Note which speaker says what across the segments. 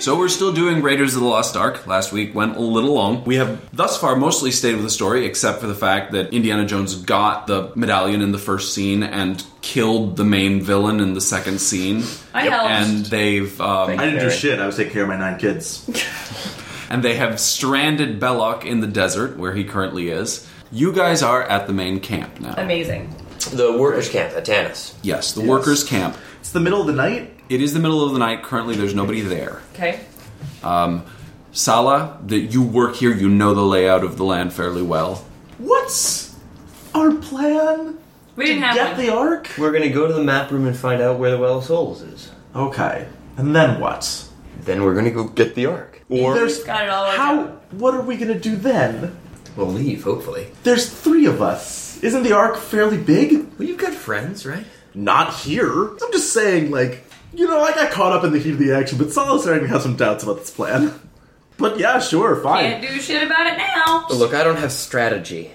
Speaker 1: So we're still doing Raiders of the Lost Ark. Last week went a little long. We have thus far mostly stayed with the story, except for the fact that Indiana Jones got the medallion in the first scene and killed the main villain in the second scene.
Speaker 2: I
Speaker 3: Oh.
Speaker 2: helped.
Speaker 1: And they've um,
Speaker 4: I didn't do
Speaker 5: Very.
Speaker 4: shit. I was taking care of my nine kids.
Speaker 1: and they have stranded Belloc in the desert where he currently is. You guys are at the main camp now.
Speaker 2: Amazing.
Speaker 5: The workers' camp at Tanis.
Speaker 1: yes, the workers' camp.
Speaker 4: It's the middle of the night.
Speaker 1: It is the middle of the night. Currently, there's nobody there.
Speaker 2: Okay.
Speaker 1: Sala, that you work here, you know the layout of the land fairly well.
Speaker 4: What's our plan?
Speaker 2: We didn't have
Speaker 4: Get
Speaker 2: one.
Speaker 4: the ark.
Speaker 5: We're gonna go to the map room and find out where the Well of Souls is.
Speaker 4: Okay, and then what?
Speaker 5: Then we're gonna go get the Ark.
Speaker 4: Or
Speaker 2: There's- Got it all worked
Speaker 4: how?
Speaker 2: out.
Speaker 4: What are we gonna do then?
Speaker 5: We'll leave, hopefully.
Speaker 4: There's three of us. Isn't the ark fairly big?
Speaker 5: Well, you've got friends, right?
Speaker 4: Not here. I'm just saying, like, you know, I got caught up in the heat of the action, but Solo's starting to have some doubts about this plan. But yeah, sure,
Speaker 2: Can't
Speaker 4: fine.
Speaker 2: do shit about it now.
Speaker 5: But look, I don't have strategy.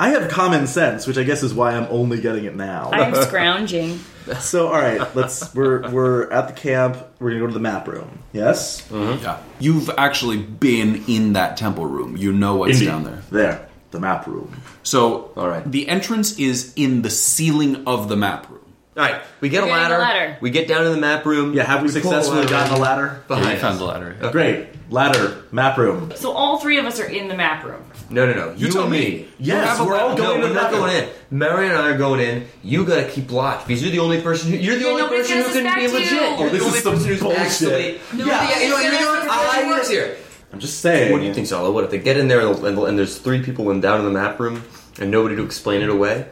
Speaker 4: I have common sense, which I guess is why I'm only getting it now.
Speaker 2: I'm scrounging.
Speaker 4: so, all right, let's. We're we're at the camp. We're gonna go to the map room. Yes.
Speaker 1: Yeah. You've actually been in that temple room. You know what's
Speaker 4: Indeed.
Speaker 1: down there.
Speaker 4: There, the map room.
Speaker 1: So,
Speaker 5: All right.
Speaker 1: the entrance is in the ceiling of the map room.
Speaker 5: All right, we get a
Speaker 2: We're getting
Speaker 5: ladder,
Speaker 2: a ladder.
Speaker 5: We get down to the map room.
Speaker 4: Yeah, have we,
Speaker 5: pull
Speaker 4: successfully gotten a ladder?
Speaker 5: Behind
Speaker 1: you found
Speaker 5: us.
Speaker 1: the ladder.
Speaker 4: Great. Ladder, map room.
Speaker 2: So all three of us are in the map room.
Speaker 5: No, no, no. You,
Speaker 1: tell
Speaker 5: and me.
Speaker 1: me.
Speaker 4: Yes,
Speaker 5: Have a
Speaker 4: we're all
Speaker 5: ladder.
Speaker 4: going
Speaker 5: no,
Speaker 4: to
Speaker 5: we're not
Speaker 4: the-
Speaker 5: going in. Marion and I are going in. You gotta keep watch because you're the only person. Who, you're the
Speaker 2: Yeah,
Speaker 5: only
Speaker 2: nobody's
Speaker 5: person who
Speaker 2: gonna
Speaker 5: can be
Speaker 2: suspect
Speaker 5: legit.
Speaker 2: you. Oh,
Speaker 5: You're
Speaker 4: this
Speaker 5: the only
Speaker 4: is some
Speaker 5: person who's
Speaker 4: bullshit.
Speaker 5: actually.
Speaker 2: No,
Speaker 4: Yeah.
Speaker 5: Yeah, you know, you know what? I works here.
Speaker 4: I'm just saying.
Speaker 5: What do you think, Sala? What if they get in there and, and, and there's three people in down in the map room and nobody to explain it away?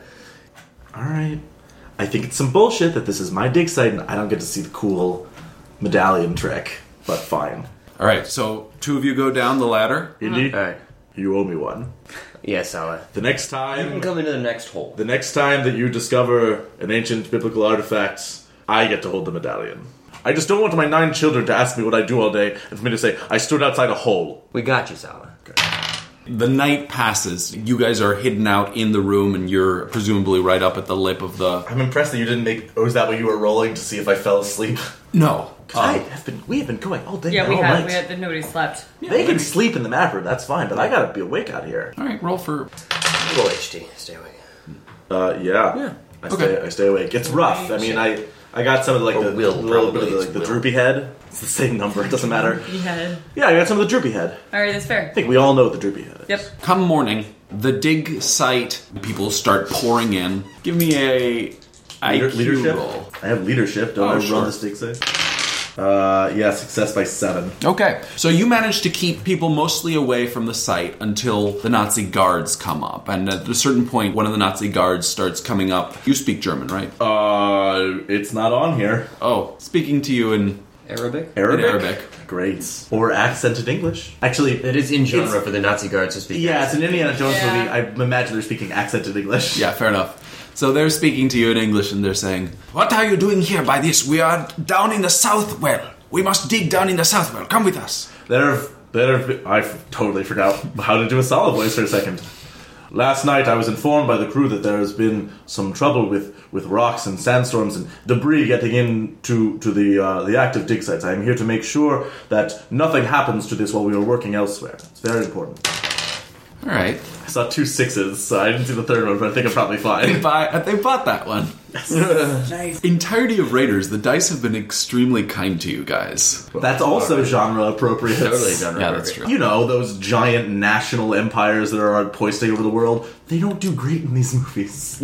Speaker 4: All right. I think it's some bullshit that this is my dig site and I don't get to see the cool medallion trick, but fine.
Speaker 1: All right, so two of you go down the ladder.
Speaker 4: Indeed.
Speaker 5: All right.
Speaker 4: You owe me one.
Speaker 5: Yeah, Sala.
Speaker 4: The next
Speaker 5: You can
Speaker 4: time
Speaker 5: come into the next hole.
Speaker 4: the next time that you discover an ancient biblical artifact, I get to hold the medallion. I just don't want my nine children to ask me what I do all day and for me to say, I stood outside a hole.
Speaker 5: We got you, Sala.
Speaker 1: The night passes. You guys are hidden out in the room, and you're presumably right up at the lip of the.
Speaker 4: I'm impressed that you didn't make oh is that what you were rolling to see if I fell asleep?
Speaker 1: No.
Speaker 4: I
Speaker 1: Um,
Speaker 4: have been we have been going all day
Speaker 2: Yeah,
Speaker 4: and
Speaker 2: we
Speaker 4: all
Speaker 2: had,
Speaker 4: night.
Speaker 2: we had, that nobody slept.
Speaker 4: they can sleep in the map room, that's fine, but I gotta be awake out here.
Speaker 1: all right, roll for.
Speaker 5: Full HD. Stay away.
Speaker 4: Uh, yeah. Yeah. I stay.
Speaker 1: Okay.
Speaker 4: I stay awake. It's rough. I mean, I I got some of the, like
Speaker 5: Or
Speaker 4: the
Speaker 5: will,
Speaker 4: little bit of
Speaker 5: probably.
Speaker 4: the, like the
Speaker 5: Will.
Speaker 4: droopy head. It's the same number. It doesn't matter.
Speaker 2: Yeah.
Speaker 4: Yeah, I got some of the droopy head.
Speaker 2: All right, that's fair.
Speaker 4: I think we all know what the droopy head. Is.
Speaker 2: Yep.
Speaker 1: Come morning, the dig site people start pouring in. Give me a
Speaker 4: Leader-
Speaker 1: IQ
Speaker 4: leadership.
Speaker 1: roll.
Speaker 4: I have leadership. Don't
Speaker 1: Oh,
Speaker 4: I
Speaker 1: sure.
Speaker 4: run the stick save? Uh, yeah, success by seven.
Speaker 1: Okay, so you manage to keep people mostly away from the site until the Nazi guards come up, and at a certain point, one of the Nazi guards starts coming up. You speak German, right?
Speaker 4: Uh, it's not on here.
Speaker 1: Oh, speaking to you in
Speaker 5: Arabic?
Speaker 4: Arabic.
Speaker 1: Arabic.
Speaker 4: Great. Or accented English. Actually,
Speaker 5: That is in genre
Speaker 4: It's-
Speaker 5: for the Nazi guards to speak.
Speaker 4: yeah, it's an Indiana Jones
Speaker 2: Yeah.
Speaker 4: movie. I imagine they're speaking accented English.
Speaker 1: Yeah, fair enough. So they're speaking to you in English and they're saying, What are you doing here by this? We are down in the south well. We must dig down in the south well. Come with us.
Speaker 4: There have, there have been, I totally forgot how to do a solid voice for a second. Last night I was informed by the crew that there has been some trouble with, with rocks and sandstorms and debris getting into to the uh, the active dig sites. I am here to make sure that nothing happens to this while we are working elsewhere. It's very important.
Speaker 1: All right.
Speaker 4: I saw two sixes, so I didn't see the third one, but I think I'm probably
Speaker 1: They,
Speaker 4: fine.
Speaker 1: buy, uh, they bought that one. Entirety of Raiders, the dice have been extremely kind to you guys.
Speaker 4: That's also genre appropriate.
Speaker 5: Totally genre.
Speaker 1: Yeah, that's
Speaker 5: appropriate.
Speaker 1: true.
Speaker 4: You know, those giant national empires that are poisting over the world, they don't do great in these movies.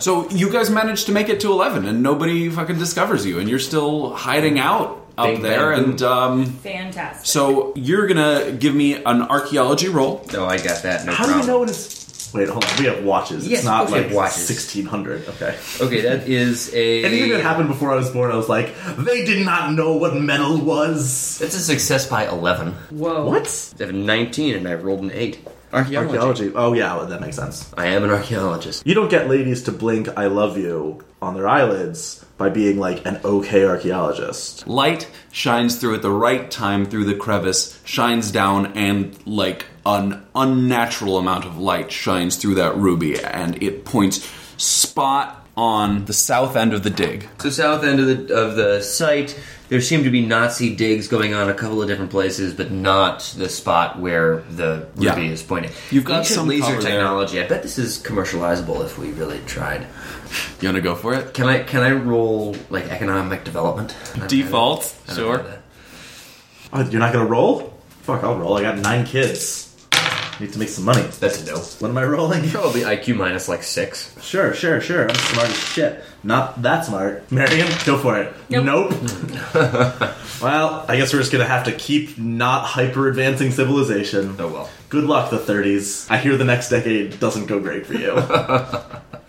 Speaker 1: So you guys managed to make it to 11 and nobody fucking discovers you and you're still hiding out up
Speaker 5: Bing,
Speaker 1: there
Speaker 5: bang,
Speaker 1: and um,
Speaker 2: Fantastic.
Speaker 1: so you're gonna give me an archaeology roll
Speaker 5: Oh, I got that. No
Speaker 4: How do
Speaker 5: problem.
Speaker 4: you know when it's? Wait, hold on. We have watches.
Speaker 5: Yes,
Speaker 4: it's not
Speaker 5: of course we
Speaker 4: like
Speaker 5: have watches.
Speaker 4: sixteen hundred. Okay.
Speaker 5: Okay, that is a.
Speaker 4: Anything that happened before I was born, I was like, they did not know what metal was.
Speaker 5: That's a success by 11.
Speaker 2: Whoa.
Speaker 4: What?
Speaker 5: I have a 19 and I rolled an 8. Archaeology.
Speaker 4: Archaeology. Oh yeah, well, that makes sense.
Speaker 5: I am an archaeologist.
Speaker 4: You don't get ladies to blink "I love you" on their eyelids by being like an okay archaeologist.
Speaker 1: Light shines through at the right time through the crevice, shines down, and like an unnatural amount of light shines through that ruby, and it points spot on the south end of the dig.
Speaker 5: So south end of the of the site, there seem to be Nazi digs going on a couple of different places, but not the spot where the
Speaker 1: Yeah.
Speaker 5: ruby is pointing.
Speaker 1: You've got
Speaker 5: Ancient
Speaker 1: some
Speaker 5: laser
Speaker 1: cover there.
Speaker 5: technology. I bet this is commercializable if we really tried.
Speaker 1: You want to go for it?
Speaker 5: Can I can I roll like economic development? I don't-
Speaker 1: Default,
Speaker 5: I don't
Speaker 1: sure.
Speaker 5: know that.
Speaker 4: Oh, you're not gonna roll? Fuck, I'll roll. I got nine kids. Need to make some money.
Speaker 5: That's a no.
Speaker 4: What am I rolling?
Speaker 5: Probably IQ minus like six.
Speaker 4: Sure, sure, sure. I'm smart as shit. Not that smart. Marion, go for it.
Speaker 2: Nope.
Speaker 4: well, I guess we're just gonna have to keep not hyper advancing civilization.
Speaker 5: Oh well.
Speaker 4: Good luck, the 30s. I hear the next decade doesn't go great for you.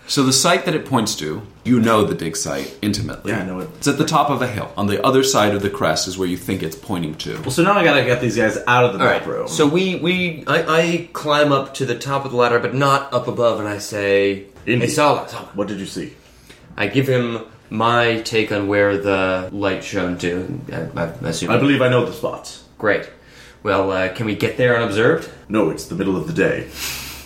Speaker 1: So the site that it points to, you know the dig site intimately.
Speaker 4: Yeah, I know it.
Speaker 1: It's at the top of a hill. On the other side of the crest is where you think it's pointing to.
Speaker 4: well, so now I gotta get these guys out of the
Speaker 5: All
Speaker 4: map
Speaker 5: right.
Speaker 4: room.
Speaker 5: So we we I, I climb up to the top of the ladder, but not up above, and I say,
Speaker 4: Indy.
Speaker 5: "Hey, Sala, Sala,
Speaker 4: what did you see?
Speaker 5: I give him my take on where the light shone to. I, I assume.
Speaker 4: I believe I know the spot.
Speaker 5: Great. Well, uh, can we get there unobserved?
Speaker 4: No, it's the middle of the day.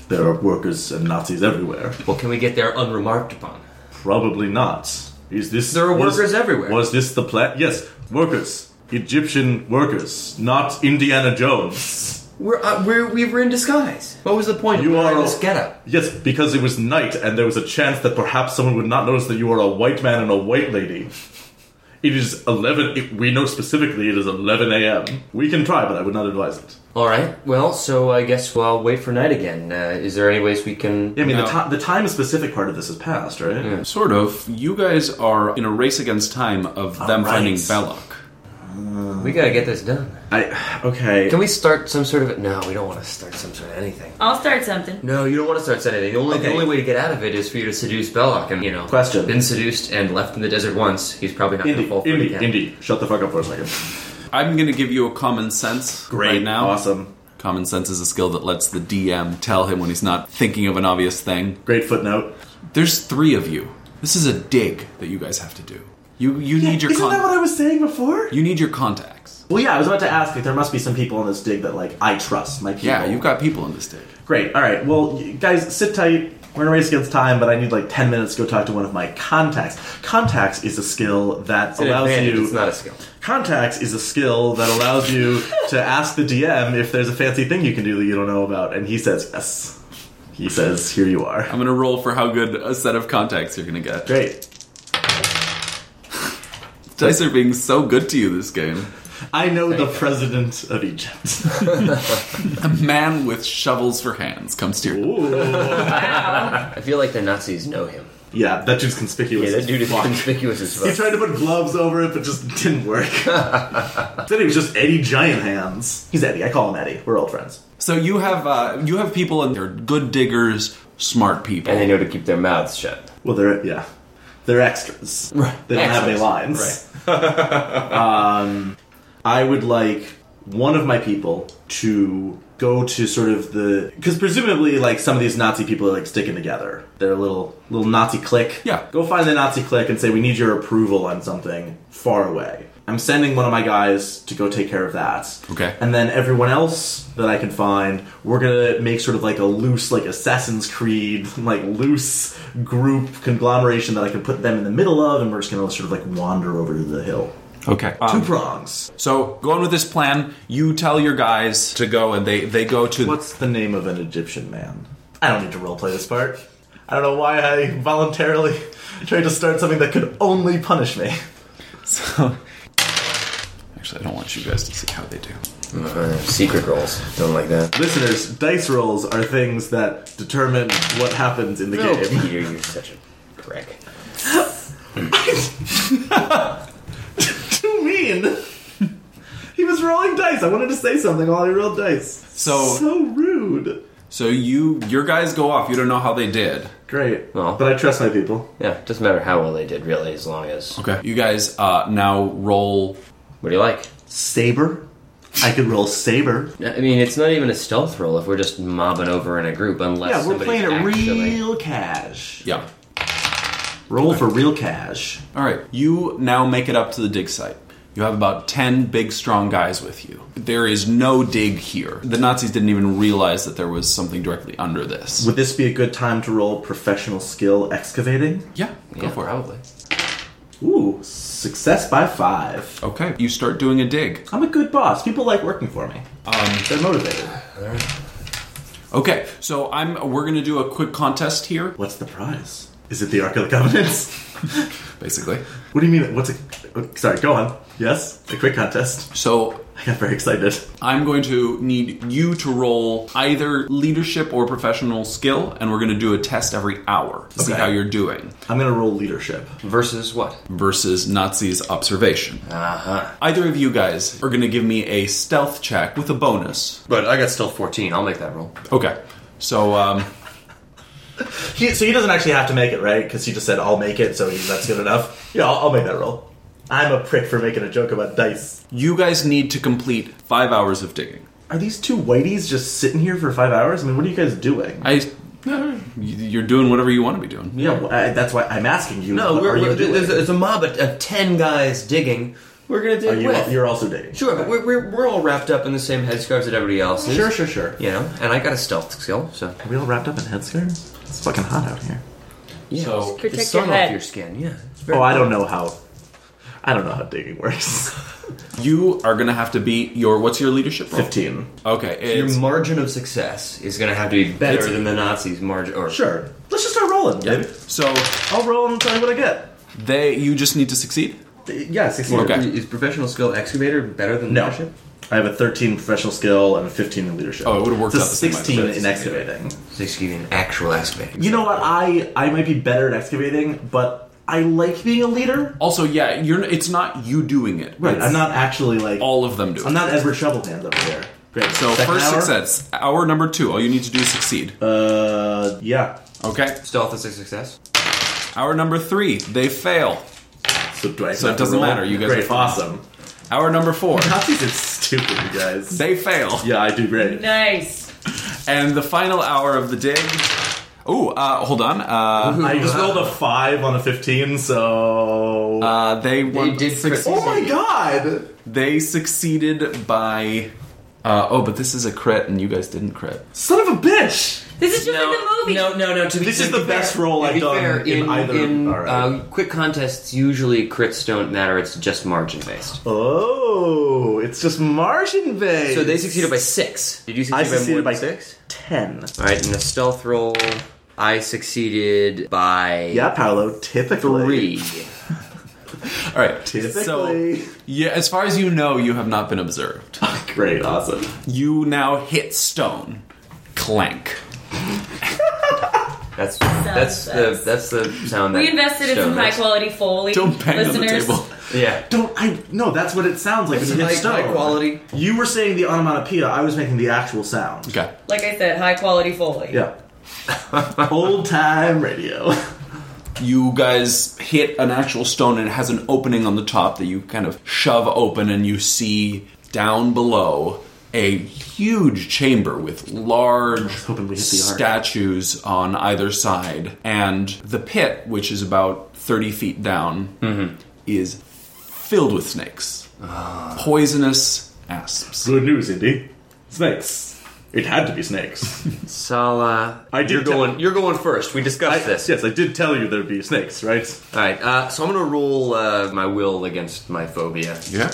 Speaker 4: There are workers and Nazis everywhere.
Speaker 5: Well, can we get there unremarked upon?
Speaker 4: Probably not. Is this
Speaker 5: There are
Speaker 4: was-
Speaker 5: workers everywhere.
Speaker 4: Was this the plan? Yes, workers. Egyptian workers, not Indiana Jones.
Speaker 5: We're, uh, we're we were in disguise. What was the point?
Speaker 4: You
Speaker 5: of wearing
Speaker 4: are
Speaker 5: this getup.
Speaker 4: Yes, because it was night, and there was a chance that perhaps someone would not notice that you are a white man and a white lady. It is eleven. It, we know specifically it is eleven a.m. We can try, but I would not advise it.
Speaker 5: All right. Well, so I guess we'll wait for night again. Uh, is there any ways we can?
Speaker 4: I mean,
Speaker 1: No.
Speaker 4: the, ti the time specific part of this is past, right?
Speaker 1: Sort of. You guys are in a race against time of them
Speaker 4: right.
Speaker 1: finding Belloc.
Speaker 5: We gotta get this done.
Speaker 4: I okay.
Speaker 5: Can we start some sort of it? No, we don't want to start some sort of anything.
Speaker 2: I'll start something.
Speaker 5: No, you don't want to start anything. The only the
Speaker 4: Okay.
Speaker 5: only way to get out of it is for you to seduce Belloc, and you know,
Speaker 4: Question.
Speaker 5: been seduced and left in the desert once. He's probably not
Speaker 4: Indy,
Speaker 5: gonna fall for it
Speaker 4: Indy,
Speaker 5: again.
Speaker 4: Indy, shut the fuck up for a second.
Speaker 1: I'm going to give you a common sense right now.
Speaker 4: awesome,
Speaker 1: Common sense is a skill that lets the DM tell him when he's not thinking of an obvious thing.
Speaker 4: great footnote.
Speaker 1: There's three of you. This is a dig that you guys have to do. You you need your
Speaker 4: Isn't that what
Speaker 1: con-
Speaker 4: I was saying before?
Speaker 1: you need your contacts.
Speaker 4: Well, yeah, I was about to ask. Like, there must be some people in this dig that like I trust. My people.
Speaker 1: Yeah, you've got people in this dig.
Speaker 4: Great. All right. Well, you guys, sit tight. We're in a race against time, but I need like ten minutes to go talk to one of my contacts. Contacts is a skill that
Speaker 5: An
Speaker 4: allows
Speaker 5: advantage,
Speaker 4: you.
Speaker 5: It's not a skill.
Speaker 4: Contacts is a skill that allows you to ask the DM if there's a fancy thing you can do that you don't know about, and he says yes. He says, "Here you are."
Speaker 1: I'm gonna roll for how good a set of contacts you're gonna get.
Speaker 4: Great.
Speaker 1: Dice are being so good to you this game.
Speaker 4: I know the president of Egypt.
Speaker 1: A man with shovels for hands comes to your.
Speaker 5: I feel like the Nazis know him.
Speaker 4: Yeah, that dude's conspicuous. as fuck.
Speaker 5: conspicuous as
Speaker 4: He tried to put gloves over it, but just didn't work. then he was just Eddie Giant Hands. He's Eddie. I call him Eddie. We're old friends.
Speaker 1: So you have uh, you have people and they're good diggers, smart people.
Speaker 5: And they know to keep their mouths shut.
Speaker 4: Well, they're yeah, they're extras. Right. They don't have any lines. Right. um, I would like one of my people to go to sort of the because presumably like some of these Nazi people are like sticking together. They're a little little Nazi clique.
Speaker 1: Yeah.
Speaker 4: Go find the Nazi clique and say we need your approval on something far away. I'm sending one of my guys to go take care of that.
Speaker 1: Okay.
Speaker 4: And then everyone else that I can find, we're gonna make sort of like a loose, like Assassin's Creed, like loose group conglomeration that I can put them in the middle of, and we're just gonna sort of like wander over to the hill.
Speaker 1: Okay.
Speaker 4: Two
Speaker 1: Um,
Speaker 4: prongs.
Speaker 1: so going with this plan, you tell your guys to go and they they go to
Speaker 4: What's the name of an Egyptian man? I don't need to roleplay this part. I don't know why I voluntarily tried to start something that could only punish me.
Speaker 1: So, actually, I don't want you guys to see how they do.
Speaker 5: Uh, secret rolls. Don't like that.
Speaker 4: Listeners, dice rolls are things that determine what happens in the game.
Speaker 5: Peter, you're such a prick.
Speaker 4: Too mean. He was rolling dice. I wanted to say something while he rolled dice.
Speaker 1: So-
Speaker 4: so rude.
Speaker 1: So you, your guys go off. You don't know how they did.
Speaker 4: Great.
Speaker 5: Well.
Speaker 4: but I trust my people.
Speaker 5: Yeah, doesn't matter how well they did, really, as long as.
Speaker 1: Okay. You guys uh, now roll.
Speaker 5: What do you like?
Speaker 4: Saber. I could roll saber.
Speaker 5: I mean, it's not even a stealth roll if we're just mobbing over in a group, unless
Speaker 4: Yeah, we're
Speaker 5: somebody's
Speaker 4: playing it
Speaker 5: actually-
Speaker 4: real cash.
Speaker 1: Yeah.
Speaker 4: Roll for real cash.
Speaker 1: All right. You now make it up to the dig site. You have about 10 big, strong guys with you. There is no dig here. The Nazis didn't even realize that there was something directly under this.
Speaker 4: Would this be a good time to roll professional skill excavating?
Speaker 1: yeah, go for it.
Speaker 5: probably.
Speaker 4: Ooh, success by five.
Speaker 1: Okay, you start doing a dig.
Speaker 4: I'm a good boss. People like working for me. Um, They're motivated.
Speaker 1: Okay, so I'm. We're gonna do a quick contest here,
Speaker 4: What's the prize? Is it the Ark of the Covenants?
Speaker 1: basically.
Speaker 4: what do you mean? What's a. Sorry, go on. Yes? A quick contest.
Speaker 1: So
Speaker 4: I got very excited.
Speaker 1: I'm going to need you to roll either leadership or professional skill, and we're gonna do a test every hour. to See
Speaker 4: Okay.
Speaker 1: how you're doing
Speaker 4: I'm gonna roll leadership.
Speaker 5: Versus what?
Speaker 1: versus Nazis observation.
Speaker 5: Uh
Speaker 4: Uh-huh.
Speaker 5: huh.
Speaker 1: Either of you guys are gonna give me a stealth check with a bonus.
Speaker 5: But I got still 14. I'll make that roll.
Speaker 1: Okay, so um,
Speaker 4: He, so he doesn't actually have to make it, right? Because he just said, I'll make it, so he, that's good enough. Yeah, I'll, I'll make that roll. I'm a prick for making a joke about dice.
Speaker 1: you guys need to complete five hours of digging.
Speaker 4: Are these two whiteys just sitting here for five hours? I mean, what are you guys doing?
Speaker 1: I, eh, you're doing whatever you want to be doing.
Speaker 4: yeah, well, I, that's why I'm asking you.
Speaker 5: No,
Speaker 4: what
Speaker 5: we're,
Speaker 4: are you
Speaker 5: we're,
Speaker 4: doing?
Speaker 5: there's, there's a mob of, of 10 guys digging. We're going to
Speaker 4: Are
Speaker 5: dig
Speaker 4: you,
Speaker 5: with.
Speaker 4: you're also dating.
Speaker 5: Sure, but we're, we're, we're all wrapped up in the same headscarves that everybody else is.
Speaker 4: Sure, sure, sure.
Speaker 5: You know, and I got a stealth skill, so.
Speaker 4: Are we all wrapped up in headscarves? It's fucking hot out here.
Speaker 5: Yeah,
Speaker 1: So-
Speaker 5: it's-
Speaker 2: Protect
Speaker 5: it's sun
Speaker 2: your
Speaker 5: off
Speaker 2: head.
Speaker 5: your skin, yeah. It's very-
Speaker 4: Oh, I don't know how. I don't know how digging works.
Speaker 1: You are gonna have to beat your. What's your leadership? Role?
Speaker 4: Fifteen.
Speaker 1: Okay,
Speaker 5: Your
Speaker 1: it's,
Speaker 5: margin of success is going to have to be better than the Nazis' margin. Or
Speaker 4: Sure. Let's just start rolling, baby.
Speaker 1: so
Speaker 4: I'll roll and tell you what I get.
Speaker 1: they. You just need to succeed.
Speaker 4: Yeah, sixteen.
Speaker 1: Okay.
Speaker 5: Is professional skill excavator better than
Speaker 4: No.
Speaker 5: leadership?
Speaker 4: I have a 13 professional skill and a 15 in leadership.
Speaker 1: Oh, it would've worked
Speaker 4: It's a
Speaker 1: out the same way.
Speaker 4: 16 in
Speaker 1: That's-
Speaker 4: excavating.
Speaker 5: Excavating actual excavating.
Speaker 4: You know what? I I might be better at excavating, but I like being a leader.
Speaker 1: Also, yeah, you're. It's not you doing it. It's
Speaker 4: I'm not actually like
Speaker 1: All of them do.
Speaker 4: I'm
Speaker 1: it.
Speaker 4: not Edward Shovelhand over here. Great.
Speaker 1: So
Speaker 4: Second
Speaker 1: first
Speaker 4: hour?
Speaker 1: success, hour number two. All you need to do is succeed.
Speaker 4: Uh, yeah.
Speaker 1: Okay.
Speaker 5: Stealth is a success.
Speaker 1: Hour number three, they fail.
Speaker 4: So, do I
Speaker 1: So it
Speaker 4: have to
Speaker 1: doesn't
Speaker 4: roll?
Speaker 1: matter, you guys
Speaker 4: great.
Speaker 1: are-
Speaker 4: awesome.
Speaker 1: Hour number four,
Speaker 4: Nazis are stupid, you guys.
Speaker 1: they fail.
Speaker 4: Yeah, I do great.
Speaker 2: Nice.
Speaker 1: And the final hour of the dig. Ooh, uh, hold on. Uh,
Speaker 4: I just rolled a five on a 15, so.
Speaker 1: uh, they
Speaker 5: They
Speaker 1: won.
Speaker 5: did
Speaker 1: suc-
Speaker 5: crit.
Speaker 4: oh my god!
Speaker 1: They succeeded by. Uh, oh, but this is a crit, and you guys didn't crit.
Speaker 4: Son of a bitch!
Speaker 2: This is just
Speaker 5: No,
Speaker 2: like the movie.
Speaker 5: no, no, no. To be,
Speaker 4: This
Speaker 5: to
Speaker 4: is
Speaker 5: be
Speaker 4: the
Speaker 5: fair-
Speaker 4: best role
Speaker 5: to
Speaker 4: I've
Speaker 5: be
Speaker 4: done
Speaker 5: fair,
Speaker 4: in either-
Speaker 5: In,
Speaker 4: All right.
Speaker 5: uh, quick contests, usually crits don't matter. It's just margin based.
Speaker 4: Oh, it's just Martian base.
Speaker 5: So they succeeded by six. Did you succeed
Speaker 4: I
Speaker 5: by more
Speaker 4: succeeded by
Speaker 5: than six?
Speaker 4: ten.
Speaker 5: All right, in the stealth roll, I succeeded by
Speaker 4: Yeah, Paolo. Typically,
Speaker 5: three.
Speaker 1: All right. So,
Speaker 4: Typically,
Speaker 1: yeah, as far as you know, you have not been observed.
Speaker 4: great, awesome.
Speaker 1: You now hit stone. Clank.
Speaker 5: That's that's the
Speaker 2: best.
Speaker 5: that's the sound.
Speaker 2: We
Speaker 5: that
Speaker 2: invested in some
Speaker 5: stone
Speaker 2: high
Speaker 5: is.
Speaker 2: quality foley.
Speaker 1: Don't bang on the
Speaker 2: listeners.
Speaker 1: table.
Speaker 5: Yeah.
Speaker 4: Don't I? No, that's what it sounds like. When you
Speaker 5: High-
Speaker 4: hit stone.
Speaker 5: high quality.
Speaker 4: You were saying the onomatopoeia. I was making the actual sound.
Speaker 1: Okay.
Speaker 2: Like I said, high quality foley.
Speaker 4: Yeah. Old time radio.
Speaker 1: You guys hit an actual stone and it has an opening on the top that you kind of shove open, and you see down below a huge chamber with large
Speaker 4: hoping we hit the arc.
Speaker 1: statues on either side. And the pit, which is about 30 feet down, is filled with snakes. Poisonous asps.
Speaker 4: Good news, Indy. Snakes. It had to be snakes.
Speaker 5: Sala,
Speaker 4: I did
Speaker 5: you're
Speaker 4: tell-
Speaker 5: going. You're going first. We discussed this.
Speaker 4: yes, I did tell you there'd be snakes, right?
Speaker 5: All right. Uh, so I'm gonna roll uh, my will against my phobia.
Speaker 1: Yeah.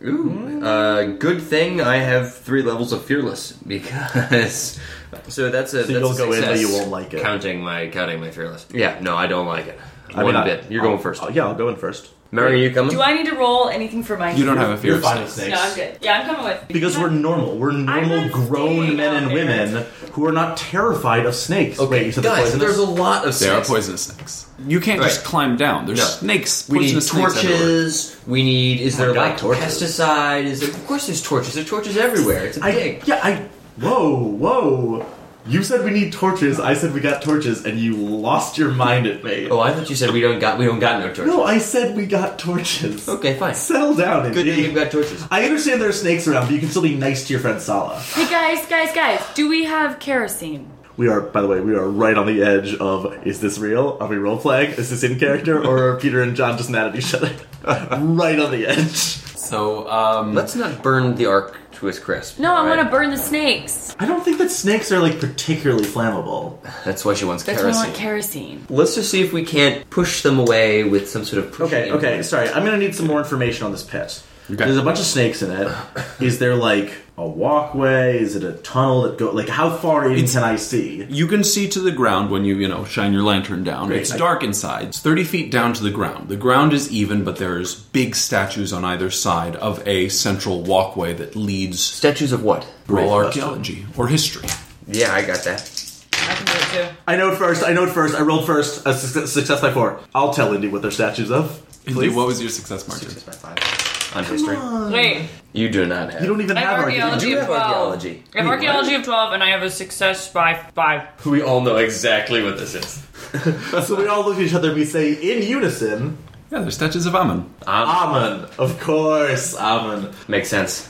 Speaker 4: Mm.
Speaker 5: Ooh, uh, good thing I have three levels of fearless because so that's a that's
Speaker 4: you'll
Speaker 5: a
Speaker 4: go in, but
Speaker 5: success,
Speaker 4: you won't like it.
Speaker 5: Counting my counting my fearless. Yeah, no, I don't like it. One
Speaker 4: mean, I-
Speaker 5: bit. You're going first.
Speaker 4: Oh, yeah, I'll go in first.
Speaker 5: Mary, are you coming?
Speaker 2: Do I need to roll anything for my?
Speaker 1: You don't have a fear
Speaker 4: You're
Speaker 1: of
Speaker 4: fine
Speaker 1: snakes.
Speaker 4: with snakes.
Speaker 2: No, I'm good. Yeah, I'm coming with.
Speaker 4: Because we're normal. We're normal
Speaker 2: not staying
Speaker 4: grown men
Speaker 2: out
Speaker 4: and
Speaker 2: there.
Speaker 4: women who are not terrified of snakes.
Speaker 5: okay,
Speaker 4: Wait, you said they're
Speaker 5: guys,
Speaker 4: poisonous?
Speaker 5: there's a lot of
Speaker 1: They are
Speaker 5: snakes.
Speaker 1: poisonous snakes. You can't just
Speaker 5: Right.
Speaker 1: climb down. There's
Speaker 5: No.
Speaker 1: snakes.
Speaker 5: We need
Speaker 1: poisonous snakes everywhere.
Speaker 5: torches. We need. Is there
Speaker 4: Oh God,
Speaker 5: like
Speaker 4: torches.
Speaker 5: pesticide? Is there, of course there's torches. There's torches everywhere. It's a
Speaker 4: I,
Speaker 5: big.
Speaker 4: yeah, I. Whoa, whoa. You said we need torches. I said we got torches, and you lost your mind at me.
Speaker 5: Oh, I thought you said we don't got we don't got no torches.
Speaker 4: No, I said we got torches.
Speaker 5: Okay, fine.
Speaker 4: Settle down,
Speaker 5: Good that
Speaker 4: Indy.
Speaker 5: you've got torches.
Speaker 4: I understand there are snakes around, but you can still be nice to your friend Sala.
Speaker 2: Hey guys, guys, guys. Do we have kerosene?
Speaker 4: We are, by the way, we are right on the edge of is this real? Are we role playing? Is this in character? Or are Peter and John just mad at each other? right on the edge.
Speaker 1: So, um,
Speaker 5: Let's not burn the arc to its crisp.
Speaker 3: No, I
Speaker 5: alright?
Speaker 3: want to burn the snakes.
Speaker 4: I don't think that snakes are like particularly flammable.
Speaker 5: That's why she wants
Speaker 3: That's why I
Speaker 5: kerosene.
Speaker 3: want kerosene.
Speaker 5: Let's just see if we can't push them away with some sort of
Speaker 4: Okay,
Speaker 5: pushing
Speaker 4: okay, sorry. I'm gonna need some more information on this pit.
Speaker 1: Okay.
Speaker 4: There's a bunch of snakes in it. Is there like a walkway? Is it a tunnel that go? Like, how far in can I see?
Speaker 1: you can see to the ground when you, you know, shine your lantern down.
Speaker 4: Great.
Speaker 1: It's dark inside. It's 30 feet down to the ground. The ground is even, but there's big statues on either side of a central walkway that leads
Speaker 5: Statues of what?
Speaker 1: roll
Speaker 4: Great
Speaker 1: archaeology or history.
Speaker 5: Yeah, I got that.
Speaker 2: I can do it too.
Speaker 4: I know it first. I know it first. I rolled first. A success, success by four. I'll tell Indy what their statues of.
Speaker 1: Indeed, What was your success margin?
Speaker 4: Success by five.
Speaker 5: On history.
Speaker 2: Wait,
Speaker 5: You do not have.
Speaker 4: You don't even
Speaker 2: I have
Speaker 4: have
Speaker 2: archaeology
Speaker 5: You
Speaker 2: of
Speaker 5: have
Speaker 2: twelve.
Speaker 5: archaeology.
Speaker 2: I have archaeology of twelve, and I have a success by five.
Speaker 5: We all know exactly what this is.
Speaker 4: So we all look at each other and we say in unison,
Speaker 1: Yeah, there's statues of Amun.
Speaker 5: Um,
Speaker 4: "Amen." Of course, Amen.
Speaker 5: makes sense.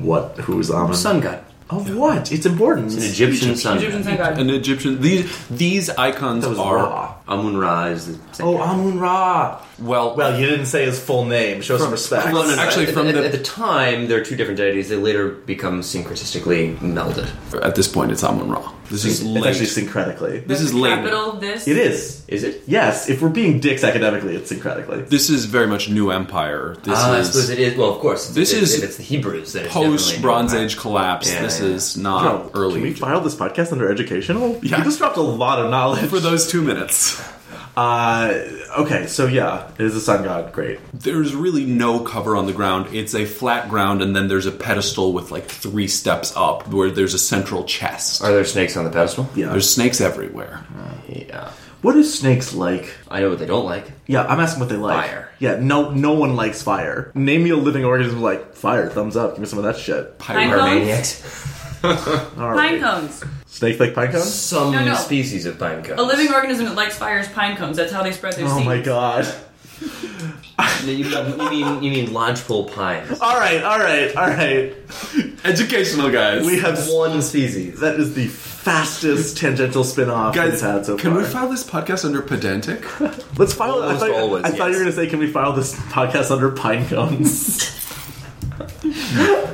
Speaker 4: What? Who's Amen?
Speaker 5: Sun god.
Speaker 4: Of what? It's important.
Speaker 5: An Egyptian sun.
Speaker 2: Egyptian sun god.
Speaker 1: An Egyptian. These these icons
Speaker 4: That was
Speaker 1: are
Speaker 4: Ra.
Speaker 5: Amun Ra is the same
Speaker 4: Oh,
Speaker 5: god.
Speaker 4: Amun Ra.
Speaker 1: well.
Speaker 4: Well, you didn't say his full name. Show some respect.
Speaker 1: Well, no, no. Actually,
Speaker 5: at,
Speaker 1: from
Speaker 5: at-
Speaker 1: the-
Speaker 5: at the time, there are two different deities. They later become syncretistically melded.
Speaker 1: At this point, it's Amun Ra. This is
Speaker 4: It's actually
Speaker 1: late.
Speaker 4: syncretically.
Speaker 1: This is late.
Speaker 2: Capital this.
Speaker 4: It is.
Speaker 5: Is it?
Speaker 4: Yes, if we're being dicks academically, it's syncretically.
Speaker 1: This is very much new empire. This
Speaker 5: Ah, I suppose
Speaker 1: is
Speaker 5: it is. Well, of course.
Speaker 1: This
Speaker 5: if,
Speaker 1: is
Speaker 5: if it's the Hebrews. Then it's
Speaker 1: post
Speaker 5: definitely-
Speaker 1: Bronze Age collapse.
Speaker 5: Yeah,
Speaker 1: this
Speaker 5: yeah.
Speaker 1: is not
Speaker 4: No,
Speaker 1: early.
Speaker 4: Can we
Speaker 1: Egypt.
Speaker 4: file this podcast under educational?
Speaker 1: Yeah.
Speaker 4: You just dropped a lot of knowledge.
Speaker 1: for those two minutes.
Speaker 4: Uh, okay, so yeah, it is a sun god. Great.
Speaker 1: There's really no cover on the ground. It's a flat ground, and then there's a pedestal with like three steps up where there's a central chest.
Speaker 5: Are there snakes on the pedestal?
Speaker 4: Yeah.
Speaker 1: There's snakes everywhere.
Speaker 5: Yeah.
Speaker 4: What do snakes like?
Speaker 5: I know what they don't like.
Speaker 4: Yeah, I'm asking what they like.
Speaker 5: Fire.
Speaker 4: Yeah, no, no one likes fire. Name me a living organism like fire. Thumbs up. Give me some of that shit.
Speaker 2: Pine
Speaker 1: Pyro-
Speaker 5: Are
Speaker 2: cones?
Speaker 5: maniacs.
Speaker 4: All right.
Speaker 2: Pine cones.
Speaker 4: Snakes like pine cones.
Speaker 5: Some
Speaker 2: No, no.
Speaker 5: species of pine cones.
Speaker 2: A living organism that likes fire is pine cones. That's how they spread their
Speaker 4: Oh
Speaker 2: seeds.
Speaker 4: my god.
Speaker 5: You mean, you mean you mean lodgepole pines?
Speaker 4: All right, all right, all right.
Speaker 1: Educational guys.
Speaker 4: We have
Speaker 5: One species.
Speaker 4: That is the fastest tangential spin-off
Speaker 1: guys
Speaker 4: we've had so
Speaker 1: Can
Speaker 4: far.
Speaker 1: we file this podcast under pedantic?
Speaker 4: Let's file. I,
Speaker 5: Almost
Speaker 4: thought,
Speaker 5: always,
Speaker 4: I thought you
Speaker 5: yes.
Speaker 4: were going to say, "Can we file this podcast under pine cones?"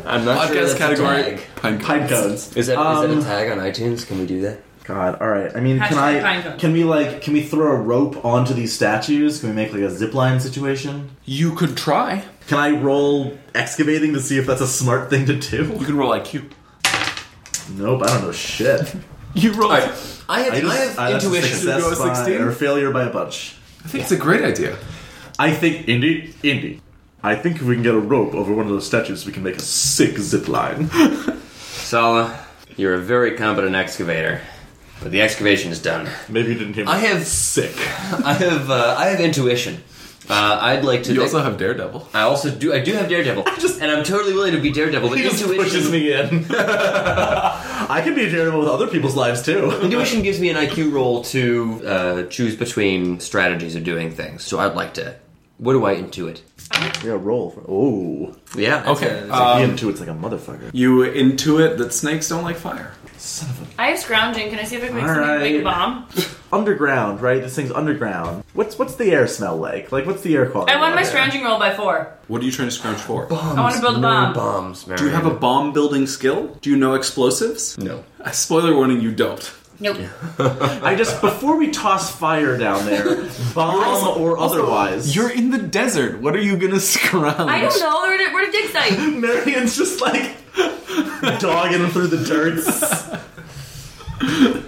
Speaker 5: I'm not sure. That's
Speaker 1: podcast
Speaker 5: a
Speaker 1: category
Speaker 5: tag.
Speaker 1: pine
Speaker 4: pine
Speaker 1: cones.
Speaker 4: cones.
Speaker 5: Is that is
Speaker 4: Um,
Speaker 5: that a tag on iTunes? Can we do that?
Speaker 4: God, all right. I mean, can
Speaker 2: Hashtag
Speaker 4: I?
Speaker 2: pine cones.
Speaker 4: Can we like? Can we throw a rope onto these statues? Can we make like a zip line situation?
Speaker 1: You could try.
Speaker 4: Can I roll excavating to see if that's a smart thing to do?
Speaker 1: You can roll IQ.
Speaker 4: Nope, I don't know shit.
Speaker 1: You roll.
Speaker 5: All right. I have, I
Speaker 4: I just I-
Speaker 5: have
Speaker 4: that's a
Speaker 5: intuition.
Speaker 1: You go
Speaker 4: success by,
Speaker 1: 16?
Speaker 4: or failure by a bunch.
Speaker 1: I think it's a great idea.
Speaker 4: I think Indy, Indy. I think if we can get a rope over one of those statues, we can make a sick zip line.
Speaker 5: Sala, you're a very competent excavator, but the excavation is done.
Speaker 4: Maybe you didn't hear me.
Speaker 5: I have
Speaker 4: sick.
Speaker 5: I have uh, I have intuition. Uh, I'd like to.
Speaker 1: You also have Daredevil.
Speaker 5: I also do. I do have Daredevil,
Speaker 4: just-
Speaker 5: and I'm totally willing to be Daredevil. But
Speaker 4: He just pushes
Speaker 5: intuition,
Speaker 4: me in. I can be terrible with other people's lives too.
Speaker 5: intuition gives me an IQ roll to uh, choose between strategies of doing things. So I'd like to. What do I intuit?
Speaker 4: Yeah, roll. For, oh,
Speaker 5: Yeah. that's
Speaker 1: Okay,
Speaker 5: a- that's a-
Speaker 1: uh,
Speaker 4: he intuits like a motherfucker.
Speaker 1: You intuit that snakes don't like fire.
Speaker 4: Son of
Speaker 2: I have scrounging. Can I see if I can make
Speaker 4: All
Speaker 2: something like
Speaker 4: right.
Speaker 2: a bomb?
Speaker 4: a underground, right? This thing's underground. What's what's the air smell like? Like, what's the air quality?
Speaker 2: I won my
Speaker 4: like?
Speaker 2: scrounging roll by four.
Speaker 1: What are you trying to scrounge for?
Speaker 5: bombs,
Speaker 2: I wanna build a
Speaker 5: more
Speaker 2: bomb.
Speaker 5: Bombs.
Speaker 1: um, Do you have a bomb building skill? Do you know explosives?
Speaker 5: no?
Speaker 1: Uh, Spoiler warning, you don't.
Speaker 2: Nope.
Speaker 4: I just before we toss fire down there, bomb or otherwise.
Speaker 1: You're in the desert. What are you gonna scrounge?
Speaker 2: I don't know. We're at, we're at a dig site.
Speaker 4: Marion's just like dogging him through the dirt.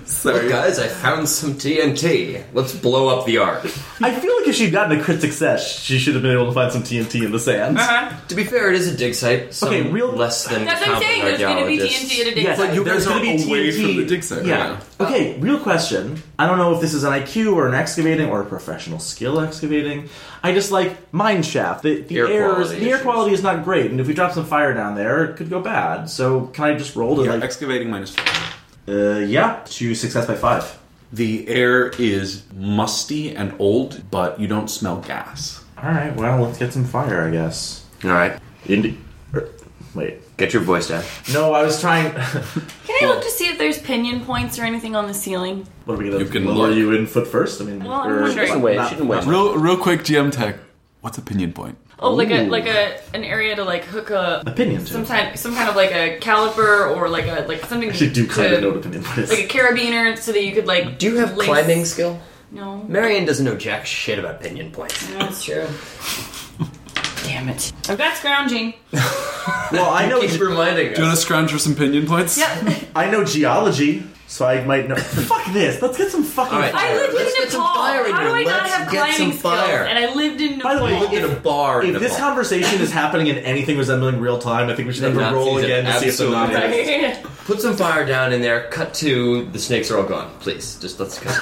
Speaker 1: Sorry.
Speaker 5: Guys, I found some TNT. Let's blow up the arc.
Speaker 4: I feel like if she'd gotten a crit success, she should have been able to find some TNT in the sand.
Speaker 2: Uh-huh.
Speaker 5: to be fair, it is a dig site. Some
Speaker 4: Okay, real-
Speaker 5: less than
Speaker 2: That's what I'm saying. There's
Speaker 5: competent
Speaker 2: going to be
Speaker 5: archaeologists.
Speaker 2: TNT at a dig
Speaker 4: Yes,
Speaker 2: site.
Speaker 1: you
Speaker 4: there's
Speaker 1: guys are
Speaker 4: gonna be
Speaker 1: away
Speaker 4: TNT.
Speaker 1: from the dig site
Speaker 4: Yeah.
Speaker 1: right
Speaker 4: Okay, real question. I don't know if this is an IQ or an excavating or a professional skill excavating. I just like mine shaft. The, the
Speaker 5: Air
Speaker 4: air,
Speaker 5: quality
Speaker 4: the air
Speaker 5: issues.
Speaker 4: quality is not great, and if we drop some fire down there, it could go bad. So can I just roll to
Speaker 1: Yeah,
Speaker 4: like
Speaker 1: excavating minus four.
Speaker 4: uh, yeah to success by five?
Speaker 1: The air is musty and old, but you don't smell gas.
Speaker 4: All right, well let's get some fire, I guess.
Speaker 5: All right.
Speaker 4: Indy, er, Wait.
Speaker 5: Get your voice down.
Speaker 4: No, I was trying.
Speaker 3: Can I look to see if there's pinion points or anything on the ceiling?
Speaker 4: what are we gonna?
Speaker 1: You can
Speaker 4: lower
Speaker 1: look.
Speaker 4: you in foot first? I mean,
Speaker 3: Well, I'm
Speaker 4: or-
Speaker 3: wondering- She
Speaker 5: can wait, she can wait.
Speaker 1: Real, real quick, GM tech. What's opinion point?
Speaker 2: Oh, like a
Speaker 4: Ooh.
Speaker 2: like a an area to like hook a
Speaker 4: Opinion. too.
Speaker 2: some kind some kind of like a caliper or like a like something.
Speaker 4: I actually do
Speaker 2: to-
Speaker 4: kind of know what opinion is.
Speaker 2: like a carabiner so that you could like.
Speaker 5: Do you have
Speaker 2: lace-
Speaker 5: climbing skill?
Speaker 2: No, no,
Speaker 5: Marion doesn't know jack shit about pinion points.
Speaker 2: that's true. Damn it! Oh, I've got scrounging.
Speaker 4: well, I know.
Speaker 5: Keep reminding
Speaker 1: Do you
Speaker 5: us.
Speaker 1: want to scrounge for some opinion points?
Speaker 2: Yep.
Speaker 4: I know geology, so I might know. Fuck this. Let's get some fucking.
Speaker 5: All right.
Speaker 2: I lived
Speaker 5: Let's
Speaker 2: in
Speaker 5: get some
Speaker 2: Nepal.
Speaker 5: fire in
Speaker 2: How do
Speaker 5: here.
Speaker 2: I not
Speaker 5: Let's
Speaker 2: have
Speaker 5: get
Speaker 2: climbing
Speaker 5: some
Speaker 2: skills?
Speaker 5: fire.
Speaker 2: And I lived in Nepal.
Speaker 4: By the way,
Speaker 5: Lived in a bar in
Speaker 4: If this
Speaker 5: Nepal.
Speaker 4: conversation is happening in anything resembling real time, I think we should
Speaker 5: The
Speaker 4: have a roll
Speaker 5: Nazis
Speaker 4: again
Speaker 5: have
Speaker 4: to see if the
Speaker 5: absolutely-
Speaker 4: Nazis.
Speaker 5: Put some fire down in there. Cut to the snakes are all gone. Please, just let's go.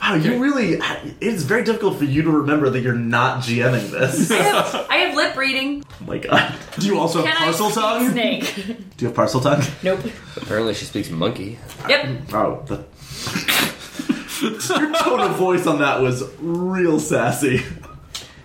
Speaker 4: Wow, you really. It's very difficult for you to remember that you're not GMing this.
Speaker 2: I
Speaker 4: oh
Speaker 2: have, I have lip reading.
Speaker 4: my god. Do you also
Speaker 2: Can
Speaker 4: have
Speaker 2: I
Speaker 4: parcel
Speaker 2: speak
Speaker 4: tongue?
Speaker 2: snake?
Speaker 4: Do you have parcel tongue?
Speaker 2: Nope.
Speaker 5: Apparently, she speaks monkey.
Speaker 2: Yep.
Speaker 4: Oh, the. Your tone of voice on that was real sassy.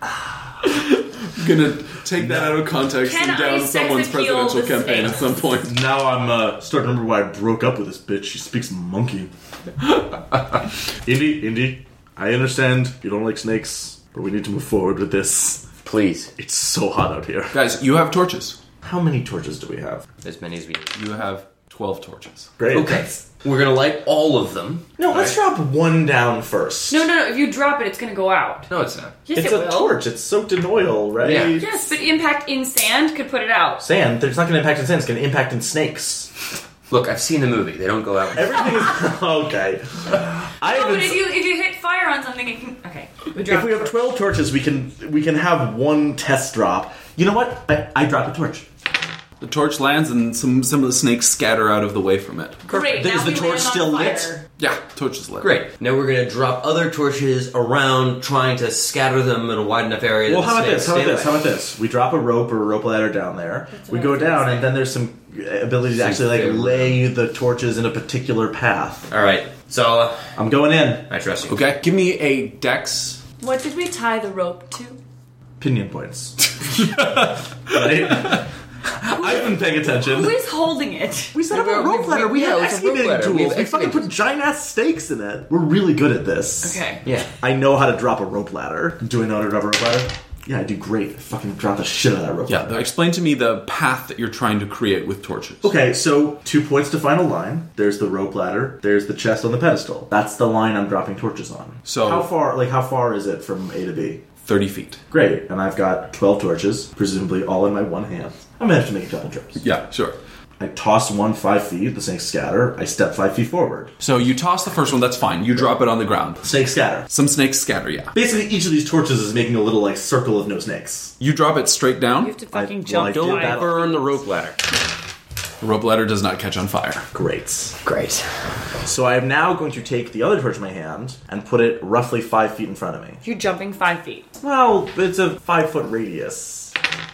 Speaker 1: I'm gonna take that out of context
Speaker 2: Can
Speaker 1: and down
Speaker 2: I sex
Speaker 1: someone's
Speaker 2: appeal
Speaker 1: presidential
Speaker 2: the
Speaker 1: campaign at
Speaker 2: snakes?
Speaker 1: some point.
Speaker 4: Now I'm uh, starting to remember why I broke up with this bitch. She speaks monkey. Indy, Indy, I understand you don't like snakes, but we need to move forward with this.
Speaker 5: Please,
Speaker 4: It's so hot out here.
Speaker 1: Guys, you have torches.
Speaker 4: How many torches do we have?
Speaker 5: as many as we need.
Speaker 1: You have twelve torches.
Speaker 4: Great.
Speaker 5: Okay, we're gonna light all of them.
Speaker 4: No, let's drop one down first.
Speaker 2: No, no, no. If you drop it, it's gonna go out.
Speaker 5: No, it's not.
Speaker 2: Yes,
Speaker 4: It's
Speaker 2: it
Speaker 4: a
Speaker 2: will.
Speaker 4: torch. It's soaked in oil, right?
Speaker 5: Yeah.
Speaker 2: Yes, but impact in sand could put it out.
Speaker 4: Sand. It's not going to impact in sand. It's going to impact in snakes.
Speaker 5: Look, I've seen the movie. They don't go out.
Speaker 4: Everything is okay. I
Speaker 2: No,
Speaker 4: haven't.
Speaker 2: but if you if you hit fire on something, it can, okay, we drop.
Speaker 4: if we have twelve torches, we can we can have one test drop. You know what? I, I drop a torch.
Speaker 1: The torch lands, and some some of the snakes scatter out of the way from it.
Speaker 2: Great.
Speaker 4: Is
Speaker 2: now
Speaker 4: the
Speaker 2: we
Speaker 4: torch
Speaker 2: land on
Speaker 4: still lit?
Speaker 2: fire.
Speaker 1: Yeah, torch is lit.
Speaker 5: Great. Now we're gonna drop other torches around, trying to scatter them in a wide enough area.
Speaker 4: Well,
Speaker 5: that
Speaker 4: how
Speaker 5: the
Speaker 4: about this?
Speaker 5: snakes
Speaker 4: How about
Speaker 5: stay
Speaker 4: this? How
Speaker 5: away.
Speaker 4: about this? We drop a rope or a rope ladder down there. we
Speaker 2: what I
Speaker 4: go
Speaker 2: was gonna
Speaker 4: down,
Speaker 2: say.
Speaker 4: and then there's some uh, ability to
Speaker 5: Some
Speaker 4: actually like
Speaker 5: favor.
Speaker 4: lay the torches in a particular path.
Speaker 5: All right, Zala,
Speaker 4: I'm going in.
Speaker 5: I trust you.
Speaker 1: Okay, give me a dex.
Speaker 3: What did we tie the rope to?
Speaker 4: Pinion points. Right? I've been paying attention.
Speaker 2: Who is holding it?
Speaker 4: We set up a
Speaker 5: Well,
Speaker 4: rope
Speaker 5: we-
Speaker 4: ladder. We
Speaker 5: yeah,
Speaker 4: have
Speaker 5: it's a rope
Speaker 4: excavating
Speaker 5: ladder.
Speaker 4: tools.
Speaker 5: We
Speaker 4: We,
Speaker 5: have
Speaker 4: fucking
Speaker 5: excavators.
Speaker 4: put giant ass stakes in it. We're really good at this.
Speaker 2: Okay.
Speaker 5: Yeah.
Speaker 4: I know how to drop a rope ladder. Do I know how to drop a rope ladder? Yeah, I do great. I fucking drop the shit out of that rope
Speaker 1: Yeah,
Speaker 4: ladder.
Speaker 1: though, explain to me the path that you're trying to create with torches.
Speaker 4: Okay, so two points to final line. There's the rope ladder. There's the chest on the pedestal. That's the line I'm dropping torches on.
Speaker 1: So-
Speaker 4: how far? Like how far is it from A to B?
Speaker 1: Thirty feet.
Speaker 4: Great, and I've got twelve torches, presumably all in my one hand. I'm gonna have to make a couple trips.
Speaker 1: Yeah, sure.
Speaker 4: I toss one five feet. The snakes scatter. I step five feet forward.
Speaker 1: So you toss the first one. That's fine. You drop it on the ground.
Speaker 4: Snakes scatter.
Speaker 1: Some snakes scatter. Yeah,
Speaker 4: Basically, each of these torches is making a little like circle of no snakes.
Speaker 1: you drop it straight
Speaker 2: You
Speaker 1: down.
Speaker 2: have to fucking
Speaker 4: like
Speaker 2: jump.
Speaker 4: it.
Speaker 5: Don't
Speaker 2: high.
Speaker 4: That'll-
Speaker 5: burn the rope ladder.
Speaker 1: The rope ladder does not catch on fire.
Speaker 4: Great.
Speaker 5: Great.
Speaker 4: So I am now going to take the other torch in my hand and put it roughly five feet in front of me.
Speaker 2: You're jumping five feet.
Speaker 4: Well, it's a five foot radius.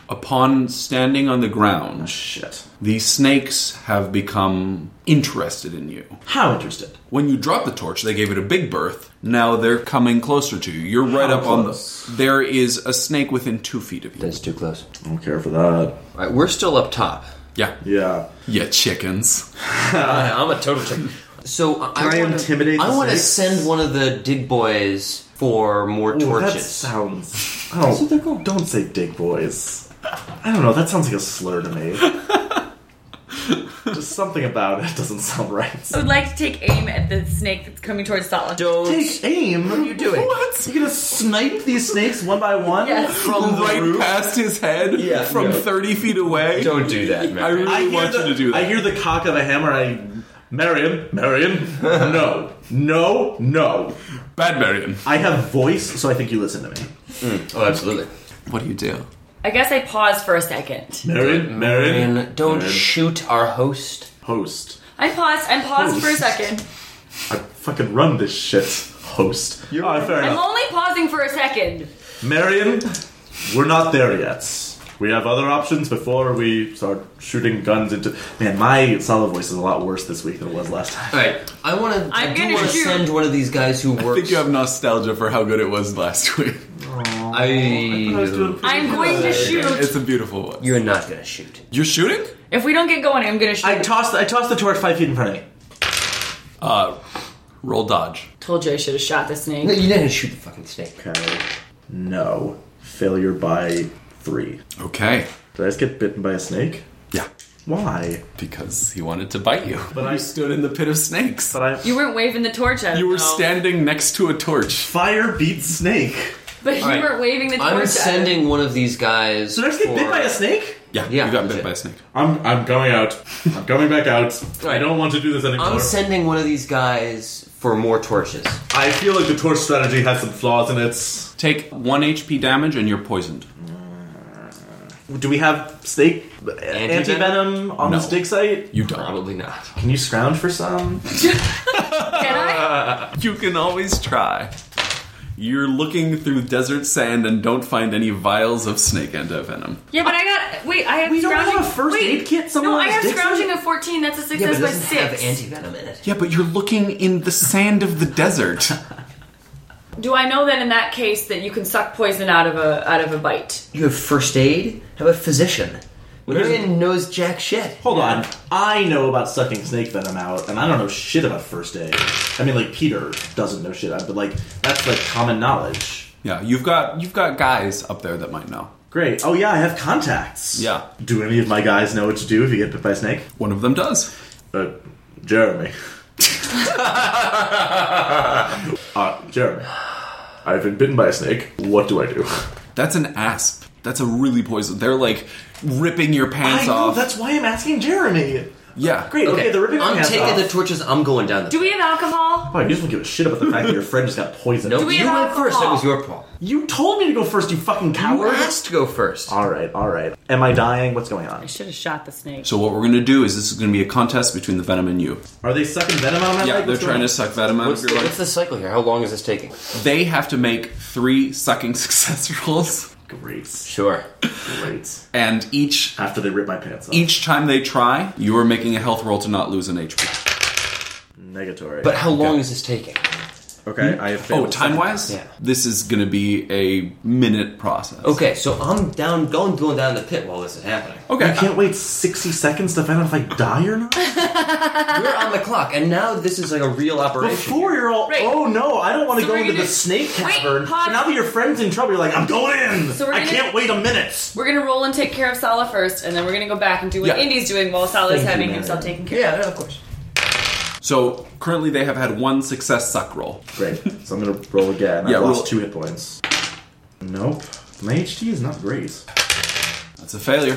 Speaker 1: Upon standing on the ground,
Speaker 4: Shit.
Speaker 1: the snakes have become interested in you.
Speaker 4: How interested?
Speaker 1: When you drop the torch, they gave it a big berth. Now they're coming closer to you. You're right
Speaker 4: How
Speaker 1: up
Speaker 4: close?
Speaker 1: on the. There is a snake within two feet of you.
Speaker 5: That's too close.
Speaker 4: I don't care for that.
Speaker 5: All right, we're still up top.
Speaker 1: Yeah,
Speaker 4: Yeah.
Speaker 1: yeah, chickens.
Speaker 4: Uh,
Speaker 5: I'm a total chicken. So
Speaker 4: Can
Speaker 5: I,
Speaker 4: I
Speaker 5: wanna,
Speaker 4: intimidate
Speaker 5: I
Speaker 4: the
Speaker 5: want to
Speaker 4: snakes?
Speaker 5: send one of the dig boys for more
Speaker 4: Ooh,
Speaker 5: torches.
Speaker 4: that sounds. Oh, don't say dick boys. I don't know. That sounds like a slur to me. Just something about it doesn't sound right.
Speaker 2: I would like to take aim at the snake that's coming towards Solid.
Speaker 5: Don't
Speaker 4: Take aim. What are
Speaker 5: you doing?
Speaker 4: What? You gonna snipe these snakes one by one?
Speaker 2: Yes.
Speaker 4: From the
Speaker 1: Right
Speaker 4: roof?
Speaker 1: past his head,
Speaker 5: Yeah,
Speaker 1: from
Speaker 5: no.
Speaker 1: thirty feet away.
Speaker 5: don't do that,
Speaker 1: I
Speaker 5: man.
Speaker 1: really
Speaker 4: I hear
Speaker 1: want
Speaker 4: the,
Speaker 1: you to do
Speaker 4: I
Speaker 1: that.
Speaker 4: hear the cock of a hammer. I, Marion, Marion, no, no, no.
Speaker 1: Bad Marion.
Speaker 4: I have voice, so I think you listen to me.
Speaker 5: oh, absolutely.
Speaker 1: What do you do?
Speaker 2: I guess I pause for a second.
Speaker 4: Marion,
Speaker 5: And don't
Speaker 4: Mm-hmm.
Speaker 5: shoot our host.
Speaker 4: host.
Speaker 2: I paused. I'm paused for a second.
Speaker 4: I fucking run this shit, host. You're oh, fair
Speaker 2: I'm
Speaker 4: enough.
Speaker 2: only pausing for a second.
Speaker 4: Marion, we're not there yet. We have other options before we start shooting guns into. Man, my solo voice is a lot worse this week than it was last time.
Speaker 5: All right, I want to. I
Speaker 2: I'm
Speaker 5: do
Speaker 2: gonna
Speaker 5: want to
Speaker 2: shoot.
Speaker 5: send one of these guys who
Speaker 1: I
Speaker 5: works.
Speaker 1: think you have nostalgia for how good it was last week.
Speaker 4: I thought I was doing
Speaker 5: I.
Speaker 4: pretty
Speaker 3: I'm going to
Speaker 4: good.
Speaker 3: shoot.
Speaker 1: It's a beautiful one.
Speaker 5: You're not gonna shoot.
Speaker 1: You're shooting?
Speaker 3: If we don't get going, I'm going to shoot.
Speaker 4: I tossed. I tossed the torch five feet in front of me.
Speaker 1: Uh, roll dodge.
Speaker 2: Told you I should have shot the
Speaker 5: No,
Speaker 2: snake.
Speaker 5: you're not gonna shoot the fucking snake.
Speaker 4: Okay. No failure by three.
Speaker 1: Okay.
Speaker 4: Did I just get bitten by a snake?
Speaker 1: Yeah.
Speaker 4: Why?
Speaker 1: Because he wanted to bite you.
Speaker 4: But
Speaker 1: But
Speaker 4: I-
Speaker 1: I stood in the pit of snakes.
Speaker 4: But I
Speaker 3: You weren't waving the torch at him.
Speaker 1: You were
Speaker 3: though.
Speaker 1: standing next to a torch.
Speaker 4: fire beats snake.
Speaker 3: But you
Speaker 1: Alright.
Speaker 3: weren't waving the torch
Speaker 5: I'm
Speaker 3: at him.
Speaker 5: sending one of these guys.
Speaker 4: Did I just get
Speaker 5: for-
Speaker 4: bit by a snake?
Speaker 1: Yeah,
Speaker 5: Yeah,
Speaker 1: you got
Speaker 5: that's
Speaker 1: bit
Speaker 5: it.
Speaker 1: by a snake.
Speaker 4: I'm. I'm going out. I'm coming back out. I don't want to do this
Speaker 5: I'm
Speaker 4: anymore.
Speaker 5: sending one of these guys for more torches.
Speaker 4: I feel like the torch strategy has some flaws in it.
Speaker 1: Take one HP damage and you're poisoned.
Speaker 4: Do we have snake anti venom on the
Speaker 1: No.
Speaker 4: snake site?
Speaker 1: You don't.
Speaker 5: Probably not.
Speaker 4: Can you scrounge for some?
Speaker 3: Can I?
Speaker 1: You can always try. You're looking through desert sand and don't find any vials of snake antivenom.
Speaker 3: Yeah, but I got. Wait, I have
Speaker 4: We don't
Speaker 3: scrounging.
Speaker 4: have a first
Speaker 3: wait,
Speaker 4: aid kit. Someone
Speaker 3: No, I
Speaker 4: has
Speaker 3: have
Speaker 4: dicks in
Speaker 3: scrounging
Speaker 4: it?
Speaker 3: of 14. That's a success
Speaker 5: Yeah, but it
Speaker 3: by
Speaker 5: doesn't have
Speaker 3: 6.
Speaker 5: anti venom in it.
Speaker 1: Yeah, but you're looking in the sand of the desert.
Speaker 3: Do I know then in that case that you can suck poison out of a out of a bite?
Speaker 5: You have first aid. Have a physician. Marion knows jack shit.
Speaker 4: Hold on. I know about sucking snake venom out, and I don't know shit about first aid. I mean, like Peter doesn't know shit, but like that's like common knowledge.
Speaker 1: yeah, you've got you've got guys up there that might know.
Speaker 4: Great. Oh yeah, I have contacts.
Speaker 1: Yeah.
Speaker 4: Do any of my guys know what to do if you get bit by a snake?
Speaker 1: One of them does.
Speaker 4: Uh, Jeremy. uh, Jeremy. I've been bitten by a snake. What do I do?
Speaker 1: That's an asp. That's a really poison. They're like ripping your pants
Speaker 4: I know.
Speaker 1: off.
Speaker 4: That's why I'm asking Jeremy.
Speaker 1: yeah.
Speaker 4: Great. Okay, they're ripping my
Speaker 5: I'm
Speaker 4: hands
Speaker 5: taking
Speaker 4: off.
Speaker 5: the torches. I'm going down the.
Speaker 3: Do we have alcohol?
Speaker 4: Wow, Oh, you just don't give a shit about the fact that your friend just got poisoned.
Speaker 5: no,
Speaker 3: we
Speaker 5: you
Speaker 3: have
Speaker 5: went first. That
Speaker 3: alcohol?
Speaker 5: was your fault.
Speaker 4: You told me to go first, you fucking
Speaker 5: You
Speaker 4: coward.
Speaker 5: asked to go first.
Speaker 4: All right, all right. Am I dying? What's going on?
Speaker 2: I should have shot the snake.
Speaker 1: So what we're gonna do is this is gonna be a contest between the venom and you.
Speaker 4: Are they sucking venom out of my
Speaker 1: Yeah,
Speaker 4: leg?
Speaker 1: they're
Speaker 4: What's
Speaker 1: trying
Speaker 4: going
Speaker 1: to suck venom out
Speaker 5: What's
Speaker 1: of
Speaker 5: the,
Speaker 1: your leg.
Speaker 5: what's the cycle here? How long is this taking?
Speaker 1: They have to make three sucking success rolls,
Speaker 4: on? Great,
Speaker 5: Sure.
Speaker 4: great.
Speaker 1: and each
Speaker 4: After they rip my pants off.
Speaker 1: each time they try, you are making a health roll to not lose an
Speaker 4: Oh,
Speaker 1: HP.
Speaker 4: Negatory.
Speaker 5: But how long
Speaker 1: Okay.
Speaker 5: is this taking?
Speaker 4: okay, I have failed.
Speaker 1: Oh, time wise,
Speaker 5: Yeah.
Speaker 1: this is gonna be a minute process.
Speaker 5: Okay, so I'm down, going, going down the pit while this is happening.
Speaker 1: Okay.
Speaker 4: I can't wait 60 seconds to find out if I die or not?
Speaker 5: We're on the clock, and now this is like a real operation.
Speaker 4: Before you're all,
Speaker 3: Right.
Speaker 4: oh no, I don't want to
Speaker 3: So
Speaker 4: go
Speaker 3: we're
Speaker 4: into
Speaker 3: gonna-
Speaker 4: the snake
Speaker 3: Wait,
Speaker 4: cavern.
Speaker 3: pause.
Speaker 4: So now that your friend's in trouble, you're like, I'm going in!
Speaker 3: So we're
Speaker 4: I
Speaker 3: gonna-
Speaker 4: can't wait a minute!
Speaker 3: We're gonna roll and take care of Salah first, and then we're gonna go back and do what
Speaker 1: Yeah.
Speaker 3: Indy's doing while
Speaker 4: Thank
Speaker 3: Salah's
Speaker 4: you,
Speaker 3: having
Speaker 4: Mary.
Speaker 3: himself taken care
Speaker 5: Yeah, of course.
Speaker 1: So currently they have had one success suck roll.
Speaker 4: Great, so I'm gonna roll again.
Speaker 1: Yeah,
Speaker 4: I lost
Speaker 1: roll.
Speaker 4: two hit points. Nope. My HD is not great.
Speaker 1: That's a failure.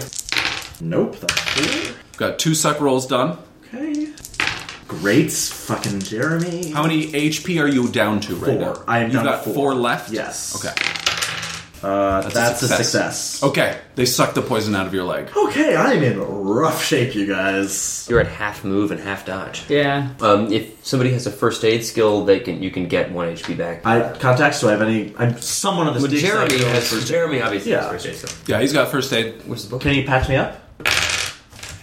Speaker 4: Nope, that's clear.
Speaker 1: Got two suck rolls done.
Speaker 4: Okay. Great fucking Jeremy.
Speaker 1: How many HP are you down to right
Speaker 4: Four.
Speaker 1: now?
Speaker 4: I am
Speaker 1: You've
Speaker 4: down
Speaker 1: got
Speaker 4: four.
Speaker 1: four. left.
Speaker 4: Yes.
Speaker 1: Okay.
Speaker 4: Uh,
Speaker 1: That's a
Speaker 4: that's, a
Speaker 1: success.
Speaker 4: success.
Speaker 1: Okay. They suck the poison out of your leg.
Speaker 4: Okay, I'm in rough shape, you guys.
Speaker 5: You're at half move and half dodge.
Speaker 2: Yeah.
Speaker 5: Um, if somebody has a first aid skill, they can you can get one HP back.
Speaker 4: I contacts. Do I have any? I'm someone on this.
Speaker 5: Well,
Speaker 4: dick
Speaker 5: Jeremy
Speaker 4: site
Speaker 5: has
Speaker 4: goes first.
Speaker 5: Jeremy obviously
Speaker 4: Yeah.
Speaker 5: has first aid skill.
Speaker 1: Yeah, he's got first aid.
Speaker 5: Where's the book?
Speaker 4: Can you patch me up?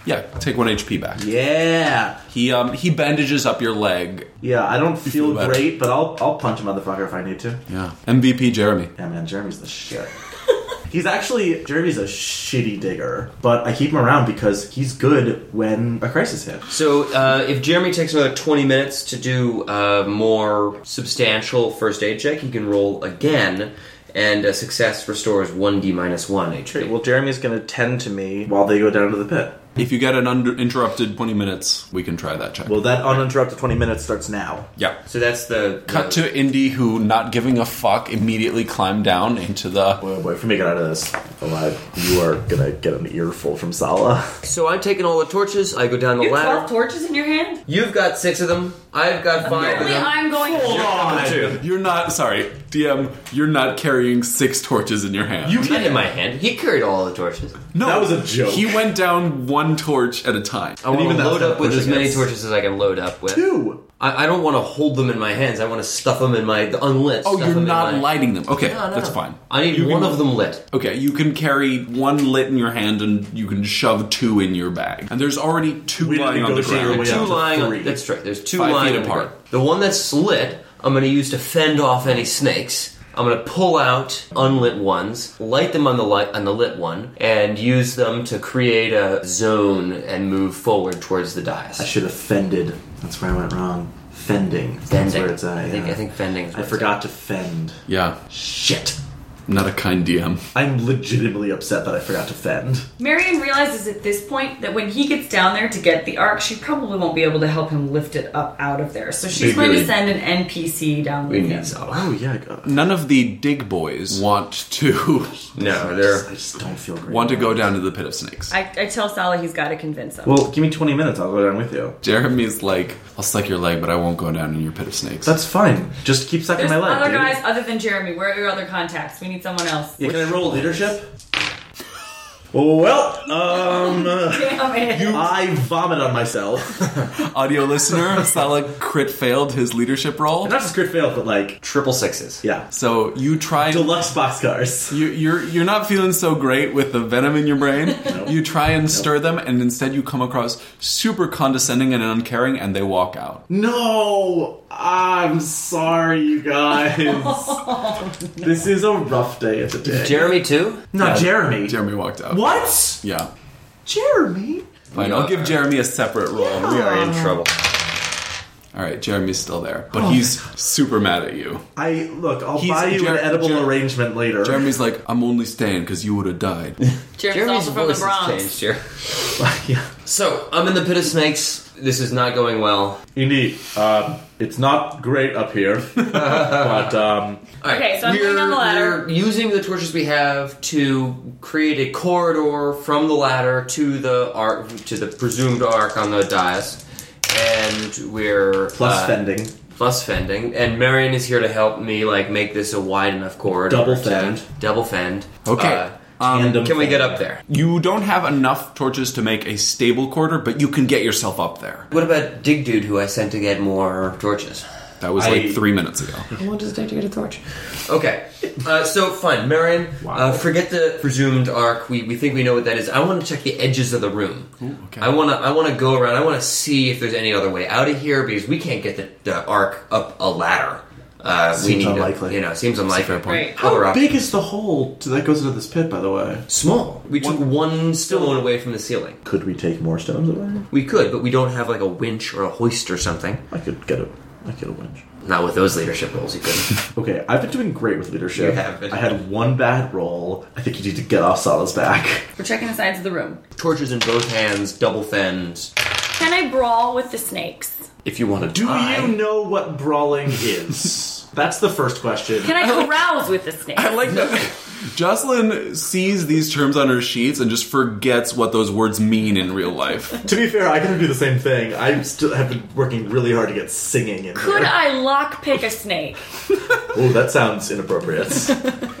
Speaker 1: Yeah, take one HP back.
Speaker 4: Yeah,
Speaker 1: He um he bandages up your leg.
Speaker 4: yeah. I don't feel
Speaker 1: feel better.
Speaker 4: great, but I'll I'll punch a motherfucker if I need to.
Speaker 1: Yeah. MVP Jeremy.
Speaker 4: Yeah, man, Jeremy's the shit. he's actually Jeremy's a shitty digger, but I keep him around because he's good when a crisis hits.
Speaker 5: So uh, if Jeremy takes another twenty minutes to do a more substantial first aid check, he can roll again, and a success restores one D minus one
Speaker 4: Okay,
Speaker 5: HP.
Speaker 4: well, Jeremy's gonna tend to me while they go down to the pit.
Speaker 1: If you get an uninterrupted 20 minutes, we can try that check.
Speaker 4: Well, that uninterrupted twenty minutes starts now.
Speaker 1: yeah.
Speaker 5: So that's the
Speaker 1: Cut to Indy, who, not giving a fuck, immediately climbed down into the.
Speaker 4: Oh boy, if we make it out of this alive, you are gonna get an earful from Sala.
Speaker 5: So I'm taking all the torches. I go down the
Speaker 3: of. You have
Speaker 5: ladder.
Speaker 3: twelve torches in your hand.
Speaker 5: You've got six of them. I've got five of
Speaker 3: Only
Speaker 5: them.
Speaker 3: I'm going.
Speaker 1: You're not. Sorry, DM, you're not carrying six torches in your hand.
Speaker 4: You
Speaker 5: Not in
Speaker 4: can't.
Speaker 5: my hand. He carried all the torches.
Speaker 1: no,
Speaker 4: That was a joke.
Speaker 1: He went down one torch at a time.
Speaker 5: I want
Speaker 4: even
Speaker 5: to
Speaker 4: that's
Speaker 5: load
Speaker 4: not
Speaker 5: up with as
Speaker 4: pushing
Speaker 5: many
Speaker 4: us.
Speaker 5: torches as I can load up with.
Speaker 4: Two.
Speaker 5: I, I don't want to hold them in my hands. I want to stuff them in my the unlit.
Speaker 1: Oh,
Speaker 5: stuff
Speaker 1: you're
Speaker 5: them in
Speaker 1: not
Speaker 5: my-
Speaker 1: lighting them. Okay,
Speaker 5: No, no.
Speaker 1: that's fine.
Speaker 5: I need
Speaker 1: You
Speaker 5: one
Speaker 1: can-
Speaker 5: of them lit.
Speaker 1: Okay, you can carry one lit in your hand, and you can shove two in your bag. And there's already two
Speaker 4: We didn't
Speaker 1: lying on the
Speaker 4: negotiate our
Speaker 1: ground.
Speaker 4: way
Speaker 5: Two
Speaker 4: up to
Speaker 5: lying.
Speaker 4: three.
Speaker 5: On, that's right. There's two
Speaker 1: Five
Speaker 5: lying
Speaker 1: feet
Speaker 5: on the
Speaker 1: apart.
Speaker 5: ground. The one that's lit, I'm going to use to fend off any snakes. I'm gonna pull out unlit ones, light them on the light on the lit one, and use them to create a zone and move forward towards the
Speaker 4: I
Speaker 5: dais.
Speaker 4: should have fended. That's where I went wrong. Fending. That's
Speaker 5: Fending.
Speaker 4: where it's at.
Speaker 5: I think-
Speaker 4: yeah.
Speaker 5: I think fending is
Speaker 4: I
Speaker 5: where it's
Speaker 4: forgot to fend.
Speaker 1: Yeah,
Speaker 4: Shit.
Speaker 1: not a kind DM.
Speaker 4: I'm legitimately upset that I forgot to fend.
Speaker 3: Marion realizes at this point that when he gets down there to get the ark, she probably won't be able to help him lift it up out of there. So she's
Speaker 1: Big
Speaker 3: going to
Speaker 1: Willie.
Speaker 3: send an NPC down
Speaker 5: We
Speaker 3: with him.
Speaker 5: need some.
Speaker 4: Oh yeah. I got-
Speaker 1: None of the dig boys want to
Speaker 5: No,
Speaker 4: I just,
Speaker 5: they're
Speaker 4: I just don't feel great.
Speaker 1: want to go down to the pit of snakes.
Speaker 3: I, I tell Sally he's got to convince him.
Speaker 4: Well, give me 20 minutes. I'll go down with you.
Speaker 1: Jeremy's like, I'll suck your leg, but I won't go down in your pit of snakes.
Speaker 4: That's fine. Just keep sucking
Speaker 3: There's
Speaker 4: my leg.
Speaker 3: other
Speaker 4: dude.
Speaker 3: guys other than Jeremy. Where are your other contacts? We need someone else.
Speaker 4: Yeah, can I roll leadership? Well, um, uh,
Speaker 3: Damn it.
Speaker 4: I vomit on myself.
Speaker 1: Audio listener, Salah crit failed his leadership role.
Speaker 4: Not just crit fail, but like,
Speaker 5: triple sixes.
Speaker 4: yeah,
Speaker 1: So you try
Speaker 4: deluxe boxcars.
Speaker 1: You, you're you're not feeling so great with the venom in your brain. You try and stir them, and instead you come across super condescending and uncaring, and they walk out.
Speaker 4: No, I'm sorry, you guys. This is a rough day at the day.
Speaker 5: Jeremy too.
Speaker 4: Not
Speaker 1: Yeah,
Speaker 4: Jeremy.
Speaker 1: Jeremy walked out.
Speaker 4: What?
Speaker 1: Yeah.
Speaker 4: Jeremy?
Speaker 1: Fine. I'll give Jeremy a separate roll.
Speaker 5: We are in trouble.
Speaker 1: All right. Jeremy's still there, but he's
Speaker 5: Oh.
Speaker 1: super mad at you.
Speaker 4: I look. I'll
Speaker 1: He's
Speaker 4: buy you
Speaker 1: Jer-
Speaker 4: an edible
Speaker 1: Jer-
Speaker 4: arrangement later.
Speaker 1: Jeremy's like, I'm only staying because you would have died.
Speaker 3: Jeremy's,
Speaker 5: Jeremy's
Speaker 3: also from the
Speaker 5: voice has
Speaker 3: Bronx.
Speaker 5: changed here.
Speaker 4: yeah.
Speaker 5: So I'm in the pit of snakes. This is not going well.
Speaker 4: Indeed. Um, it's not great up here, but um,
Speaker 5: All right,
Speaker 3: Okay, so I'm going on the ladder.
Speaker 5: We're using the torches we have to create a corridor from the ladder to the arc, to the presumed arc on the dais, and we're
Speaker 4: plus
Speaker 5: uh,
Speaker 4: fending,
Speaker 5: plus fending. And Marion is here to help me, like make this a wide enough corridor.
Speaker 4: Double
Speaker 5: to-
Speaker 4: fend.
Speaker 5: double fend.
Speaker 1: Okay.
Speaker 5: Uh,
Speaker 4: tandem
Speaker 5: can we get
Speaker 4: fending.
Speaker 5: up there?
Speaker 1: you don't have enough torches to make a stable quarter, but you can get yourself up there.
Speaker 5: What about Dig Dude, who I sent to get more torches?
Speaker 1: That was
Speaker 4: I-
Speaker 1: like three minutes ago.
Speaker 5: How long does it take to get a torch? Okay, uh, so fine, Marin.
Speaker 4: Wow.
Speaker 5: Uh, forget the presumed arc. We, we think we know what that is. I want to check the edges of the room.
Speaker 1: okay.
Speaker 5: I want to I want to go around. I want to see if there's any other way out of here because we can't get the, the arc up a ladder. Uh, we
Speaker 4: Seems
Speaker 5: need to-
Speaker 4: unlikely.
Speaker 5: you know, seems unlikely.
Speaker 3: point. Right.
Speaker 5: Other
Speaker 4: How
Speaker 5: option.
Speaker 4: big is the hole to- that goes into this pit? By the way,
Speaker 5: Small. We took one stone away from the ceiling.
Speaker 4: could we take more stones away?
Speaker 5: We could, but we don't have like a winch or a hoist or something.
Speaker 4: I could get a, I could get a winch.
Speaker 5: Not with those leadership roles, you couldn't.
Speaker 4: Okay, I've been doing great with leadership.
Speaker 5: You have been.
Speaker 4: I had one bad roll. I think you need to get off Sala's back.
Speaker 3: We're checking the sides of the room.
Speaker 5: Torches in both hands, double fends.
Speaker 3: Can I brawl with the snakes?
Speaker 5: If you want to
Speaker 4: Do you know what brawling is? That's the first question.
Speaker 3: Can I carouse with the snakes?
Speaker 1: I like that. Jocelyn sees these terms on her sheets and just forgets what those words mean in real life.
Speaker 4: to be fair, I gotta do the same thing. I still have been working really hard to get singing in
Speaker 3: Could
Speaker 4: there.
Speaker 3: I lockpick a snake?
Speaker 4: Oh, that sounds inappropriate.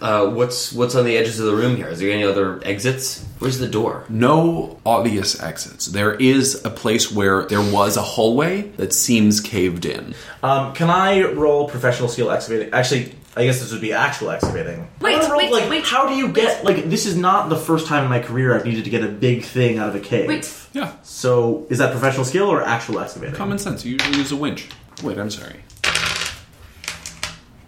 Speaker 5: Uh, what's what's on the edges of the room here? Is there any other exits? Where's the door?
Speaker 1: No obvious exits. There is a place where there was a hallway that seems caved in.
Speaker 4: um, can I roll professional skill excavating? Actually, I guess this would be actual excavating.
Speaker 3: Wait,
Speaker 4: I wanna roll,
Speaker 3: wait,
Speaker 4: like,
Speaker 3: wait.
Speaker 4: How do you get like this? Is not the first time in my career I've needed to get a big thing out of a cave.
Speaker 3: Wait.
Speaker 1: Yeah,
Speaker 4: So is that professional skill or actual excavating?
Speaker 1: common sense. You usually use a winch. Wait, I'm sorry.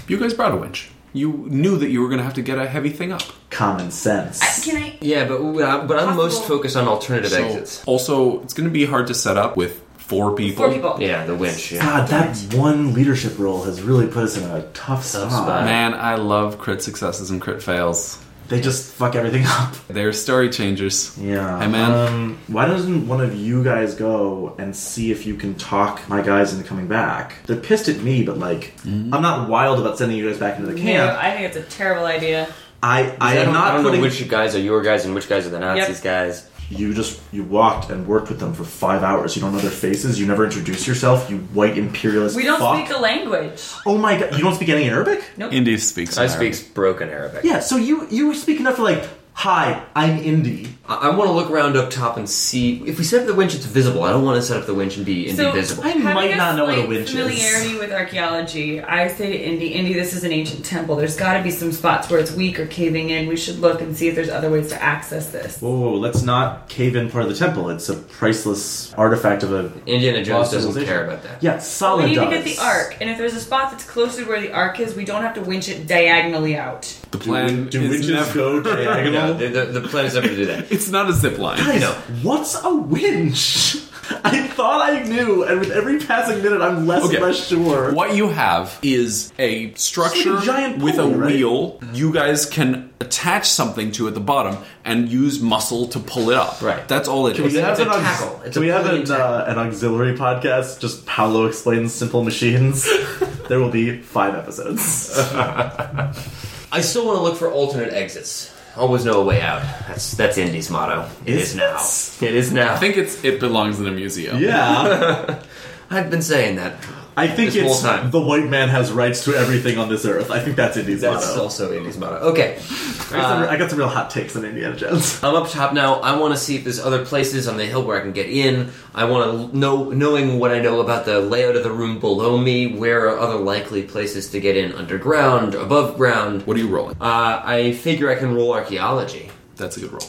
Speaker 1: You guys brought a winch. You knew that you were going to have to get a heavy thing up.
Speaker 4: Common sense.
Speaker 3: Can I?
Speaker 5: Yeah, but uh, but I'm most
Speaker 3: Possible.
Speaker 5: focused on alternative
Speaker 1: So-
Speaker 5: exits.
Speaker 1: also, it's going to be hard to set up with four people.
Speaker 3: Four people.
Speaker 5: Yeah, the winch. Yeah.
Speaker 4: God, that one leadership role has really put us in a tough spot.
Speaker 5: spot.
Speaker 1: Man, I love crit successes and crit fails.
Speaker 4: They just fuck everything up.
Speaker 1: They're story changers.
Speaker 4: Yeah.
Speaker 1: Hey, man.
Speaker 4: Um, why doesn't one of you guys go and see if you can talk my guys into coming back? They're pissed at me, but like, I'm not wild about sending you guys back into the
Speaker 3: No,
Speaker 4: camp.
Speaker 3: I think it's a terrible idea.
Speaker 4: I, I
Speaker 5: don't,
Speaker 4: am
Speaker 5: I
Speaker 4: not
Speaker 5: don't
Speaker 4: putting.
Speaker 5: know which guys are your guys and which guys are the Nazis guys.
Speaker 4: You just you walked and worked with them for five hours. You don't know their faces. You never introduce yourself. You white imperialist.
Speaker 3: We don't
Speaker 4: fuck.
Speaker 3: speak the language.
Speaker 4: Oh my god! You don't speak any Arabic?
Speaker 3: Nope.
Speaker 1: Indy speaks.
Speaker 5: I
Speaker 1: in Arabic.
Speaker 5: speaks broken Arabic.
Speaker 4: Yeah. So you you speak enough to like Hi, I'm Indy.
Speaker 5: I, I want to look around up top and see if we set up the winch. It's visible. I don't want to set up the winch and be
Speaker 3: So,
Speaker 5: invisible.
Speaker 4: I
Speaker 3: having
Speaker 4: might
Speaker 3: a
Speaker 4: not know what a
Speaker 3: slight
Speaker 4: winch is.
Speaker 3: Familiarity with archaeology. I say to Indy, Indy, this is an ancient temple. There's got to be some spots where it's weak or caving in. We should look and see if there's other ways to access this.
Speaker 4: Whoa, whoa, whoa, Oh, let's not cave in part of the temple. It's a priceless artifact of a.
Speaker 5: Indiana Jones
Speaker 4: Lost
Speaker 5: doesn't
Speaker 4: civilization.
Speaker 5: care about that.
Speaker 4: Yeah, solid.
Speaker 3: we need to
Speaker 4: does.
Speaker 3: get the arc, and if there's a spot that's closer to where the arc is, we don't have to winch it diagonally out.
Speaker 1: The
Speaker 4: Do, win-
Speaker 1: plan
Speaker 4: do
Speaker 1: is
Speaker 4: witches
Speaker 1: never-
Speaker 4: go
Speaker 5: Yeah,
Speaker 4: diagonal?
Speaker 5: the, the, the plan is never to do that.
Speaker 1: It's not a zip line.
Speaker 5: I know.
Speaker 4: What's a winch? I thought I knew, and with every passing minute, I'm less
Speaker 1: Okay.
Speaker 4: and less sure.
Speaker 1: What you have is a structure
Speaker 4: It's like a giant
Speaker 1: with a
Speaker 4: pulley, right?
Speaker 1: wheel. You guys can attach something to at the bottom and use muscle to pull it up.
Speaker 5: Right.
Speaker 1: That's all it is.
Speaker 4: Can we
Speaker 5: It's a-
Speaker 4: have
Speaker 5: it's a
Speaker 4: an, aux-
Speaker 5: tackle. It's
Speaker 4: can
Speaker 5: a
Speaker 4: we have
Speaker 5: pulling
Speaker 4: an,
Speaker 5: tackle.
Speaker 4: uh, an auxiliary podcast? Just Paolo explains simple machines. there will be five episodes.
Speaker 5: I still want to look for alternate exits. Always know a way out. That's that's Indy's motto. It is,
Speaker 4: Is
Speaker 5: now. It is now.
Speaker 1: I think it's it belongs in a museum.
Speaker 4: yeah,
Speaker 5: I've been saying that.
Speaker 4: I think
Speaker 5: This whole
Speaker 4: it's
Speaker 5: time.
Speaker 4: the white man has rights to everything on this earth. I think that's Indy's
Speaker 5: That's
Speaker 4: motto.
Speaker 5: also Indy's motto. Okay.
Speaker 4: I got some- I got some real hot takes on Indiana Jones.
Speaker 5: I'm up top now. I want to see if there's other places on the hill where I can get in. I want to know, knowing what I know about the layout of the room below me, where are other likely places to get in underground, above ground.
Speaker 1: What are you rolling?
Speaker 5: Uh, I figure I can roll archaeology.
Speaker 1: That's a good roll.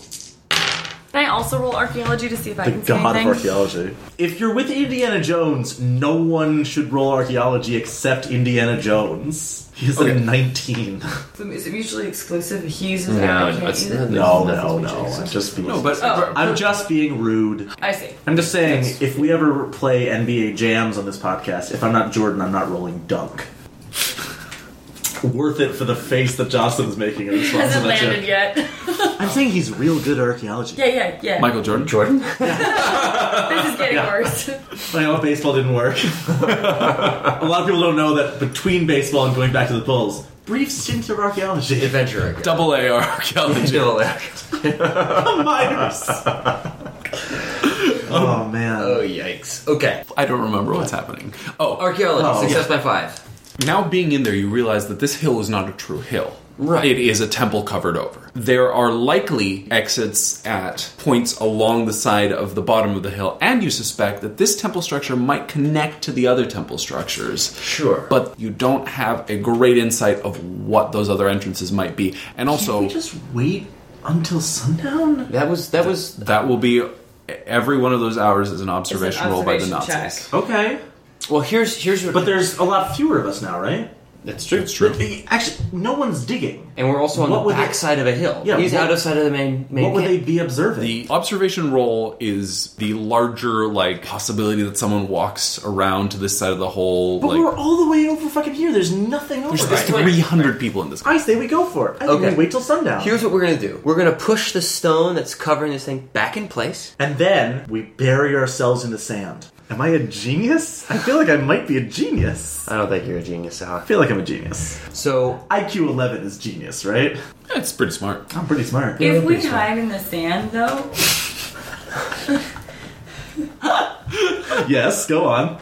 Speaker 3: Can I also roll archaeology to see if I
Speaker 4: The
Speaker 3: can see
Speaker 4: god of
Speaker 3: anything?
Speaker 4: archaeology. If you're with Indiana Jones, no one should roll archaeology except Indiana Jones. He's
Speaker 1: Okay.
Speaker 4: a 19.
Speaker 3: Is it mutually exclusive? He's
Speaker 5: No,
Speaker 3: I can't
Speaker 5: it's-
Speaker 3: either?
Speaker 4: No,
Speaker 5: Nothing's
Speaker 4: no,
Speaker 5: mutually
Speaker 4: no. I'm
Speaker 5: exclusive.
Speaker 4: just being.
Speaker 1: No, but
Speaker 3: Oh.
Speaker 4: I'm just being rude.
Speaker 3: I see.
Speaker 4: I'm just saying, if we ever play NBA jams on this podcast, if I'm not Jordan, I'm not rolling dunk. Worth it for the face that Jocelyn's making in response to
Speaker 3: Hasn't
Speaker 4: that
Speaker 3: landed
Speaker 4: joke.
Speaker 3: yet.
Speaker 4: I'm saying he's real good at archaeology.
Speaker 3: yeah, yeah, yeah.
Speaker 1: Michael Jordan.
Speaker 5: Jordan?
Speaker 3: this is getting
Speaker 4: Yeah.
Speaker 3: worse.
Speaker 4: I know baseball didn't work. a lot of people don't know that between baseball and going back to the Bulls, brief stints of archaeology.
Speaker 5: Adventure. again.
Speaker 1: Double A archaeology.
Speaker 5: Double A.
Speaker 4: Minors. oh man.
Speaker 5: Oh, yikes. Okay.
Speaker 1: I don't remember what's happening. Oh,
Speaker 5: Archaeology.
Speaker 4: Oh,
Speaker 5: success
Speaker 4: yeah.
Speaker 5: by five.
Speaker 1: now being in there, you realize that this hill is not a true hill.
Speaker 5: Right.
Speaker 1: It is a temple covered over. There are likely exits at points along the side of the bottom of the hill, and you suspect that this temple structure might connect to the other temple structures.
Speaker 5: Sure.
Speaker 1: But you don't have a great insight of what those other entrances might be. And
Speaker 4: Can
Speaker 1: also,
Speaker 4: we just wait until sundown?
Speaker 5: That was that was
Speaker 1: that will be every one of those hours is an observation, roll by the
Speaker 3: observation
Speaker 1: Nazis.
Speaker 3: check.
Speaker 4: Okay.
Speaker 5: well. Here's here's what.
Speaker 4: But there's a lot fewer of us now, right?
Speaker 5: that's true.
Speaker 1: It's true.
Speaker 4: Actually, no one's digging.
Speaker 5: And we're also on
Speaker 4: What
Speaker 5: the
Speaker 4: would they-
Speaker 5: back side of a hill.
Speaker 4: Yeah,
Speaker 5: He's
Speaker 4: what-
Speaker 5: out of sight of the main main.
Speaker 4: What would
Speaker 5: camp.
Speaker 4: they be observing?
Speaker 1: The observation roll is the larger like possibility that someone walks around to this side of the hole.
Speaker 4: but
Speaker 1: like
Speaker 4: we're all the way over fucking here. There's nothing over.
Speaker 1: there's
Speaker 4: There's
Speaker 5: Right.
Speaker 1: three hundred people in this.
Speaker 4: I say we go for it. I think
Speaker 5: Okay.
Speaker 4: we wait till sundown.
Speaker 5: Here's what we're gonna do. We're gonna push the stone that's covering this thing back in place.
Speaker 4: And then we bury ourselves in the sand. Am I a genius? I feel like I might be a genius. I
Speaker 5: I don't think you're a genius, Alec.
Speaker 4: feel like I'm a genius.
Speaker 5: So
Speaker 4: IQ 11 is genius, right?
Speaker 1: That's pretty smart.
Speaker 4: I'm pretty smart.
Speaker 3: If we hide in the sand, though,
Speaker 4: Yes, go on.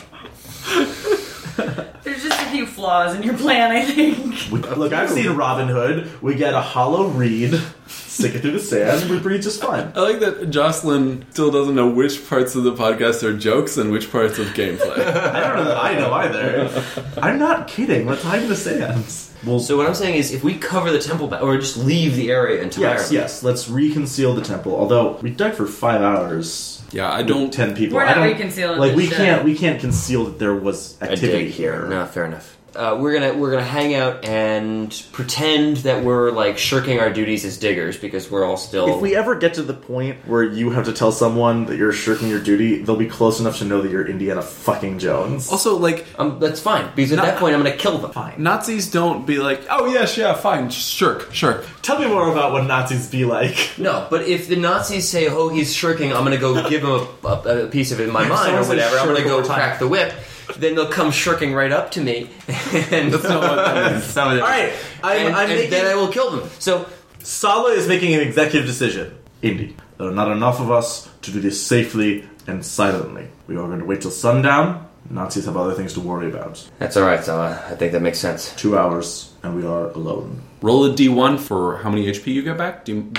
Speaker 3: there's just a few flaws in your plan, I think.
Speaker 4: We- look, I've seen Robin Hood. We get a hollow reed, stick it through the sand, we breathe just fine.
Speaker 1: I like that Jocelyn still doesn't know which parts of the podcast are jokes and which parts of gameplay.
Speaker 4: I don't know that I know either. I'm not kidding. Let's hide in the sands. Well,
Speaker 5: so what I'm saying is if we cover the temple back or just leave the area entirely.
Speaker 4: yes, yes. Let's reconceal the temple. Although we dug for five hours.
Speaker 1: yeah, I
Speaker 4: with
Speaker 1: don't.
Speaker 4: ten people.
Speaker 3: We're
Speaker 4: I
Speaker 3: not
Speaker 4: don't-
Speaker 3: reconcealing
Speaker 4: Like
Speaker 3: this
Speaker 4: we
Speaker 3: shit.
Speaker 4: can't we can't conceal that there was
Speaker 5: I
Speaker 4: activity
Speaker 5: dig
Speaker 4: here.
Speaker 5: No, fair enough. Uh, we're gonna we're gonna hang out and pretend that we're like shirking our duties as diggers because we're all still
Speaker 4: If we ever get to the point where you have to tell someone that you're shirking your duty, they'll be close enough to know that you're Indiana fucking Jones.
Speaker 1: Also, like
Speaker 5: um, that's fine because at
Speaker 4: No.
Speaker 5: that point I'm gonna kill them.
Speaker 4: Fine.
Speaker 1: Nazis don't be like, oh yes, yeah, fine, shirk, shirk.
Speaker 4: Tell me more about what Nazis be like.
Speaker 5: No, but if the Nazis say, "Oh, he's shirking," I'm going to go give him a, a, a piece of it in my
Speaker 4: If
Speaker 5: mind
Speaker 4: someone
Speaker 5: or
Speaker 4: says
Speaker 5: whatever. I'm going
Speaker 4: shirk
Speaker 5: to go
Speaker 4: over time.
Speaker 5: crack the whip. Then they'll come shirking right up to me, and
Speaker 1: That's not what that means.
Speaker 5: some of them.
Speaker 4: All right, I'm-
Speaker 5: and,
Speaker 4: I'm
Speaker 5: and
Speaker 4: making-
Speaker 5: then I will kill them. So
Speaker 4: Sala is making an executive decision. Indy, there are not enough of us to do this safely and silently. We are going to wait till sundown. Nazis have other things to worry about.
Speaker 5: that's all right, Sala. I think that makes sense.
Speaker 4: Two hours, and we are alone.
Speaker 1: Roll a d1 for how many HP you get back. Do you,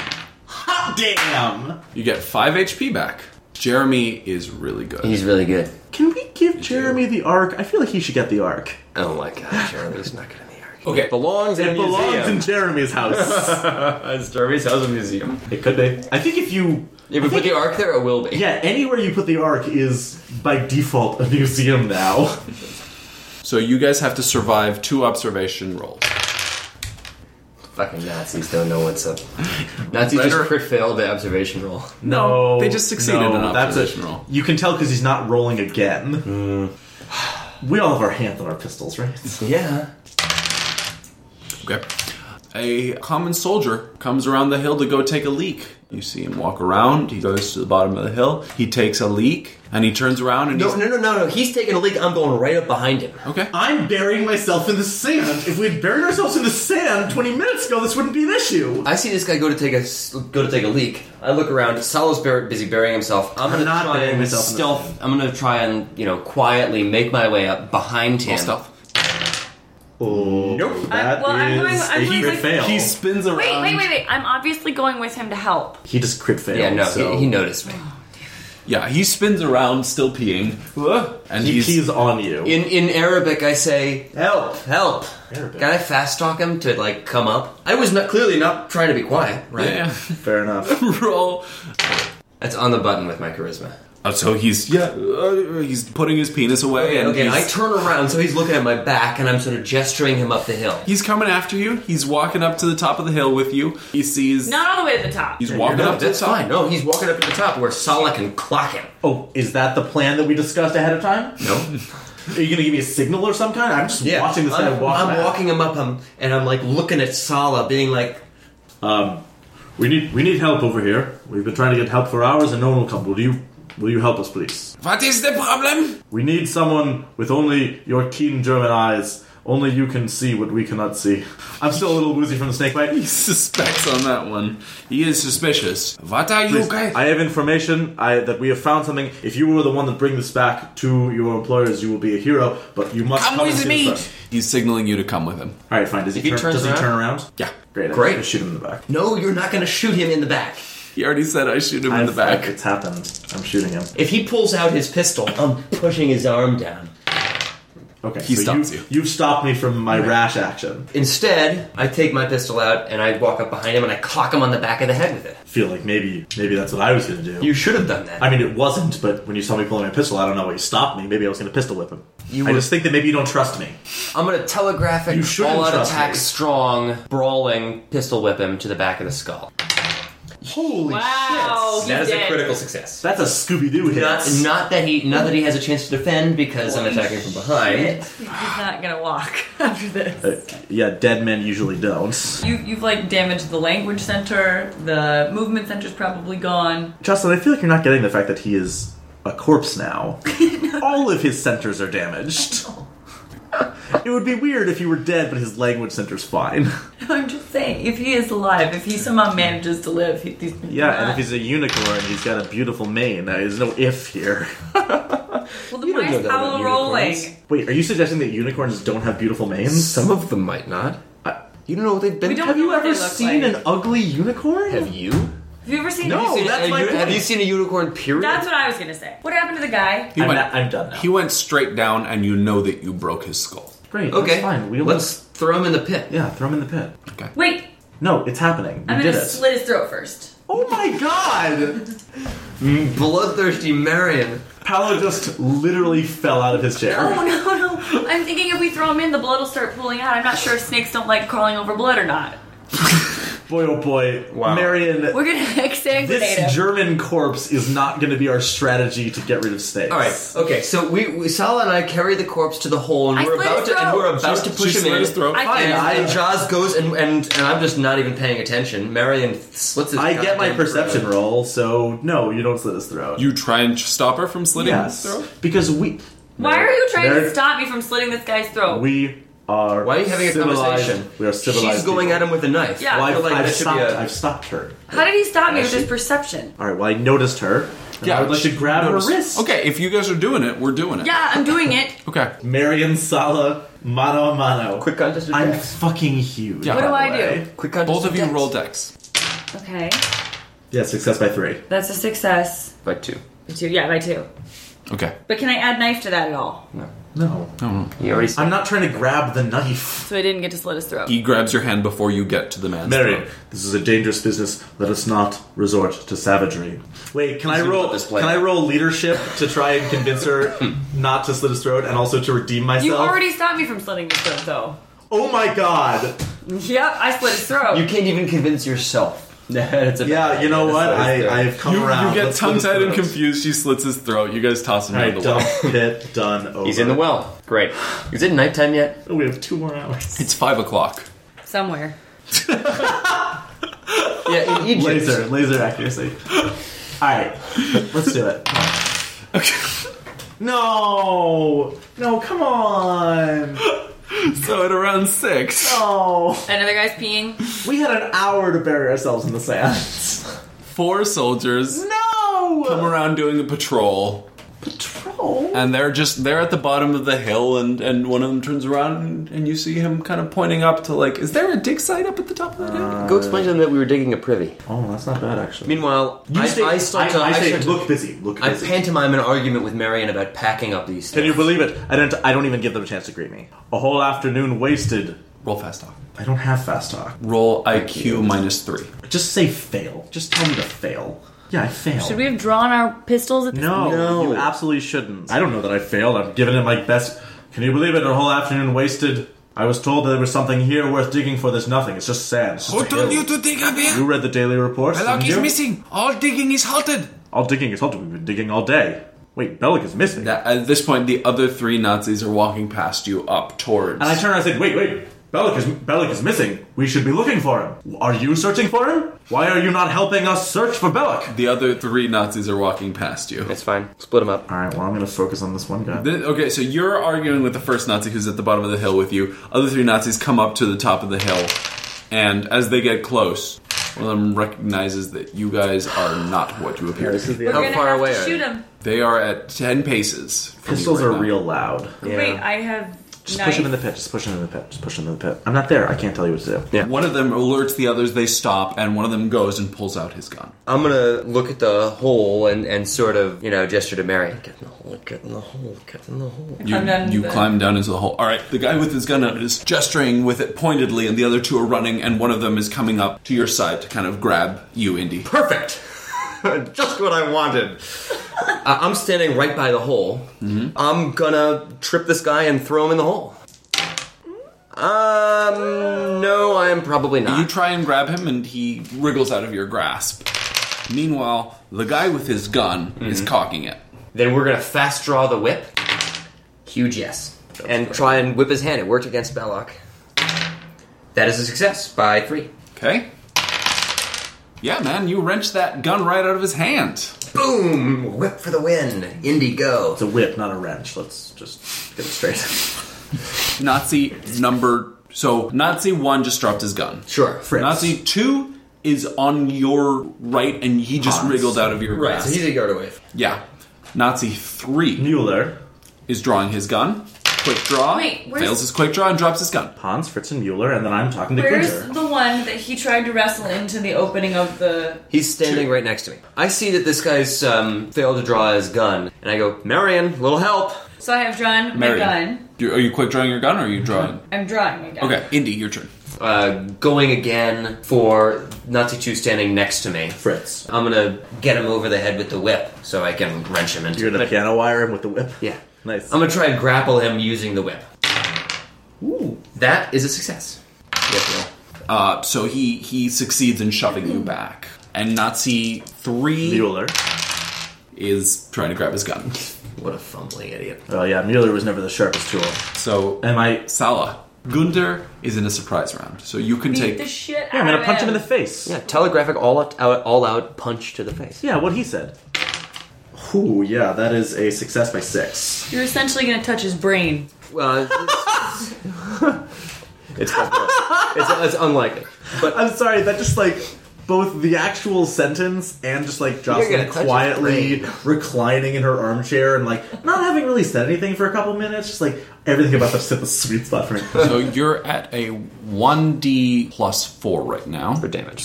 Speaker 4: God damn!
Speaker 1: You get 5 HP back. Jeremy is really good.
Speaker 5: He's really good.
Speaker 4: Can we give Jeremy the arc? I feel like he should get the arc.
Speaker 5: Oh my god, Jeremy's not gonna be arc.
Speaker 1: okay,
Speaker 6: belongs in
Speaker 4: It
Speaker 6: a
Speaker 4: belongs
Speaker 6: museum.
Speaker 4: in Jeremy's house.
Speaker 6: It's Jeremy's house in a museum.
Speaker 4: it could be. I think if you.
Speaker 5: If we put the arc there, it will be.
Speaker 4: Yeah, anywhere you put the arc is by default a museum now.
Speaker 1: so you guys have to survive two observation rolls.
Speaker 5: Fucking Nazis don't know what's up. Nazis
Speaker 1: Better-
Speaker 5: just crit failed the observation roll.
Speaker 4: No,
Speaker 1: they just succeeded in an
Speaker 4: that's a-
Speaker 1: observation roll.
Speaker 4: You can tell because he's not rolling again. We all have our hands on our pistols, right?
Speaker 5: Yeah.
Speaker 1: Okay. A common soldier comes around the hill to go take a leak. You see him walk around. He goes to the bottom of the hill. He takes a leak and he turns around and
Speaker 5: No,
Speaker 1: he's
Speaker 5: no, no, no, no. He's taking a leak. I'm going right up behind him.
Speaker 1: okay.
Speaker 4: I'm burying myself in the sand. If we'd buried ourselves in the sand 20 minutes ago, this wouldn't be an issue.
Speaker 5: I see this guy go to take a s- go to take a leak. I look around. Sal's bur- busy burying himself. I'm gonna
Speaker 4: not
Speaker 5: try
Speaker 4: burying
Speaker 5: and
Speaker 4: myself in the
Speaker 5: stealth. I'm gonna try and you know quietly make my way up behind him.
Speaker 1: All stuff.
Speaker 4: Oh,
Speaker 5: Nope.
Speaker 4: that
Speaker 3: I- well, I'm going-
Speaker 4: is
Speaker 3: I'm
Speaker 4: a
Speaker 3: going
Speaker 4: crit
Speaker 3: like-
Speaker 4: fail.
Speaker 5: Oh.
Speaker 1: He spins around.
Speaker 2: Wait, wait, wait, wait. I'm obviously going with him to help.
Speaker 4: he just crit failed.
Speaker 5: Yeah, no,
Speaker 4: so-
Speaker 5: he, he noticed me.
Speaker 1: Yeah, he spins around, still peeing, and
Speaker 4: He
Speaker 1: he's
Speaker 4: pees on you.
Speaker 5: In in Arabic, I say
Speaker 4: Help!
Speaker 5: help.
Speaker 4: Arabic.
Speaker 5: Can I fast talk him to like come up? I was not clearly not trying to be quiet, right?
Speaker 1: yeah.
Speaker 4: Fair enough.
Speaker 1: roll.
Speaker 5: That's on the button with my charisma.
Speaker 1: Uh, so he's yeah, uh, he's putting his penis away, and
Speaker 5: Okay,
Speaker 1: he's,
Speaker 5: I turn around, so he's looking at my back, and I'm sort of gesturing him up the hill.
Speaker 1: he's coming after you. He's walking up to the top of the hill with you. He sees
Speaker 2: Not all the way to the top.
Speaker 1: he's walking
Speaker 5: No,
Speaker 1: up to the
Speaker 5: that's
Speaker 1: top.
Speaker 5: fine. No, he's walking up to the top where Sala can clock him.
Speaker 4: Oh, is that the plan that we discussed ahead of time?
Speaker 5: No.
Speaker 4: Are you gonna give me a signal or some kind? I'm just watching this
Speaker 5: I'm,
Speaker 4: guy walk.
Speaker 5: I'm
Speaker 4: back.
Speaker 5: walking him up, um, and I'm like looking at Sala, being like,
Speaker 4: We need we need help over here. We've been trying to get help for hours, and no one will come. Will you will you help us, please?
Speaker 1: What is the problem?
Speaker 4: We need someone with only your keen German eyes. Only you can see what we cannot see. I'm still a little woozy from the snake bite.
Speaker 1: He suspects on that one. He is suspicious. What are you
Speaker 4: Please,
Speaker 1: guys?
Speaker 4: I have information I, that we have found something. If you were the one that bring this back to your employers, you will be a hero. But you must come, and see this first.
Speaker 1: He's signaling you to come with him.
Speaker 4: All right, fine. Does he,
Speaker 5: If he
Speaker 4: turn,
Speaker 5: turns
Speaker 4: does
Speaker 5: around-
Speaker 4: he turn around?
Speaker 1: Yeah.
Speaker 4: Great. I'm
Speaker 5: Great.
Speaker 4: gonna shoot him in the back.
Speaker 5: "No, you're not going to shoot him in the back."
Speaker 1: He already said I shoot him in the
Speaker 4: I've-
Speaker 1: back.
Speaker 4: It's happened. I'm shooting him.
Speaker 5: If he pulls out his pistol, I'm pushing his arm down.
Speaker 4: Okay.
Speaker 1: He
Speaker 4: so
Speaker 1: stops you.
Speaker 4: you. You've stopped me from my rash action.
Speaker 5: Instead, I take my pistol out and I walk up behind him and I clock him on the back of the head with it.
Speaker 4: feel like maybe maybe that's what I was gonna do.
Speaker 5: You should have done that.
Speaker 4: I mean, it wasn't, but when you saw me pulling my pistol, I don't know why you stopped me. Maybe I was gonna pistol whip him.
Speaker 5: You
Speaker 4: I
Speaker 5: were-
Speaker 4: just think that maybe you don't trust me.
Speaker 5: I'm going to telegraphic,
Speaker 4: You shouldn't
Speaker 5: all-out
Speaker 4: trust
Speaker 5: attack,
Speaker 4: me.
Speaker 5: strong, brawling, pistol whip him to the back of the skull.
Speaker 4: Holy
Speaker 3: Oh,
Speaker 2: Wow, he
Speaker 5: that is
Speaker 2: did.
Speaker 5: a critical success.
Speaker 4: That's a Scooby Doo hit.
Speaker 5: Not, not that he, not that he has a chance to defend because I'm attacking from behind.
Speaker 3: He's not gonna walk after this.
Speaker 4: Uh, yeah, dead men usually don't.
Speaker 3: You, you've like damaged the language center. The movement center's probably gone.
Speaker 4: Justin, I feel like you're not getting the fact that he is a corpse now. All of his centers are damaged. It would be weird if he were dead, but his language center's fine.
Speaker 3: I'm just saying, if he is alive, if he somehow manages to live, he, he's
Speaker 4: Yeah, and
Speaker 3: not.
Speaker 4: if he's a unicorn, he's got a beautiful mane. Uh, There's no if here.
Speaker 3: well, the
Speaker 5: You don't know
Speaker 3: mice
Speaker 5: that about
Speaker 3: howl rolling.
Speaker 5: unicorns.
Speaker 4: Wait, are you suggesting that unicorns don't have beautiful manes?
Speaker 5: Some of them might not.
Speaker 4: I-
Speaker 5: you don't know what they've been.
Speaker 3: We don't
Speaker 4: Have
Speaker 3: know
Speaker 4: you
Speaker 3: what
Speaker 4: ever
Speaker 3: they look
Speaker 4: seen
Speaker 3: like.
Speaker 4: an ugly unicorn?
Speaker 5: Have you?
Speaker 3: Have you ever seen?
Speaker 4: No.
Speaker 3: have you seen-
Speaker 4: that's
Speaker 5: a
Speaker 4: my
Speaker 5: uni-
Speaker 4: point.
Speaker 5: Have you seen a unicorn? Period.
Speaker 3: That's what I was gonna say. What happened to the guy?
Speaker 1: He
Speaker 4: I'm,
Speaker 1: went,
Speaker 4: not- I'm done now.
Speaker 1: he went straight down, and you know that you broke his skull.
Speaker 4: Great.
Speaker 5: okay.
Speaker 4: That's fine. We
Speaker 5: Let's throw him in the pit.
Speaker 4: Yeah, throw him in the pit.
Speaker 3: Wait,
Speaker 4: No, it's happening. We
Speaker 3: I'm
Speaker 4: did
Speaker 3: gonna
Speaker 4: it.
Speaker 3: slit his throat first.
Speaker 4: oh my god!
Speaker 5: Bloodthirsty Marion.
Speaker 4: Paolo just literally fell out of his chair.
Speaker 3: Oh no, no! I'm thinking if we throw him in, the blood will start pooling out. I'm not sure if snakes don't like crawling over blood or not.
Speaker 4: Boy, oh boy.
Speaker 5: Wow.
Speaker 4: Marion,
Speaker 3: We're gonna exsanguinate him.
Speaker 4: this German corpse is not going to be our strategy to get rid of snakes.
Speaker 5: All right. Okay. So we, we Sala and I carry the corpse to the hole, and
Speaker 3: I
Speaker 5: we're
Speaker 3: slit
Speaker 5: about
Speaker 3: his
Speaker 5: to, and
Speaker 3: throat.
Speaker 5: we're about
Speaker 1: She-
Speaker 5: to push
Speaker 1: she
Speaker 5: him in.
Speaker 1: slit his throat.
Speaker 3: I
Speaker 5: Fine.
Speaker 3: think-
Speaker 5: And Jaws goes, and, and and I'm just not even paying attention. Marion slits his.
Speaker 4: I get my
Speaker 5: goddamn
Speaker 4: perception
Speaker 5: throat.
Speaker 4: roll, so no, you don't slit his throat.
Speaker 1: You try and stop her from slitting
Speaker 4: yes,
Speaker 1: his throat.
Speaker 4: because we
Speaker 3: Why are you trying
Speaker 4: Mary-
Speaker 3: to stop me from slitting this guy's throat?
Speaker 4: we are.
Speaker 5: Why are you having a
Speaker 4: civilized-
Speaker 5: conversation?
Speaker 4: We are civilized.
Speaker 5: She's going
Speaker 4: people.
Speaker 5: at him with a knife.
Speaker 3: Yeah.
Speaker 4: Well,
Speaker 5: I
Speaker 4: I've,
Speaker 5: feel like
Speaker 4: I've
Speaker 5: that should be
Speaker 4: stopped.
Speaker 5: a.
Speaker 4: I've stopped her.
Speaker 3: How did he stop me with
Speaker 5: Actually-
Speaker 3: his perception?
Speaker 4: All right. Well, I noticed her. and I would like to grab her
Speaker 1: Notice-
Speaker 4: wrist.
Speaker 1: Okay, if you guys are doing it, we're doing it.
Speaker 3: Yeah, I'm doing it.
Speaker 1: Okay.
Speaker 4: Marion Sala, mano a mano.
Speaker 5: Quick contest of
Speaker 4: I'm
Speaker 5: decks.
Speaker 4: fucking huge.
Speaker 1: Yeah.
Speaker 3: What do
Speaker 4: by
Speaker 3: I
Speaker 4: the way.
Speaker 3: do?
Speaker 5: Quick contest
Speaker 1: Both of you
Speaker 5: decks.
Speaker 1: roll decks.
Speaker 3: Okay.
Speaker 4: Yeah, success by three.
Speaker 3: That's a success.
Speaker 6: By two.
Speaker 3: By two, yeah, by two.
Speaker 1: Okay.
Speaker 3: But can I add knife to that at all?
Speaker 4: No.
Speaker 5: You already
Speaker 4: I'm not trying to grab the knife.
Speaker 3: So I didn't get to slit his throat.
Speaker 1: He grabs your hand before you get to the man's
Speaker 4: Mary,
Speaker 1: throat.
Speaker 4: this is a dangerous business. Let us not resort to savagery. Wait, can I
Speaker 6: Zoom
Speaker 4: roll?
Speaker 6: out this play.
Speaker 4: Can I roll leadership to try and convince her not to slit his throat and also to redeem myself?
Speaker 3: you already stopped me from slitting his throat, though.
Speaker 4: oh my god!
Speaker 3: Yep, I slit his throat.
Speaker 5: You can't even convince yourself. That's a
Speaker 4: Yeah, you know what? I, I've come
Speaker 1: You,
Speaker 4: around.
Speaker 1: you get
Speaker 4: Let's slit
Speaker 1: tongue
Speaker 4: his
Speaker 1: tied and
Speaker 4: throat.
Speaker 1: confused. She slits his throat. You guys toss him
Speaker 4: All
Speaker 1: out
Speaker 4: right,
Speaker 1: of the way.
Speaker 4: dump pit done. Over. Oh,
Speaker 5: He's in the well. Great. Is it nighttime yet?
Speaker 4: We have two more hours.
Speaker 1: It's five o'clock.
Speaker 3: Somewhere.
Speaker 5: Yeah, in Egypt.
Speaker 4: Laser, laser accuracy. All right, let's do it.
Speaker 1: Okay.
Speaker 4: No, no, come on.
Speaker 1: so at around six.
Speaker 4: Oh,
Speaker 3: Another guy's peeing.
Speaker 4: we had an hour to bury ourselves in the sand.
Speaker 1: four soldiers
Speaker 4: No,
Speaker 1: come around doing a patrol
Speaker 4: patrol.
Speaker 1: and they're just they're at the bottom of the hill and and one of them turns around and, and you see him kind of pointing up to like is there a dig site up at the top of that hill
Speaker 5: Go explain to them that we were digging a privy.
Speaker 4: Oh, that's not bad actually.
Speaker 5: Meanwhile, I,
Speaker 4: say-
Speaker 5: I start to.
Speaker 4: I,
Speaker 5: I
Speaker 4: say,
Speaker 5: start to-
Speaker 4: look busy. Look
Speaker 5: I
Speaker 4: busy.
Speaker 5: pantomime an argument with Marion about packing up these.
Speaker 4: Can you
Speaker 5: things.
Speaker 4: believe it? I don't. I don't even give them a chance to greet me. A whole afternoon wasted.
Speaker 1: roll fast talk
Speaker 4: I don't have fast talk.
Speaker 1: roll iq minus three
Speaker 4: Just say fail. Just tell me to fail. Yeah, I failed.
Speaker 3: Should we have drawn our pistols at this
Speaker 4: No,
Speaker 5: No.
Speaker 4: you absolutely shouldn't. I don't know that I failed. I've given it my best. Can you believe it? A whole afternoon wasted. I was told that there was something here worth digging for. There's nothing. It's just sand. It's just a hill.
Speaker 1: to dig up here
Speaker 4: You read the daily reports. didn't you?
Speaker 1: missing all digging is halted
Speaker 4: All digging is halted. We've been digging all day. Wait, Bellic is missing.
Speaker 1: at this point the other three nazis are walking past you up towards
Speaker 4: and I turned and I said, "Wait, wait." Bellic is Bellic is missing. We should be looking for him. Are you searching for him? Why are you not helping us search for Bellic?
Speaker 1: the other three nazis are walking past you
Speaker 5: It's fine. Split them up.
Speaker 4: All right. Well, I'm going to focus on this one guy.
Speaker 1: The- Okay, so you're arguing with the first Nazi who's at the bottom of the hill with you. Other three Nazis come up to the top of the hill, and as they get close, one of them recognizes that you guys are not what you appear to be.
Speaker 3: We're
Speaker 5: How
Speaker 3: gonna
Speaker 5: far
Speaker 3: have
Speaker 5: away
Speaker 3: to
Speaker 5: are
Speaker 3: shoot
Speaker 5: they?
Speaker 3: him.
Speaker 1: They are at ten paces. From you
Speaker 4: Pistols
Speaker 1: right
Speaker 4: are
Speaker 1: now.
Speaker 4: real loud.
Speaker 3: Wait, I have
Speaker 4: Just
Speaker 3: knife.
Speaker 4: push him in the pit. Just push him in the pit. Just push him in the pit. I'm not there. I can't tell you what to do.
Speaker 5: Yeah.
Speaker 1: One of them alerts the others. They stop, and one of them goes and pulls out his gun.
Speaker 5: I'm gonna look at the hole and, and sort of you know gesture to Mary. Get in the hole. Get in the hole. Get in the hole.
Speaker 1: You,
Speaker 3: I'm done
Speaker 1: you
Speaker 3: with it.
Speaker 1: climb down into the hole. All right, the guy with his gun out is gesturing with it pointedly, and the other two are running, and one of them is coming up to your side to kind of grab you, Indy.
Speaker 5: Perfect. Just what I wanted. I- I'm standing right by the hole.
Speaker 4: Mm-hmm.
Speaker 5: I'm gonna trip this guy and throw him in the hole. Um, no, I am probably not.
Speaker 1: You try and grab him, and he wriggles out of your grasp. Meanwhile, the guy with his gun is
Speaker 5: Mm-hmm.
Speaker 1: cocking it.
Speaker 5: Then we're gonna fast draw the whip. Huge yes. And try and whip his hand. It worked against Belloc. That is a success by three.
Speaker 1: Okay? Yeah, man, you wrench that gun right out of his hand.
Speaker 5: Boom! Whip for the win. Indy go.
Speaker 4: It's a whip, not a wrench. Let's just get it straight.
Speaker 1: Nazi number. So, Nazi 1 just dropped his gun.
Speaker 5: Sure.
Speaker 4: Fritz.
Speaker 1: Nazi 2 is on your right, and he just
Speaker 4: Hans.
Speaker 1: wriggled out of your
Speaker 5: Right,
Speaker 1: grasp.
Speaker 5: so he's a yard away.
Speaker 1: yeah. Nazi 3
Speaker 4: Mueller.
Speaker 1: is drawing his gun. Quick draw.
Speaker 3: Wait, where's-
Speaker 1: fails his quick draw and drops his gun.
Speaker 4: Hans, Fritz, and Mueller, and then I'm talking to
Speaker 3: Where's
Speaker 4: Gunter.
Speaker 3: the one that he tried to wrestle into the opening of the?
Speaker 5: He's standing right next to me. I see that this guy's um, failed to draw his gun, and I go, Marion, little help.
Speaker 3: So I have drawn
Speaker 1: Mary,
Speaker 3: my gun.
Speaker 1: you- are you quick drawing your gun, or are
Speaker 5: Mm-hmm.
Speaker 1: you drawing?
Speaker 3: I'm drawing my gun.
Speaker 1: Okay, Indy, your turn.
Speaker 5: Uh, going again for Nazi 2 standing next to me.
Speaker 4: Fritz.
Speaker 5: I'm gonna get him over the head with the whip so I can wrench him into
Speaker 4: You're gonna
Speaker 5: but-
Speaker 4: piano wire him with the whip.
Speaker 5: Yeah.
Speaker 4: Nice.
Speaker 5: I'm gonna try and grapple him using the whip.
Speaker 4: Ooh.
Speaker 5: That is a success. Yep, roll.
Speaker 1: Uh, so he he succeeds in shoving you back, and Nazi three
Speaker 4: Mueller.
Speaker 1: is trying to grab his gun.
Speaker 5: What a fumbling idiot.
Speaker 4: Oh yeah, Mueller was never the sharpest tool.
Speaker 1: So
Speaker 4: Am I?
Speaker 1: Salah Gunder is in a surprise round, so you can
Speaker 3: Beat
Speaker 1: take.
Speaker 3: the shit
Speaker 4: Yeah,
Speaker 3: out
Speaker 4: I'm gonna
Speaker 3: of
Speaker 4: punch him
Speaker 3: him
Speaker 4: in the face.
Speaker 5: Yeah, telegraphic all out, out all out punch to the face.
Speaker 4: Yeah, what he said. Ooh, yeah, that is a success by six.
Speaker 3: You're essentially gonna touch his brain.
Speaker 5: Well, it's- it's, it's it's unlikely. But
Speaker 4: I'm sorry, that just like both the actual sentence and just like Jocelyn
Speaker 5: gonna touch his
Speaker 4: quietly
Speaker 5: brain.
Speaker 4: reclining in her armchair and like not having really said anything for a couple minutes, just like everything about this hit the sweet spot for me.
Speaker 1: so you're at a one d plus four right now.
Speaker 5: damage.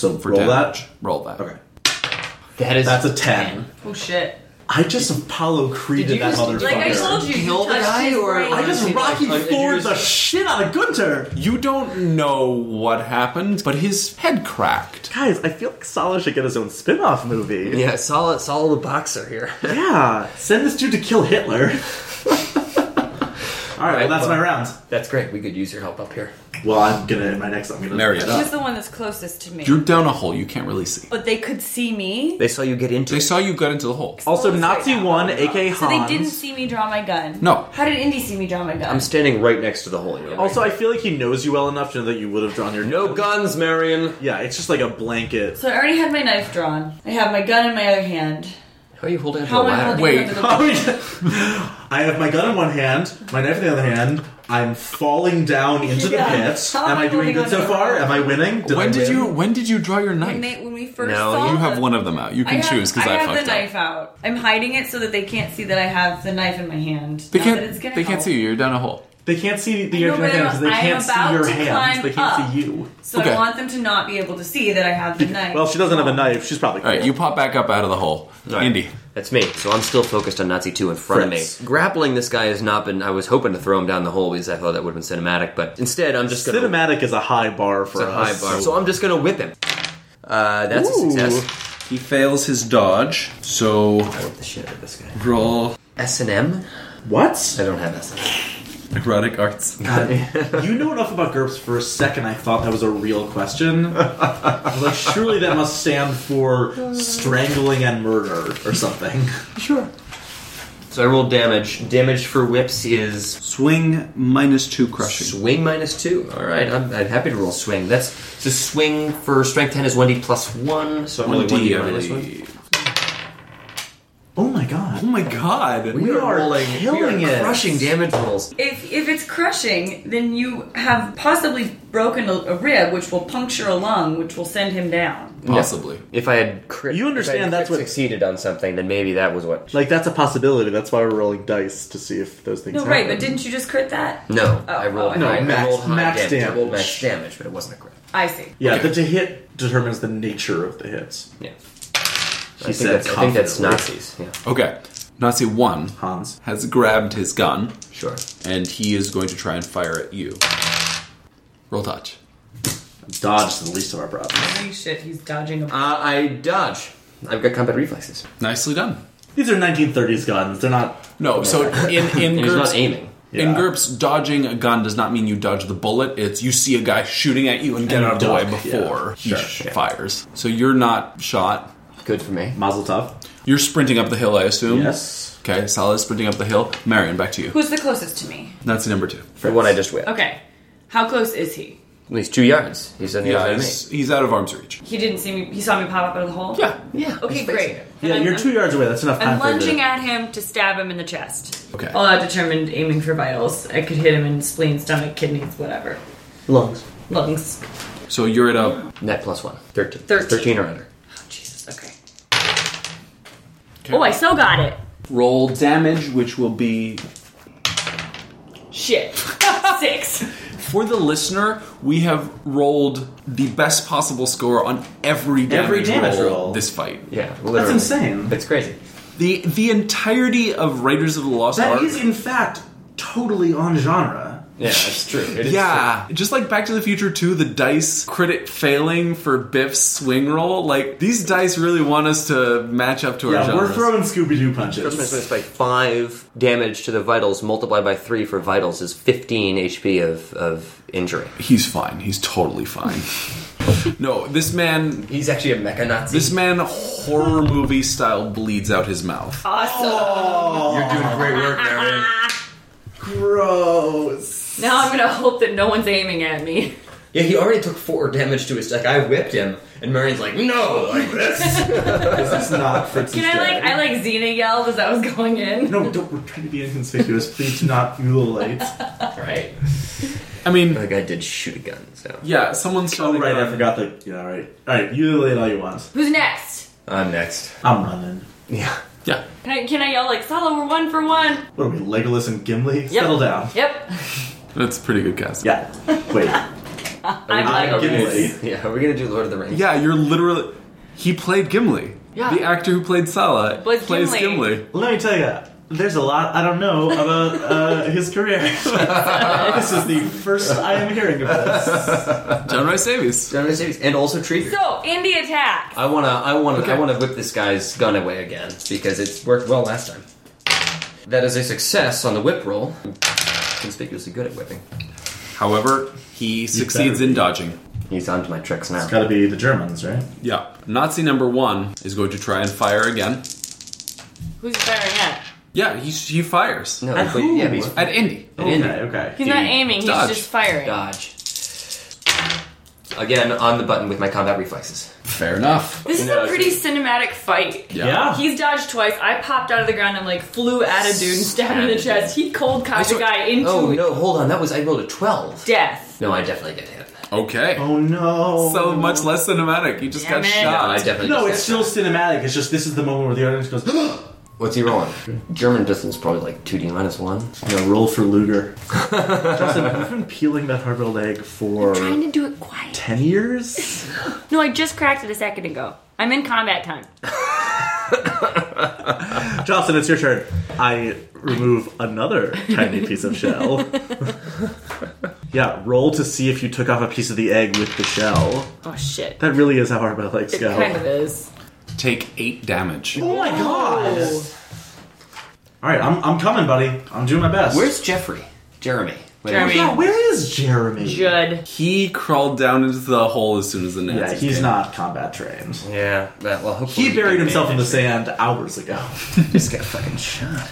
Speaker 4: So
Speaker 1: For
Speaker 4: roll
Speaker 1: damage.
Speaker 4: that.
Speaker 1: Roll that.
Speaker 4: Okay.
Speaker 5: That is
Speaker 4: That's a 10.
Speaker 3: Oh shit.
Speaker 4: I just Apollo Creed
Speaker 5: Did
Speaker 4: that
Speaker 5: you just-
Speaker 4: motherfucker.
Speaker 3: Like I told you,
Speaker 5: Kill
Speaker 3: you
Speaker 5: the
Speaker 3: touched
Speaker 5: guy
Speaker 3: his
Speaker 5: or-
Speaker 3: brain.
Speaker 5: I
Speaker 4: I just
Speaker 5: Like,
Speaker 4: Rocky
Speaker 5: like,
Speaker 4: Ford
Speaker 5: did you just-
Speaker 4: the shit out of Gunter.
Speaker 1: You don't know what happened, but his head cracked.
Speaker 4: Guys, I feel like Sala should get his own spin-off movie.
Speaker 5: yeah, solid, solid the boxer here.
Speaker 4: Yeah, send this dude to kill Hitler. All right, well,
Speaker 5: Right,
Speaker 4: that's
Speaker 5: well-
Speaker 4: my rounds.
Speaker 5: That's great. We could use your help up here.
Speaker 4: Well, I'm gonna in my next. I'm gonna
Speaker 1: Marry it
Speaker 3: She's
Speaker 1: up.
Speaker 3: the one that's closest to me.
Speaker 1: You're down a hole you can't really see.
Speaker 3: But they could see me.
Speaker 5: They saw you get into
Speaker 1: They
Speaker 5: it.
Speaker 1: saw you got into the hole.
Speaker 4: Also,
Speaker 3: Let's
Speaker 4: Nazi
Speaker 3: wait.
Speaker 4: one, aka
Speaker 3: So they
Speaker 4: Hans.
Speaker 3: didn't see me draw my gun.
Speaker 1: No.
Speaker 3: How did Indy see me draw my gun?
Speaker 5: I'm standing right next to the holy room.
Speaker 4: also, I feel like he knows you well enough to know that you would have drawn your
Speaker 5: no guns, Marion.
Speaker 4: Yeah, it's just like a blanket.
Speaker 3: so I already had my knife drawn. I have my gun in my other hand.
Speaker 5: How are you holding
Speaker 3: How
Speaker 5: onto a
Speaker 3: am I
Speaker 5: ladder?
Speaker 3: holding
Speaker 1: Wait.
Speaker 3: it under the
Speaker 4: Oh, yeah. I have my gun in one hand, my knife in the other hand. I'm falling down into
Speaker 3: Yeah.
Speaker 4: the pits.
Speaker 3: How am
Speaker 4: Am
Speaker 3: I
Speaker 4: I doing
Speaker 3: holding
Speaker 4: good
Speaker 3: on
Speaker 4: so
Speaker 3: to the
Speaker 4: far?
Speaker 3: rock?
Speaker 4: Am I winning? I
Speaker 1: when did
Speaker 4: win?
Speaker 1: you when did you draw your
Speaker 3: When, they,
Speaker 1: knife?
Speaker 3: when we first
Speaker 5: No,
Speaker 3: saw
Speaker 1: You have
Speaker 3: the-
Speaker 1: one of them out. You
Speaker 3: I
Speaker 1: can
Speaker 3: have-
Speaker 1: choose because I,
Speaker 3: have
Speaker 1: fucked
Speaker 3: the
Speaker 1: up.
Speaker 3: knife out. I'm hiding it so that they can't see that I have the knife in my hand.
Speaker 1: They
Speaker 3: Not that it's
Speaker 1: can't.
Speaker 3: gonna
Speaker 1: They can't
Speaker 3: help.
Speaker 1: see you. You're down a hole.
Speaker 4: They can't see the
Speaker 3: I know,
Speaker 4: your
Speaker 3: but
Speaker 4: hands. because They
Speaker 3: I'm
Speaker 4: can't see
Speaker 3: about
Speaker 4: your
Speaker 3: to
Speaker 4: hands.
Speaker 3: climb
Speaker 4: They can't
Speaker 3: up.
Speaker 4: see you.
Speaker 3: So
Speaker 1: Okay.
Speaker 3: I want them to not be able to see that I have the knife.
Speaker 4: Well, she doesn't have a knife. She's probably.
Speaker 1: All right, you pop back up out of the hole,
Speaker 5: All right.
Speaker 1: Indy.
Speaker 5: That's me. So I'm still focused on Nazi 2 in front
Speaker 4: Fritz.
Speaker 5: of me. Grappling this guy has not been. I was hoping to throw him down the hole because I thought that would have been cinematic, but instead I'm just going to.
Speaker 4: Cinematic is a high bar for
Speaker 5: High
Speaker 4: us.
Speaker 5: bar. So I'm just going to whip him. Uh, that's
Speaker 4: Ooh.
Speaker 5: a success.
Speaker 1: He fails his dodge, so
Speaker 5: I whip the shit out of this guy.
Speaker 1: roll
Speaker 5: S and M.
Speaker 4: What?
Speaker 5: I don't have S.
Speaker 1: erotic arts.
Speaker 4: you know enough about GURPS for a second I thought that was a real question. I was like, surely that must stand for strangling and murder or something.
Speaker 5: Sure. So I rolled damage. Damage for whips is
Speaker 1: Swing minus two crushing.
Speaker 5: swing minus two. All right, I'm, I'm happy to roll swing. That's so swing for strength ten is one d plus one. So I'm
Speaker 1: One
Speaker 5: rolling one
Speaker 1: D,
Speaker 5: d
Speaker 1: I
Speaker 5: minus one.
Speaker 1: believe.
Speaker 4: Oh my
Speaker 1: Oh
Speaker 4: god.
Speaker 1: my god!
Speaker 4: We are killing
Speaker 5: we are
Speaker 4: it.
Speaker 5: crushing damage rolls.
Speaker 3: if if it's crushing, then you have possibly broken a, a rib, which will puncture a lung, which will send him down.
Speaker 1: Possibly.
Speaker 5: If I had crit,
Speaker 4: You
Speaker 5: if I
Speaker 4: understand
Speaker 5: had
Speaker 4: that's
Speaker 5: crit
Speaker 4: what-
Speaker 5: succeeded on something, then maybe that was what.
Speaker 4: Like, that's a possibility. That's why we're rolling dice to see if those things
Speaker 3: No, right? But didn't you just crit that?
Speaker 5: No,
Speaker 3: Oh,
Speaker 5: I rolled.
Speaker 3: oh,
Speaker 5: high,
Speaker 4: No, max-
Speaker 5: I rolled high
Speaker 4: max
Speaker 5: damage. I rolled
Speaker 4: damage.
Speaker 5: max damage, but it wasn't a crit.
Speaker 3: I see.
Speaker 4: yeah, the to hit determines the nature of the hits.
Speaker 5: Yeah,
Speaker 4: She
Speaker 5: I think, that's, I think that's Nazis. Yeah,
Speaker 1: Okay. Nazi one
Speaker 4: Hans.
Speaker 1: has grabbed his gun,
Speaker 5: sure.
Speaker 1: and he is going to try and fire at you. Roll dodge.
Speaker 4: Dodge is the least of our problems.
Speaker 3: Holy shit, he's dodging a.
Speaker 5: Uh, I dodge. I've got combat reflexes.
Speaker 1: Nicely done.
Speaker 4: These are 1930s guns. They're not.
Speaker 1: No, so in in
Speaker 5: And he's not
Speaker 1: GURPS,
Speaker 5: aiming.
Speaker 1: in
Speaker 4: Yeah.
Speaker 1: GURPS, dodging a gun does not mean you dodge the bullet. It's you see a guy shooting at you and get
Speaker 4: And
Speaker 1: out of the way
Speaker 4: duck,
Speaker 1: before
Speaker 4: yeah.
Speaker 1: he
Speaker 4: Sure,
Speaker 1: sh-
Speaker 4: yeah.
Speaker 1: fires. So you're not shot.
Speaker 5: Good for me.
Speaker 4: Mazel tov.
Speaker 3: Mm-hmm.
Speaker 1: You're sprinting up the hill, I assume.
Speaker 4: Yes.
Speaker 1: Okay, Salah is sprinting up the hill. Marion, back to you.
Speaker 3: Who's the closest to me?
Speaker 1: Nazi number two.
Speaker 5: For what I just whipped.
Speaker 3: Okay, how close is he?
Speaker 5: At least two yards. He's on the
Speaker 1: Yeah,
Speaker 5: other
Speaker 1: he's,
Speaker 5: side
Speaker 1: he's out of arm's reach.
Speaker 3: He didn't see me. He saw me pop up out of the hole.
Speaker 1: Yeah.
Speaker 5: of me. Yeah.
Speaker 3: Okay,
Speaker 5: he's facing
Speaker 3: great.
Speaker 5: it.
Speaker 3: Then
Speaker 4: Yeah,
Speaker 3: I'm-
Speaker 4: you're two yards away. That's enough
Speaker 3: I'm
Speaker 4: time for you to-
Speaker 3: lunging at him to stab him in the chest.
Speaker 1: Okay.
Speaker 3: All out determined aiming for vitals. I could hit him in spleen, stomach, kidneys, whatever.
Speaker 5: Lungs.
Speaker 3: Lungs.
Speaker 1: So you're at a.
Speaker 5: Net plus one. Thirteen.
Speaker 3: Thirteen.
Speaker 5: or under.
Speaker 3: Oh, Jesus, okay.
Speaker 1: Okay.
Speaker 3: Oh, I so got it.
Speaker 1: Roll damage, which will be
Speaker 3: Shit. Six.
Speaker 1: For the listener, we have rolled the best possible score on every damage,
Speaker 4: Every damage
Speaker 1: roll,
Speaker 4: roll.
Speaker 1: this fight.
Speaker 5: Yeah.
Speaker 4: That's
Speaker 5: literally.
Speaker 4: insane.
Speaker 5: It's crazy.
Speaker 1: The the entirety of Raiders of the Lost
Speaker 4: That
Speaker 1: Ark.
Speaker 4: is, in fact, totally on genre.
Speaker 5: Yeah, it's true. It is
Speaker 1: yeah, just like Back to the Future 2, the dice credit failing for Biff's swing roll. Like these dice really want us to match up to our
Speaker 4: Yeah, we're
Speaker 1: genres.
Speaker 4: throwing Scooby Doo
Speaker 5: Christmas
Speaker 4: punches.
Speaker 5: is like five damage to the vitals multiplied by three for vitals is fifteen HP of, of injury.
Speaker 1: He's fine. He's totally fine. no, this man,
Speaker 5: He's actually a mecha Nazi.
Speaker 1: this man, horror movie style bleeds out his mouth.
Speaker 3: Awesome.
Speaker 4: Oh,
Speaker 5: You're doing great work, Marion.
Speaker 4: Gross.
Speaker 3: Now I'm gonna hope that no one's aiming at me.
Speaker 5: Yeah, he already took four damage to his. Like I whipped him, and Marion's like, "No, like this."
Speaker 4: This is not Fritz's
Speaker 3: Can I like
Speaker 4: day.
Speaker 3: I like Xena yelled as I was going in?
Speaker 4: No, don't. We're trying to be inconspicuous. Please do not mutilate.
Speaker 5: right.
Speaker 1: I mean,
Speaker 5: Like I did shoot a gun. So
Speaker 1: yeah, someone's
Speaker 4: oh,
Speaker 1: shouting
Speaker 4: right,
Speaker 1: out-
Speaker 4: I forgot the. Yeah, all right. All right, mutilate all you want.
Speaker 3: Who's next?
Speaker 5: I'm next.
Speaker 4: I'm running.
Speaker 5: Yeah.
Speaker 1: Yeah.
Speaker 3: Can I can I yell like Solo? We're one for one.
Speaker 4: What are we, Legolas and Gimli? Settle down.
Speaker 3: Yep.
Speaker 1: That's a pretty good cast.
Speaker 4: Yeah. Wait.
Speaker 3: I'm
Speaker 4: I'm
Speaker 3: like
Speaker 4: Gimli.
Speaker 5: Yeah. Are we gonna do Lord of the Rings?
Speaker 1: Yeah, you're literally. He played Gimli.
Speaker 3: Yeah.
Speaker 1: The actor who played Salah
Speaker 3: Was
Speaker 1: plays
Speaker 3: Gimli.
Speaker 1: Gimli.
Speaker 4: Let me tell you, there's a lot I don't know about uh, his career. this is the first I am hearing of this.
Speaker 1: John Rice Davies.
Speaker 5: John Rice Davies, and also Treater.
Speaker 3: So, indie attack.
Speaker 5: I wanna, I wanna,
Speaker 1: Okay.
Speaker 5: I wanna whip this guy's gun away again because it's worked well last time. That is a success on the whip roll. Conspicuously good at whipping.
Speaker 1: However, he succeeds in dodging.
Speaker 5: He's onto my tricks now.
Speaker 4: Gotta be the Germans, right?
Speaker 1: Yeah. Nazi number one is going to try and fire again.
Speaker 3: Who's firing at?
Speaker 1: Yeah, he, he fires.
Speaker 5: no,
Speaker 4: At
Speaker 5: but-
Speaker 4: who?
Speaker 5: yeah, but he's
Speaker 1: At Indy.
Speaker 5: At Indy.
Speaker 4: okay.
Speaker 3: He's not
Speaker 5: Dude,
Speaker 3: aiming,
Speaker 1: dodge.
Speaker 3: he's just firing.
Speaker 5: dodge. Again on the button with my combat reflexes.
Speaker 1: Fair enough.
Speaker 3: This is
Speaker 5: No,
Speaker 3: a
Speaker 5: it's
Speaker 3: pretty cinematic fight.
Speaker 1: Yeah.
Speaker 3: He's dodged twice. I popped out of the ground and like flew at a dude and stabbed him in the chest. He cold cocked the guy into
Speaker 5: Oh no, hold on, that was I rolled a twelve.
Speaker 3: death.
Speaker 5: No, I definitely get hit.
Speaker 1: Okay.
Speaker 4: Oh no.
Speaker 1: So much less cinematic. He just
Speaker 3: Damn
Speaker 1: got
Speaker 3: it.
Speaker 5: No, I
Speaker 1: shot.
Speaker 5: definitely.
Speaker 4: No,
Speaker 5: just
Speaker 4: Oh, it's
Speaker 5: get
Speaker 4: still
Speaker 5: shot.
Speaker 4: cinematic. It's just this is the moment where the audience goes,
Speaker 5: What's he rolling? German distance probably like two D minus one.
Speaker 4: Yeah, roll for Luger. Justin, I've been peeling that hard-boiled egg for
Speaker 3: Trying to do it quiet.
Speaker 4: ten years.
Speaker 3: No, I just cracked it a second ago. I'm in combat time.
Speaker 4: Justin, it's your turn. I remove another tiny piece of shell. yeah, roll to see if you took off a piece of the egg with the shell.
Speaker 3: Oh shit.
Speaker 4: That really is how hard-boiled eggs
Speaker 3: It
Speaker 4: go.
Speaker 3: kind of is.
Speaker 1: Take eight damage.
Speaker 4: Oh my god! All right, I'm, I'm coming, buddy. I'm doing my best. Oh,
Speaker 5: Where's Jeffrey? Jeremy. Whatever.
Speaker 3: Oh, Jeremy.
Speaker 4: yeah? Where is Jeremy?
Speaker 3: Judd.
Speaker 1: He crawled down into the hole as soon as the net.
Speaker 4: yeah, he's not combat trained.
Speaker 5: Yeah. That, well, hopefully
Speaker 4: He buried
Speaker 5: can
Speaker 4: himself in the
Speaker 5: manage.
Speaker 4: sand hours ago.
Speaker 5: Just got fucking shot.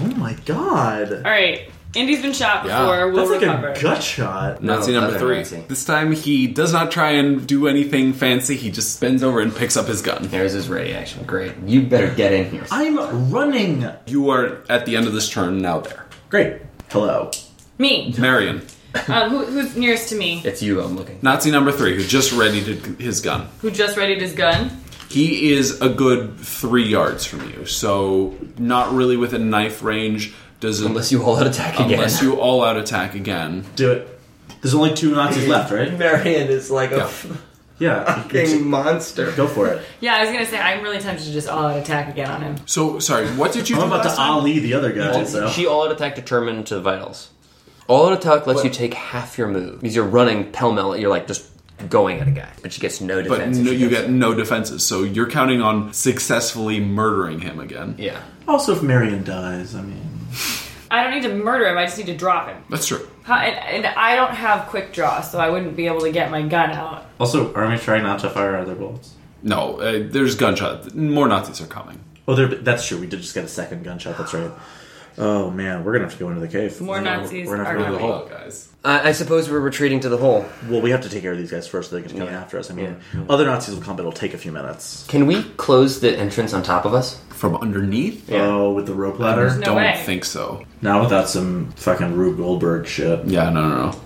Speaker 4: Oh my god!
Speaker 3: All right. Indy's been shot
Speaker 1: Yeah.
Speaker 3: before. We'll
Speaker 4: That's like
Speaker 3: recover.
Speaker 4: a gut shot.
Speaker 1: Nazi
Speaker 5: No,
Speaker 1: number
Speaker 5: other
Speaker 1: three.
Speaker 5: Nazi.
Speaker 1: This time he does not try and do anything fancy. He just bends over and picks up his gun.
Speaker 5: There's his radiation. Great. You better get in here.
Speaker 4: I'm running.
Speaker 1: You are at the end of this turn now. There,
Speaker 4: Great. Hello.
Speaker 3: Me.
Speaker 1: Marion,
Speaker 3: Um, who, who's nearest to me?
Speaker 5: It's you. I'm looking.
Speaker 1: Nazi number three, who just readied his gun.
Speaker 3: Who just readied his gun?
Speaker 1: He is a good three yards from you, so not really within knife range. Does it,
Speaker 5: Unless you all out attack again.
Speaker 1: unless you all out attack again.
Speaker 4: Do it. There's only two Nazis left, right?
Speaker 5: Marion is like a
Speaker 1: Yeah.
Speaker 4: Yeah.
Speaker 5: monster.
Speaker 4: Go for it.
Speaker 3: Yeah, I was gonna say I'm really tempted to just all out attack again on him.
Speaker 1: So sorry, what did you?
Speaker 4: I'm
Speaker 1: do
Speaker 4: about
Speaker 1: last
Speaker 4: to
Speaker 1: time?
Speaker 4: Ali the other guy. So.
Speaker 5: She all out attack determined to vitals. All out attack lets you take half your move. Means you're running pell mell. You're like just going at a guy, but she gets no
Speaker 1: But
Speaker 5: defense. if
Speaker 1: no,
Speaker 5: she
Speaker 1: you
Speaker 5: goes-
Speaker 1: get no defenses, so you're counting on successfully murdering him again.
Speaker 5: yeah.
Speaker 4: Also, if Marion dies, I mean,
Speaker 3: I don't need to murder him. I just need to drop him.
Speaker 1: That's true.
Speaker 3: How, and, and I don't have quick draw, so I wouldn't be able to get my gun out.
Speaker 4: also, are we trying not to fire other bullets?
Speaker 1: No, uh, there's gunshot. More Nazis are coming.
Speaker 4: Oh, there, that's true. We did just get a second gunshot. That's right. Oh man, we're gonna have to go into the cave.
Speaker 3: More Nazis
Speaker 4: We're
Speaker 3: are
Speaker 4: not going
Speaker 3: coming.
Speaker 4: to
Speaker 1: hole, guys.
Speaker 5: I, I suppose we're retreating to the hole.
Speaker 4: Well, we have to take care of these guys first. so They can come after us. I mean, other Nazis will come, but it'll take a few minutes.
Speaker 5: Can we close the entrance on top of us?
Speaker 1: From underneath?
Speaker 5: Yeah.
Speaker 4: Oh, with the rope ladder.
Speaker 3: No
Speaker 1: Don't
Speaker 3: way.
Speaker 1: think so.
Speaker 4: Not without some fucking Rube Goldberg shit.
Speaker 1: Yeah, no, no, no.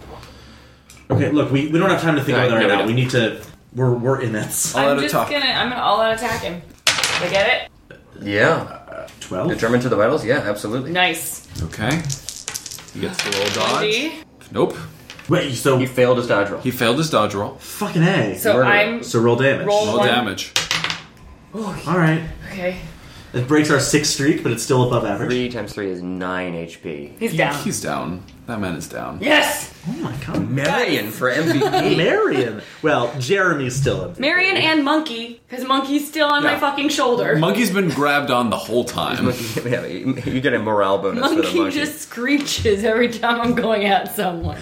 Speaker 4: Okay, look, we, we don't have time to think
Speaker 5: All
Speaker 4: about it
Speaker 5: right,
Speaker 4: right
Speaker 5: no,
Speaker 4: now.
Speaker 5: we
Speaker 4: We need to. We're we're in this.
Speaker 1: All
Speaker 3: I'm
Speaker 1: out
Speaker 3: just
Speaker 1: attack.
Speaker 3: gonna. I'm gonna all out attack him. Did I get it?
Speaker 5: Yeah.
Speaker 4: Twelve.
Speaker 5: Determined to the vitals? Yeah, absolutely.
Speaker 3: Nice.
Speaker 1: Okay. He gets the little dodge.
Speaker 3: Indy.
Speaker 1: Nope.
Speaker 4: Wait, so
Speaker 5: He failed his dodge roll.
Speaker 1: He failed his dodge roll.
Speaker 4: fucking a.
Speaker 3: So
Speaker 5: Murder.
Speaker 3: I'm
Speaker 4: So roll damage.
Speaker 3: Roll-
Speaker 1: No
Speaker 3: One.
Speaker 1: damage.
Speaker 4: All right,
Speaker 3: okay.
Speaker 4: it breaks our sixth streak, but it's still above average.
Speaker 5: Three times three is nine HP.
Speaker 3: He's down.
Speaker 1: He's down. That man is down.
Speaker 3: yes.
Speaker 4: Oh my god,
Speaker 5: Marion for MVP.
Speaker 4: Marion. Well, Jeremy's still in.
Speaker 3: Marion and Monkey, because Monkey's still on
Speaker 1: Yeah.
Speaker 3: my fucking shoulder.
Speaker 1: Monkey's been grabbed on the whole time.
Speaker 5: yeah, you get a morale bonus for the
Speaker 3: monkey,
Speaker 5: monkey.
Speaker 3: just screeches every time I'm going at someone.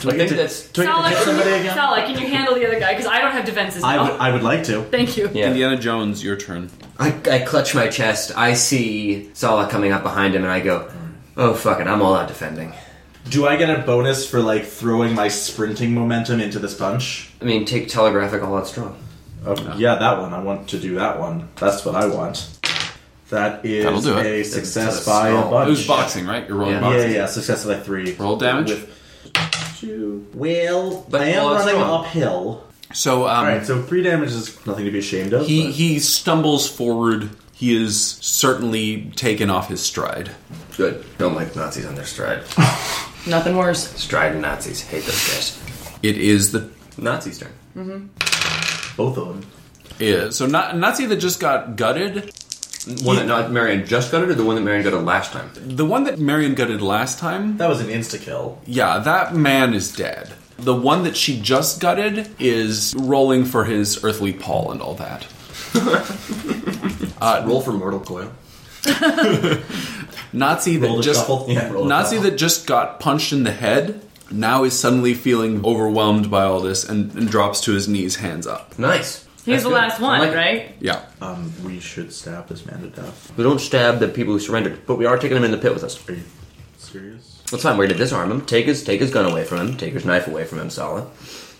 Speaker 4: Do I
Speaker 5: I
Speaker 4: get
Speaker 5: think
Speaker 4: to,
Speaker 5: that's-
Speaker 4: do I get to
Speaker 3: Sala,
Speaker 4: hit
Speaker 3: can
Speaker 4: somebody
Speaker 3: you,
Speaker 4: again?
Speaker 3: Sala, can you handle the other guy? Because I don't have defenses
Speaker 4: I
Speaker 3: now.
Speaker 4: would. I would like to.
Speaker 3: Thank you.
Speaker 5: Yeah.
Speaker 1: Indiana Jones, your turn.
Speaker 5: I, I clutch my chest. I see Sala coming up behind him, and I go, "Oh fuck it, I'm all out defending."
Speaker 4: Do I get a bonus for like throwing my sprinting momentum into this punch?
Speaker 5: I mean, take telegraphic all out strong.
Speaker 4: Oh, Yeah, that one. I want to do that one. That's what I want. That is
Speaker 1: That'll do it.
Speaker 4: a
Speaker 1: It's
Speaker 4: success
Speaker 5: a
Speaker 4: by a
Speaker 5: skull.
Speaker 1: It
Speaker 4: bunch.
Speaker 1: was boxing, right? You're rolling
Speaker 5: Yeah.
Speaker 4: Yeah,
Speaker 1: boxing.
Speaker 4: yeah, success by three.
Speaker 1: Roll damage?
Speaker 4: Two. Well,
Speaker 5: But
Speaker 4: I am
Speaker 5: all is
Speaker 4: running
Speaker 5: strong.
Speaker 4: uphill.
Speaker 1: So, um,
Speaker 4: All right, so three damage is nothing to be ashamed of.
Speaker 1: he
Speaker 4: but-
Speaker 1: he stumbles forward. He is certainly taken off his stride.
Speaker 5: Good. Don't like Nazis on their stride.
Speaker 3: Nothing worse.
Speaker 5: stride Nazis. Hate those guys.
Speaker 1: It is the
Speaker 5: Nazis turn.
Speaker 4: both of them.
Speaker 1: is. So Na- Nazi that just got gutted,
Speaker 5: One that not Marion just got it, or the one that Marion got it last time.
Speaker 1: the one that Marion gutted last time,
Speaker 4: That was an insta kill.
Speaker 1: yeah, that man is dead. The one that she just gutted is rolling for his earthly paw and all that. Uh,
Speaker 5: Roll for mortal coil.
Speaker 1: Nazi that
Speaker 4: Roll a
Speaker 1: just
Speaker 4: shuffle? Yeah, roll a
Speaker 1: Nazi
Speaker 4: shuffle.
Speaker 1: that just got punched in the head now is suddenly feeling overwhelmed by all this and, and drops to his knees, hands up.
Speaker 5: Nice.
Speaker 2: He's
Speaker 5: That's
Speaker 2: the
Speaker 5: good.
Speaker 2: last one,
Speaker 5: I like it.
Speaker 2: right?
Speaker 1: Yeah.
Speaker 4: Um, we should stab this man to death.
Speaker 5: We don't stab the people who surrendered, but we are taking them in the pit with us.
Speaker 4: Are you serious?
Speaker 5: That's fine. We're going to disarm him. Take his take his gun away from him. Take his knife away from him, Sala.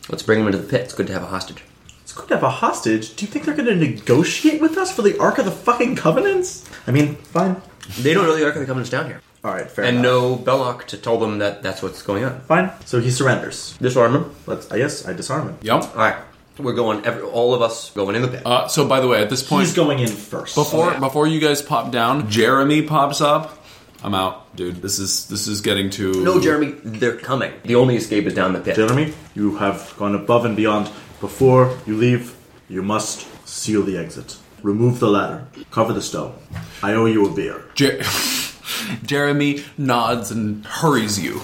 Speaker 5: Let's bring him into the pit. It's good to have a hostage.
Speaker 4: It's good to have a hostage. Do you think they're going to negotiate with us for the Ark of the fucking Covenants? I mean, fine.
Speaker 5: They don't know the Ark of the Covenant's down here,
Speaker 4: All right, fair
Speaker 5: and
Speaker 4: enough.
Speaker 5: no Belloc to tell them that that's what's going on.
Speaker 4: Fine. So he surrenders.
Speaker 5: Disarm him.
Speaker 4: Let's. I guess I disarm him.
Speaker 1: Yep.
Speaker 5: All right, we're going. Every, all of us going in the pit.
Speaker 1: Uh, so by the way, at this point
Speaker 4: He's going in first.
Speaker 1: before
Speaker 5: yeah.
Speaker 1: before you guys pop down, Jeremy pops up. I'm out, dude. This is this is getting to
Speaker 5: no, Jeremy, they're coming. The only escape is down the pit.
Speaker 4: Jeremy, you have gone above and beyond. Before you leave, you must seal the exit. Remove the ladder. Cover the stone. I owe you a beer.
Speaker 1: Jer- Jeremy nods and hurries you.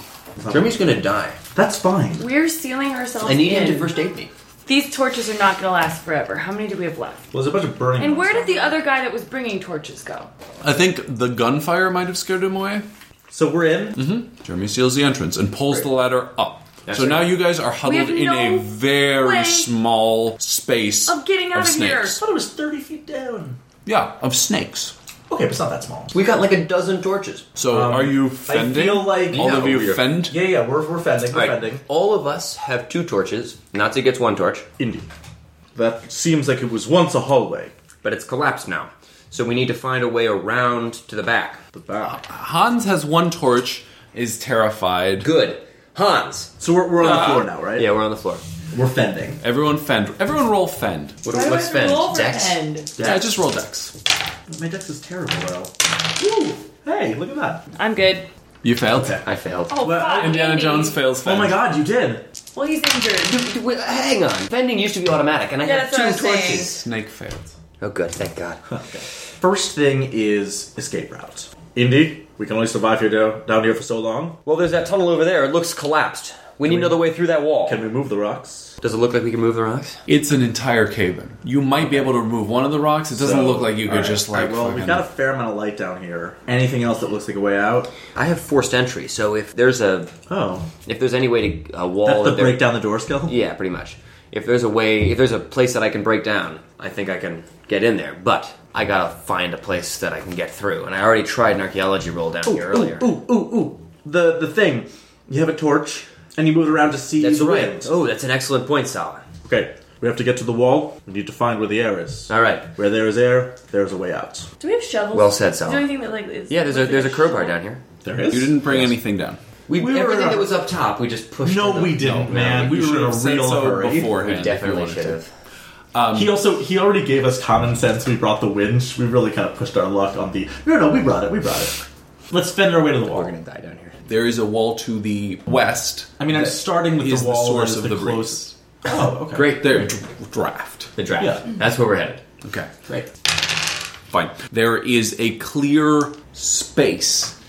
Speaker 5: Jeremy's going to die.
Speaker 4: That's fine.
Speaker 3: We're sealing ourselves
Speaker 5: I need him
Speaker 3: in.
Speaker 5: to first aid me.
Speaker 3: These torches are not going to last forever. How many do we have left?
Speaker 4: Well, there's a bunch of burning.
Speaker 3: And
Speaker 4: ones.
Speaker 3: where did the other guy that was bringing torches go?
Speaker 1: I think the gunfire might have scared him away.
Speaker 4: So we're in.
Speaker 1: Jeremy seals the entrance and pulls the ladder up.
Speaker 5: That's
Speaker 1: so
Speaker 5: right.
Speaker 1: now you guys are huddled
Speaker 3: have
Speaker 1: in
Speaker 3: no
Speaker 1: a very
Speaker 3: way
Speaker 1: small space
Speaker 3: Of getting out of here.
Speaker 1: snakes.
Speaker 4: I thought it was thirty feet down.
Speaker 1: Yeah, of snakes.
Speaker 4: Okay, but it's not that small.
Speaker 5: We got like a dozen torches.
Speaker 1: So
Speaker 4: Um,
Speaker 1: are you
Speaker 4: I
Speaker 1: fending?
Speaker 4: feel like-
Speaker 1: all of
Speaker 5: Yeah,
Speaker 1: you
Speaker 5: we are-
Speaker 1: fend.
Speaker 4: Yeah, yeah, we're, we're fending. We're
Speaker 5: All right,
Speaker 4: fending.
Speaker 5: all of us have two torches. Nazi gets one torch,
Speaker 4: Indeed. That seems like it was once a hallway.
Speaker 5: but it's collapsed now. So we need to find a way around to the back.
Speaker 4: The back.
Speaker 1: Hans has one torch. Is terrified.
Speaker 5: Good. Hans.
Speaker 4: So we're, we're on the
Speaker 1: Uh,
Speaker 4: floor now, right?
Speaker 5: Yeah, we're on the floor.
Speaker 4: We're fending.
Speaker 1: Everyone fend. Everyone roll fend.
Speaker 5: What do we what's Fend? Dex?
Speaker 1: Yeah, just roll dex.
Speaker 4: My dex is terrible, though. Woo! Hey, look at that.
Speaker 3: I'm good.
Speaker 1: You failed.
Speaker 5: I failed.
Speaker 3: Oh,
Speaker 4: Well,
Speaker 3: fuck,
Speaker 1: Indiana
Speaker 3: Andy.
Speaker 1: Jones fails.
Speaker 4: Oh
Speaker 1: Fend.
Speaker 4: my god, you did.
Speaker 3: Well, he's injured.
Speaker 5: D- d- wait, hang on. Fending used to be automatic, and I
Speaker 3: Yeah,
Speaker 5: have
Speaker 3: that's what I
Speaker 5: two
Speaker 3: was saying.
Speaker 5: torches.
Speaker 1: Snake failed.
Speaker 5: Oh, good. Thank God.
Speaker 4: First thing is escape route. Indy, we can only survive here do- down here for so long.
Speaker 5: well, there's that tunnel over there. It looks collapsed. We need another way through that wall.
Speaker 4: Can we move the rocks?
Speaker 5: Does it look like we can move the rocks?
Speaker 1: It's an entire cavern. You might be able to remove one of the rocks. It doesn't
Speaker 4: So-
Speaker 1: look like you could
Speaker 4: Alright,
Speaker 1: just
Speaker 4: alright,
Speaker 1: like.
Speaker 4: well, we've
Speaker 1: fucking-
Speaker 4: got a fair amount of light down here. Anything else that looks like a way out?
Speaker 5: I have forced entry, so if there's a
Speaker 4: Oh,
Speaker 5: if there's any way to a
Speaker 4: that's
Speaker 5: wall,
Speaker 4: the
Speaker 5: if there-
Speaker 4: break down the door skill.
Speaker 5: Yeah, pretty much. If there's a way, if there's a place that I can break down, I think I can get in there. But I gotta find a place that I can get through. And I already tried an archaeology roll down here earlier.
Speaker 4: Ooh, ooh, ooh. The the thing. You have a torch, and you move it around to see
Speaker 5: That's
Speaker 4: the
Speaker 5: right.
Speaker 4: wind.
Speaker 5: Oh, that's an excellent point, Sala.
Speaker 4: Okay, we have to get to the wall. We need to find where the air is.
Speaker 5: All right.
Speaker 4: Where there is air, there is a way out.
Speaker 3: Do we have shovels?
Speaker 5: Well said, Sal.
Speaker 3: Is there anything that like is?
Speaker 5: Yeah, there's a there's a crowbar down here.
Speaker 4: There is.
Speaker 1: You didn't bring anything down.
Speaker 5: We,
Speaker 4: We were- uh,
Speaker 5: everything that was up top, we just pushed. to
Speaker 4: No,
Speaker 5: the-
Speaker 4: we didn't,
Speaker 1: No,
Speaker 4: man.
Speaker 1: no,
Speaker 4: we
Speaker 1: you should
Speaker 4: were in a
Speaker 1: have said
Speaker 4: real
Speaker 1: so
Speaker 4: hurry.
Speaker 1: beforehand.
Speaker 5: We
Speaker 1: if
Speaker 5: definitely
Speaker 1: wanted
Speaker 5: should
Speaker 1: to.
Speaker 5: have.
Speaker 4: He also he already gave us common sense. We brought the winch. We really kind of pushed our luck on the. No, no, we brought it. We brought it. Let's fend our way to the
Speaker 5: We're
Speaker 4: wall.
Speaker 5: gonna die down here.
Speaker 1: There is a wall to the west.
Speaker 4: I mean, I'm
Speaker 1: that
Speaker 4: starting with the
Speaker 1: is
Speaker 4: wall.
Speaker 1: source
Speaker 4: that is
Speaker 1: of
Speaker 4: the,
Speaker 1: the breeze.
Speaker 4: close. Oh, okay.
Speaker 5: Great,
Speaker 1: There, dr- draft.
Speaker 5: the draft.
Speaker 4: Yeah.
Speaker 5: That's where we're headed.
Speaker 1: Okay.
Speaker 5: Great.
Speaker 1: Fine. There is a clear space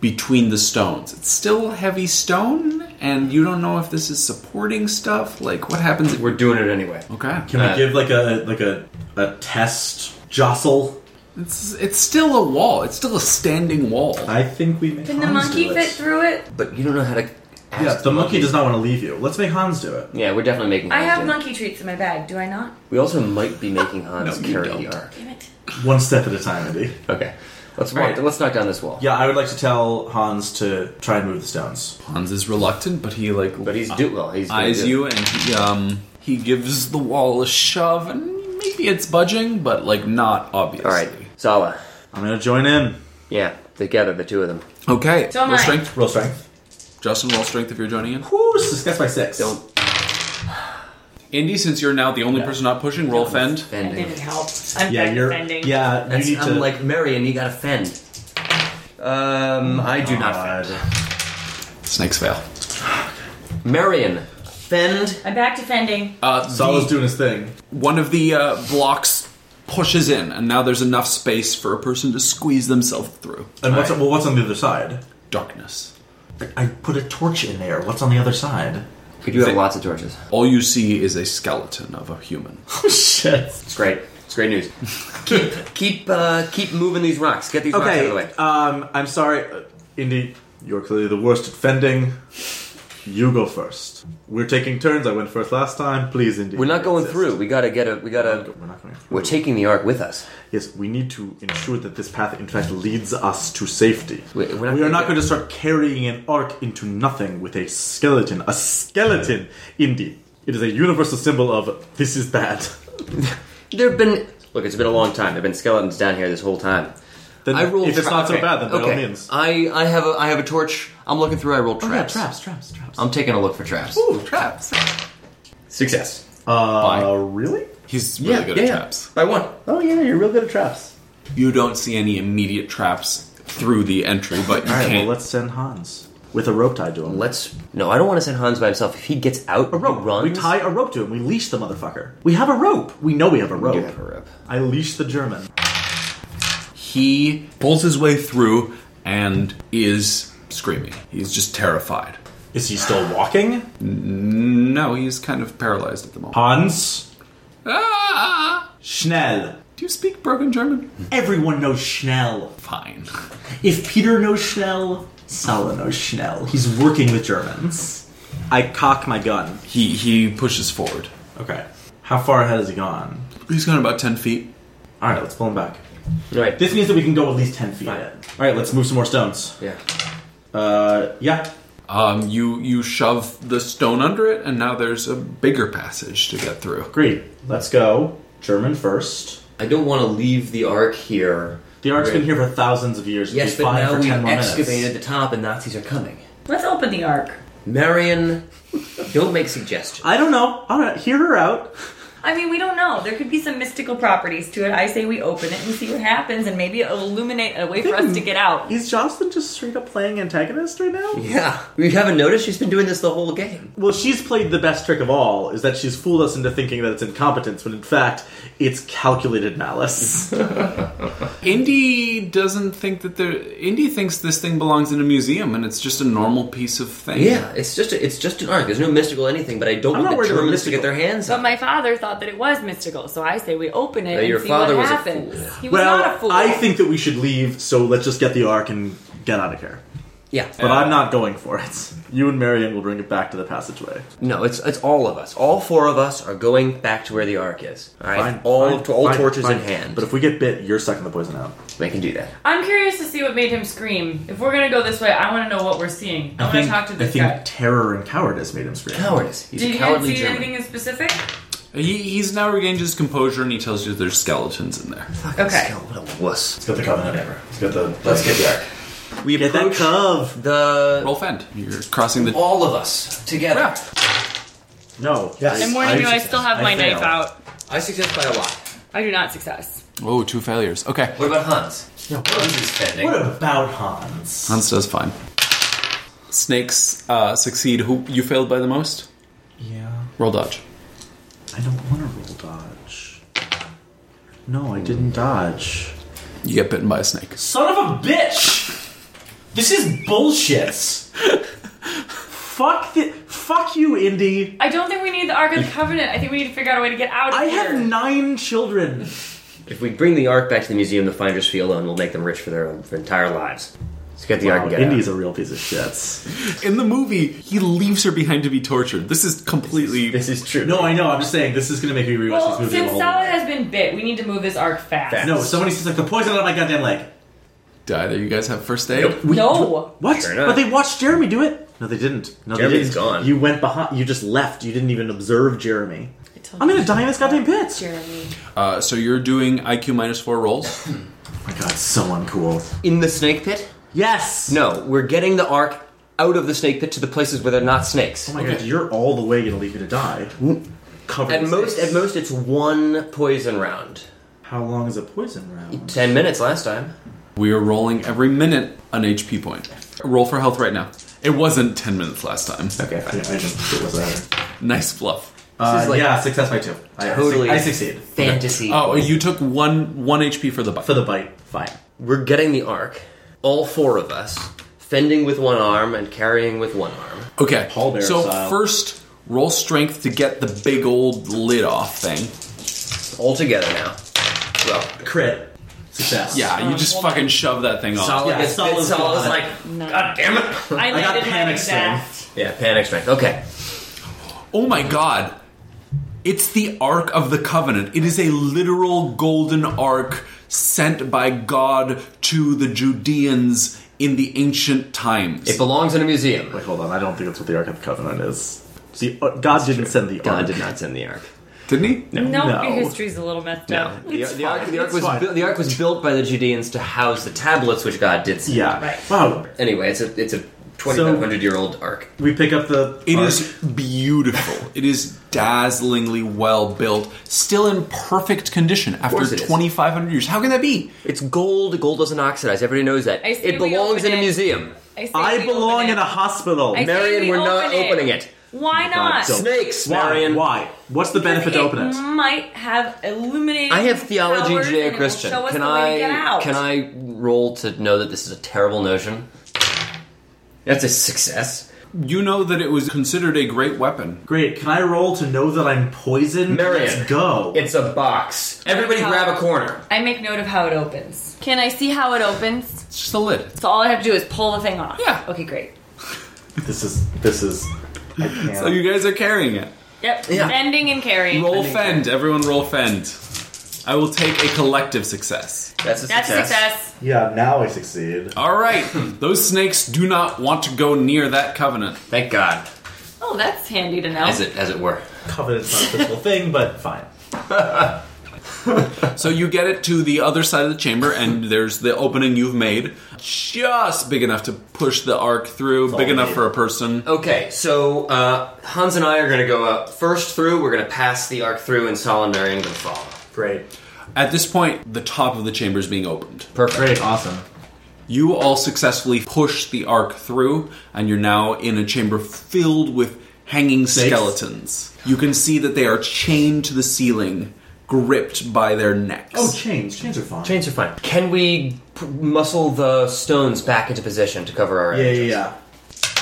Speaker 1: between the stones. It's still heavy stone, and you don't know if this is supporting stuff. Like, what happens if
Speaker 5: We're doing it anyway.
Speaker 1: Okay.
Speaker 4: Can
Speaker 5: Uh,
Speaker 4: we give like a like a a test jostle?
Speaker 1: It's, it's still a wall. It's still a standing wall.
Speaker 4: I think we make
Speaker 3: Can the
Speaker 4: Hans
Speaker 3: monkey
Speaker 4: do
Speaker 3: fit
Speaker 4: it.
Speaker 3: through it?
Speaker 5: But you don't know how to. Ask
Speaker 4: Yeah, the monkey does not want to leave you. Let's make Hans do it.
Speaker 5: Yeah, we're definitely making.
Speaker 3: I
Speaker 5: Hans
Speaker 3: have
Speaker 5: do it.
Speaker 3: monkey treats in my bag. Do I not?
Speaker 5: We also might be making Hans
Speaker 1: No, you
Speaker 5: carry
Speaker 1: don't.
Speaker 5: the ark.
Speaker 3: Damn it.
Speaker 4: One step at a time, Andy.
Speaker 5: Okay. Let's
Speaker 1: All
Speaker 5: walk,
Speaker 1: right.
Speaker 5: let's knock down this wall.
Speaker 4: Yeah, I would like to tell Hans to try and move the stones.
Speaker 1: Hans is reluctant, but he like
Speaker 5: But he's do well. He's gonna
Speaker 1: eyes
Speaker 5: do it.
Speaker 1: you, and he, um he gives the wall a shove, and maybe it's budging, but like not obviously.
Speaker 5: All right, Sala.
Speaker 4: I'm gonna join in.
Speaker 5: Yeah, together the two of them.
Speaker 1: Okay.
Speaker 3: So am
Speaker 1: roll
Speaker 3: I.
Speaker 1: strength,
Speaker 4: Roll strength.
Speaker 1: Justin. Roll strength if you're joining in.
Speaker 4: Whoo! That's by six.
Speaker 5: Don't
Speaker 1: Indy, since you're now the only
Speaker 4: Yeah.
Speaker 1: person not pushing, roll fend.
Speaker 3: That
Speaker 5: fend.
Speaker 3: didn't help. I'm
Speaker 4: Yeah,
Speaker 3: bad
Speaker 4: you're.
Speaker 3: defending.
Speaker 4: Yeah, you
Speaker 5: That's,
Speaker 4: need to.
Speaker 5: I'm like Marion. You gotta fend. Um, I do not
Speaker 4: Oh God.
Speaker 5: fend.
Speaker 1: Snakes fail.
Speaker 5: Marion, Fend.
Speaker 3: I'm back defending.
Speaker 1: Uh,
Speaker 4: Sala's
Speaker 1: the,
Speaker 4: doing his thing.
Speaker 1: one of the uh, blocks pushes in, and now there's enough space for a person to squeeze themselves through.
Speaker 4: And what's well, what's on the other side?
Speaker 1: Darkness.
Speaker 4: I put a torch in there. What's on the other side?
Speaker 5: We do have
Speaker 1: Fend.
Speaker 5: lots of torches.
Speaker 1: All you see is a skeleton of a human.
Speaker 5: Oh,
Speaker 4: Shit.
Speaker 5: It's great. It's great news. keep keep uh, keep moving these rocks. Get these rocks out of the
Speaker 4: Okay.
Speaker 5: way.
Speaker 4: Um, I'm sorry, uh, Indy. You're clearly the worst at fending. You go first. We're taking turns. I went first last time. Please, Indy.
Speaker 5: We're not going
Speaker 4: insist.
Speaker 5: through. We gotta get a. We gotta.
Speaker 4: We're not going through.
Speaker 5: We're taking the ark with us.
Speaker 4: Yes, we need to ensure that this path, in fact, leads us to safety.
Speaker 5: We- we're not
Speaker 4: We are
Speaker 5: gonna
Speaker 4: not
Speaker 5: get-
Speaker 4: going to start carrying an ark into nothing with a skeleton. A skeleton, indeed. It is a universal symbol of this is bad.
Speaker 5: There've been. Look, it's been a long time. There've been skeletons down here this whole time.
Speaker 4: Then
Speaker 5: I roll.
Speaker 4: if it's
Speaker 5: tra-
Speaker 4: not
Speaker 5: okay,
Speaker 4: so bad, then by all
Speaker 5: okay.
Speaker 4: means.
Speaker 5: I I have a I have a torch. I'm looking through. I roll
Speaker 4: Yeah,
Speaker 5: Oh, traps.
Speaker 4: traps, traps, traps.
Speaker 5: I'm taking a look for traps.
Speaker 4: Ooh, traps.
Speaker 6: Success.
Speaker 4: Uh,
Speaker 1: Fine.
Speaker 4: really?
Speaker 1: He's really good at traps.
Speaker 6: By one.
Speaker 4: Oh yeah, you're real good at traps.
Speaker 1: You don't see any immediate traps through the entry, but you
Speaker 4: All right, well,
Speaker 1: can't.
Speaker 4: let's send Hans with a rope tied to him.
Speaker 5: Let's. No, I don't want to send Hans by himself. If he gets out,
Speaker 4: a rope.
Speaker 5: he runs.
Speaker 4: We tie a rope to him. We leash the motherfucker. We have a rope. We know we have a rope.
Speaker 5: We do have a rope.
Speaker 4: I leash the German.
Speaker 1: he pulls his way through and is screaming. He's just terrified.
Speaker 4: Is he still walking?
Speaker 1: No, he's kind of paralyzed at the moment.
Speaker 4: Hans,
Speaker 1: Ah!
Speaker 4: Schnell.
Speaker 1: Do you speak broken German?
Speaker 4: Everyone knows Schnell.
Speaker 1: Fine.
Speaker 4: If Peter knows Schnell, Sala knows Schnell. He's working with Germans. I cock my gun.
Speaker 1: He he pushes forward.
Speaker 4: Okay. How far ahead has he gone?
Speaker 1: He's gone about ten feet.
Speaker 4: All right, let's pull him back.
Speaker 5: Right.
Speaker 4: This means that we can go at least ten feet. All right, let's move some more stones.
Speaker 5: Yeah.
Speaker 4: Uh, yeah.
Speaker 1: Um, you you shove the stone under it, and now there's a bigger passage to get through.
Speaker 4: Great. Let's go. German first.
Speaker 5: I don't want to leave the ark here.
Speaker 4: The ark's
Speaker 5: Great.
Speaker 4: been here for thousands of years.
Speaker 5: Yes,
Speaker 4: It'll be
Speaker 5: but
Speaker 4: fine
Speaker 5: now
Speaker 4: for
Speaker 5: we've
Speaker 4: 10 more minutes.
Speaker 5: excavated the top, and Nazis are coming.
Speaker 3: Let's open the ark.
Speaker 5: Marion, don't make suggestions.
Speaker 4: I don't know. All right, hear her out.
Speaker 3: I mean, we don't know. There could be some mystical properties to it. I say we open it and see what happens, and maybe it'll illuminate a way for us to get out.
Speaker 4: Is Jocelyn just straight up playing antagonist right now?
Speaker 5: Yeah, we haven't noticed she's been doing this the whole game.
Speaker 4: Well, she's played the best trick of all, is that she's fooled us into thinking that it's incompetence, when in fact, it's calculated malice.
Speaker 1: Indy doesn't think that there. Indy thinks this thing belongs in a museum, and it's just a normal piece of thing.
Speaker 5: Yeah, it's just a, it's just an ark. There's no mystical anything, but I don't
Speaker 4: I'm not
Speaker 5: want the
Speaker 4: worried about
Speaker 5: Germans to
Speaker 4: mystical.
Speaker 5: get their hands
Speaker 3: But
Speaker 5: on.
Speaker 3: my father thought that it was mystical, so I say we open it
Speaker 5: Now,
Speaker 3: and
Speaker 5: your
Speaker 3: see
Speaker 5: father
Speaker 3: what
Speaker 5: was a
Speaker 3: happens.
Speaker 5: fool.
Speaker 3: He was not a
Speaker 4: well,
Speaker 3: fool.
Speaker 4: I think that we should leave, so let's just get the ark and get out of here.
Speaker 5: Yeah,
Speaker 4: But I'm not going for it. You and Marion will bring it back to the passageway.
Speaker 5: no, it's it's all of us. All four of us are going back to where the ark is. All right,
Speaker 4: Fine,
Speaker 5: all
Speaker 4: fine,
Speaker 5: to all
Speaker 4: fine,
Speaker 5: torches
Speaker 4: fine.
Speaker 5: in hand.
Speaker 4: But if we get bit, you're sucking the poison out.
Speaker 5: we can do that,
Speaker 3: I'm curious to see what made him scream. If we're gonna go this way, I want to know what we're seeing. I, want to talk to
Speaker 4: I
Speaker 3: this
Speaker 4: think
Speaker 3: guy.
Speaker 4: terror and cowardice made him scream.
Speaker 5: cowardice. He's
Speaker 3: Did
Speaker 5: a
Speaker 3: you guys
Speaker 5: cowardly
Speaker 3: see
Speaker 5: German.
Speaker 3: anything in specific?
Speaker 1: He, he's now regained his composure, and he tells you there's skeletons in there.
Speaker 3: Okay.
Speaker 5: What a wuss.
Speaker 4: It's got the covenant ever. It's got the.
Speaker 5: Let's get the ark. We
Speaker 4: Get that
Speaker 5: approach
Speaker 4: cove!
Speaker 5: the
Speaker 1: Roll fend. You're crossing the.
Speaker 5: all of us together.
Speaker 1: Yeah.
Speaker 4: No. Yes.
Speaker 3: I'm warning you. I still have
Speaker 4: I
Speaker 3: my
Speaker 4: failed.
Speaker 3: knife out.
Speaker 5: I suggest by a lot.
Speaker 3: I do not success.
Speaker 1: Oh, two failures. Okay.
Speaker 5: What about Hans? No, Hans is spending.
Speaker 4: What about Hans?
Speaker 1: Hans does fine. Snakes uh, succeed. Who you failed by the most?
Speaker 4: Yeah.
Speaker 1: Roll dodge.
Speaker 4: I don't want to roll dodge. No, I didn't dodge.
Speaker 1: You get bitten by a snake.
Speaker 4: Son of a bitch! This is bullshit. fuck the fuck you, Indy.
Speaker 3: I don't think we need the Ark of the Covenant. I think we need to figure out a way to get out of
Speaker 4: I
Speaker 3: here.
Speaker 4: have nine children.
Speaker 5: If we bring the ark back to the museum, the finders feel alone. We'll make them rich for their own, for entire lives. Let's get the ark and get
Speaker 4: Indy's
Speaker 5: out.
Speaker 4: a real piece of shit.
Speaker 1: In the movie, he leaves her behind to be tortured. This is completely.
Speaker 5: This is true.
Speaker 4: No, I know. I'm just saying this is gonna make me rewatch
Speaker 3: Well,
Speaker 4: this movie.
Speaker 3: since
Speaker 4: the whole
Speaker 3: Salah has been bit, we need to move this arc fast.
Speaker 5: Fast.
Speaker 4: no, somebody sees like the poison out of my goddamn leg.
Speaker 1: Do either you guys have first aid?
Speaker 4: We-
Speaker 3: No.
Speaker 4: What?
Speaker 5: Fair enough.
Speaker 4: but they watched Jeremy do it. No, they didn't. No, they
Speaker 5: Jeremy's
Speaker 4: didn't.
Speaker 5: gone.
Speaker 4: You went behind. You just left. You didn't even observe Jeremy. I'm gonna die in this goddamn pit.
Speaker 3: Jeremy.
Speaker 1: Uh, so you're doing IQ minus four rolls.
Speaker 4: Oh my god, so uncool.
Speaker 5: In the snake pit?
Speaker 4: Yes.
Speaker 5: No, we're getting the ark out of the snake pit to the places where they're not snakes.
Speaker 4: Oh my god, you're all the way gonna leave me to die. Covered
Speaker 5: Mm. At
Speaker 4: in
Speaker 5: most,
Speaker 4: snakes.
Speaker 5: at most, it's one poison round.
Speaker 4: How long is a poison round?
Speaker 5: Ten minutes last time.
Speaker 1: We are rolling every minute an HP point. Roll for health right now. It wasn't ten minutes last time.
Speaker 5: Okay,
Speaker 4: Yeah, I just it was that.
Speaker 1: nice fluff.
Speaker 5: This
Speaker 4: Uh,
Speaker 5: is like
Speaker 4: yeah, success by two. I,
Speaker 5: Totally.
Speaker 4: I succeed
Speaker 5: fantasy.
Speaker 1: Oh, you took one one HP for the bite.
Speaker 4: for the bite. Fine.
Speaker 5: We're getting the arc. All four of us, fending with one arm and carrying with one arm.
Speaker 1: Okay.
Speaker 7: Pallbearer
Speaker 1: so
Speaker 7: style.
Speaker 1: first, roll strength to get the big old lid off thing.
Speaker 5: All together now. Well,
Speaker 4: Crit. Success.
Speaker 1: Yeah, you just fucking shove that thing off.
Speaker 5: Solid
Speaker 4: Yeah,
Speaker 5: gets bit.
Speaker 4: Solid's
Speaker 5: Solid's
Speaker 4: got
Speaker 5: like, God damn it!
Speaker 3: I,
Speaker 4: I got
Speaker 3: landed my
Speaker 4: panic
Speaker 3: exact-
Speaker 4: strength.
Speaker 5: Yeah, panic strength. Okay.
Speaker 1: Oh my god. It's the Ark of the Covenant. It is a literal golden ark sent by God to the Judeans in the ancient times.
Speaker 5: It belongs in a museum.
Speaker 7: Wait, hold on. I don't think that's what the Ark of the Covenant is. See, uh, God didn't send the
Speaker 5: God
Speaker 7: Ark.
Speaker 5: did not send the ark.
Speaker 1: Didn't he?
Speaker 4: No.
Speaker 8: No,
Speaker 7: No.
Speaker 8: your history's a little messed up.
Speaker 5: The, the, ark, the, ark
Speaker 7: It's
Speaker 5: was
Speaker 7: fine.
Speaker 5: built, the ark was built by the Judeans to house the tablets, which God did send.
Speaker 7: Yeah.
Speaker 8: Right.
Speaker 7: Wow.
Speaker 5: Anyway, it's a it's a twenty five hundred year old ark.
Speaker 4: We pick up the.
Speaker 1: It
Speaker 4: arc.
Speaker 1: is beautiful. It is dazzlingly well built. Still in perfect condition after
Speaker 5: course it is.
Speaker 1: 2,500 years. How can that be?
Speaker 5: It's gold. Gold doesn't oxidize. Everybody knows that.
Speaker 3: I say
Speaker 5: It
Speaker 3: we
Speaker 5: belongs
Speaker 3: open
Speaker 5: in a
Speaker 3: it.
Speaker 5: museum.
Speaker 3: say
Speaker 7: I
Speaker 3: we
Speaker 7: belong
Speaker 3: open
Speaker 7: in a
Speaker 3: it.
Speaker 7: hospital.
Speaker 3: I say
Speaker 5: Marion,
Speaker 3: we
Speaker 5: we're not
Speaker 3: open it.
Speaker 5: opening it.
Speaker 3: Why not? Mm.
Speaker 7: don't.
Speaker 5: Snakes,
Speaker 7: Why?
Speaker 5: Marion.
Speaker 7: Why? What's the benefit to open it?
Speaker 3: might have illuminated.
Speaker 5: I have theology,
Speaker 3: powers,
Speaker 5: Judea
Speaker 3: and it will
Speaker 5: Christian.
Speaker 3: show us
Speaker 5: Can
Speaker 3: the way to
Speaker 5: I
Speaker 3: get out.
Speaker 5: can I roll to know that this is a terrible notion? That's a success.
Speaker 1: You know that it was considered a great weapon.
Speaker 4: Great. Can I roll to know that I'm poisoned?
Speaker 5: Marion.
Speaker 4: Let's go.
Speaker 5: It's a box. Everybody, grab a corner.
Speaker 8: I make note of how it opens.
Speaker 3: Can I see how it opens?
Speaker 1: It's just a lid.
Speaker 3: So all I have to do is pull the thing off.
Speaker 1: Yeah.
Speaker 3: Okay, great.
Speaker 7: This is this is. I can't.
Speaker 1: So you guys are carrying it.
Speaker 3: Yep.
Speaker 5: Yeah.
Speaker 3: Bending and carrying.
Speaker 1: Roll fend. Everyone roll fend. I will take a collective success.
Speaker 5: That's a
Speaker 3: That's
Speaker 5: success.
Speaker 3: a success.
Speaker 7: yeah, now I succeed.
Speaker 4: Oh.
Speaker 1: All right. Those snakes do not want to go near that covenant.
Speaker 5: Thank God,
Speaker 3: Oh, that's handy to know.
Speaker 5: as it as it were.
Speaker 4: Covenant's not a physical thing, but fine.
Speaker 1: So you get it to the other side of the chamber, and there's the opening you've made, just big enough to push the arc through, big
Speaker 7: all
Speaker 1: enough
Speaker 7: we
Speaker 1: for a person.
Speaker 5: Okay, so uh, Hans and I are going to go up first through. We're going to pass the arc through, and Solendary and going to follow.
Speaker 4: Great.
Speaker 1: At this point, the top of the chamber is being opened.
Speaker 5: Perfect.
Speaker 4: Great. Awesome.
Speaker 1: You all successfully push the arc through, and you're now in a chamber filled with hanging skeletons. You can see that they are chained to the ceiling, gripped by their necks.
Speaker 4: Oh, chains. Chains are fine.
Speaker 5: Chains are fine. Can we p- muscle the stones back into position to cover our?
Speaker 4: Yeah, yeah,
Speaker 5: entrance?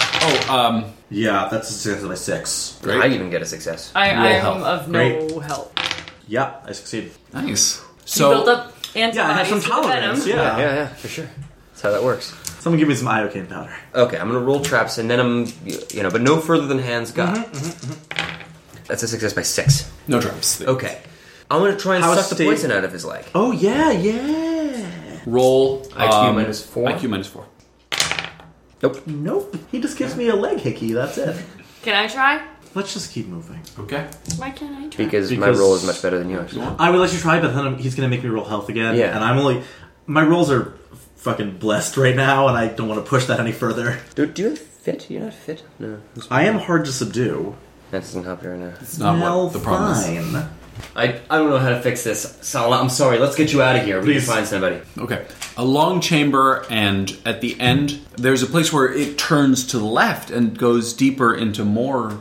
Speaker 4: yeah.
Speaker 1: Oh, um,
Speaker 4: Yeah, that's a success by six.
Speaker 1: Great.
Speaker 5: I even get a success.
Speaker 8: I,
Speaker 5: Roll
Speaker 8: I am
Speaker 5: health.
Speaker 8: of no
Speaker 4: Great.
Speaker 8: help.
Speaker 4: Yeah, I succeed.
Speaker 1: nice.
Speaker 3: you
Speaker 1: So
Speaker 3: built up antibodies
Speaker 4: Yeah, I have some
Speaker 3: to the venom.
Speaker 4: tolerance. Yeah.
Speaker 5: Yeah, yeah, for sure. That's how that works.
Speaker 4: Someone give me some iocane powder.
Speaker 5: Okay, I'm gonna roll traps, and then I'm, you know, but no further than hands got.
Speaker 4: Mm-hmm,
Speaker 5: That's a success by six.
Speaker 1: no traps.
Speaker 5: Okay, I'm gonna try and
Speaker 4: How
Speaker 5: suck the
Speaker 4: steep?
Speaker 5: poison out of his leg.
Speaker 4: Oh yeah, yeah.
Speaker 1: Roll
Speaker 5: IQ minus four?
Speaker 1: IQ minus four.
Speaker 4: Oh.
Speaker 5: Nope.
Speaker 4: Nope. He just gives me a leg hickey. That's it.
Speaker 3: Can I try?
Speaker 4: Let's just keep moving.
Speaker 1: Okay.
Speaker 3: Why can't I try?
Speaker 5: Because, my
Speaker 4: Because-
Speaker 5: roll is much better than yours.
Speaker 4: I would let you try, but then I'm- he's gonna make me roll health again.
Speaker 5: Yeah.
Speaker 4: And I'm only my rolls are fucking blessed right now, and I don't want to push that any further.
Speaker 5: Do, do you have fit? You're not fit. No, that
Speaker 4: I am hard to subdue.
Speaker 5: doesn't help you right now.
Speaker 1: It's not
Speaker 4: well,
Speaker 1: what the problem is.
Speaker 4: fine.
Speaker 5: I, I don't know how to fix this, Sala. I'm sorry. Let's get you out of here. We
Speaker 4: Please.
Speaker 5: can find somebody.
Speaker 1: Okay. A long chamber, and at the end, there's a place where it turns to the left and goes deeper into more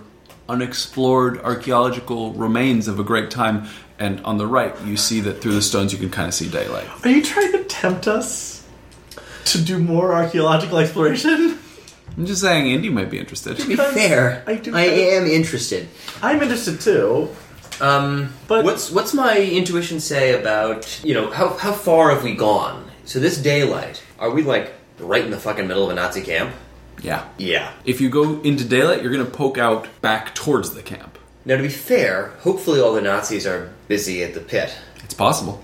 Speaker 1: unexplored archaeological remains of a great time. And on the right, you see that through the stones, you can kind of see daylight.
Speaker 4: Are you trying to tempt us to do more archaeological exploration?
Speaker 1: I'm just saying, Indy might be interested.
Speaker 5: be fair,
Speaker 4: I do-
Speaker 5: am interested.
Speaker 4: I'm interested too.
Speaker 5: Um,
Speaker 4: But-
Speaker 5: what's what's my intuition say about you know how how far have we gone? So this daylight, are we like right in the fucking middle of a Nazi camp?
Speaker 1: Yeah.
Speaker 5: Yeah.
Speaker 1: If you go into daylight, you're going to poke out back towards the camp.
Speaker 5: Now to be fair, hopefully all the Nazis are busy at the pit,
Speaker 1: It's possible.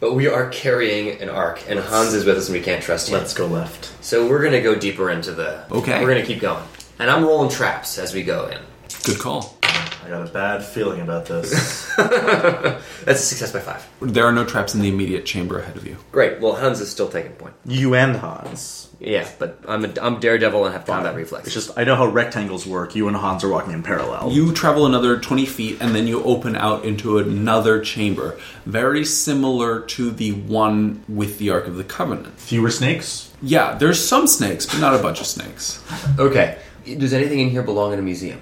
Speaker 5: but we are carrying an arc, and Hans is with us, and we can't trust him.
Speaker 4: Let's go left.
Speaker 5: So we're gonna go deeper into the.
Speaker 1: Okay.
Speaker 5: We're gonna keep going, and I'm rolling traps as we go in.
Speaker 1: Good call.
Speaker 4: I got a bad feeling about this.
Speaker 5: That's a success by five.
Speaker 1: There are no traps in the immediate chamber ahead of you.
Speaker 5: Great. Well, Hans is still taking point.
Speaker 4: you and Hans.
Speaker 5: Yeah, but I'm a, I'm daredevil and have combat reflex.
Speaker 4: It's just I know how rectangles work. You and Hans are walking in parallel.
Speaker 1: You travel another 20 feet and then you open out into another chamber, very similar to the one with the Ark of the Covenant.
Speaker 4: fewer snakes.
Speaker 1: Yeah, there's some snakes, but not a bunch of snakes.
Speaker 5: Okay. Does anything in here belong in a museum?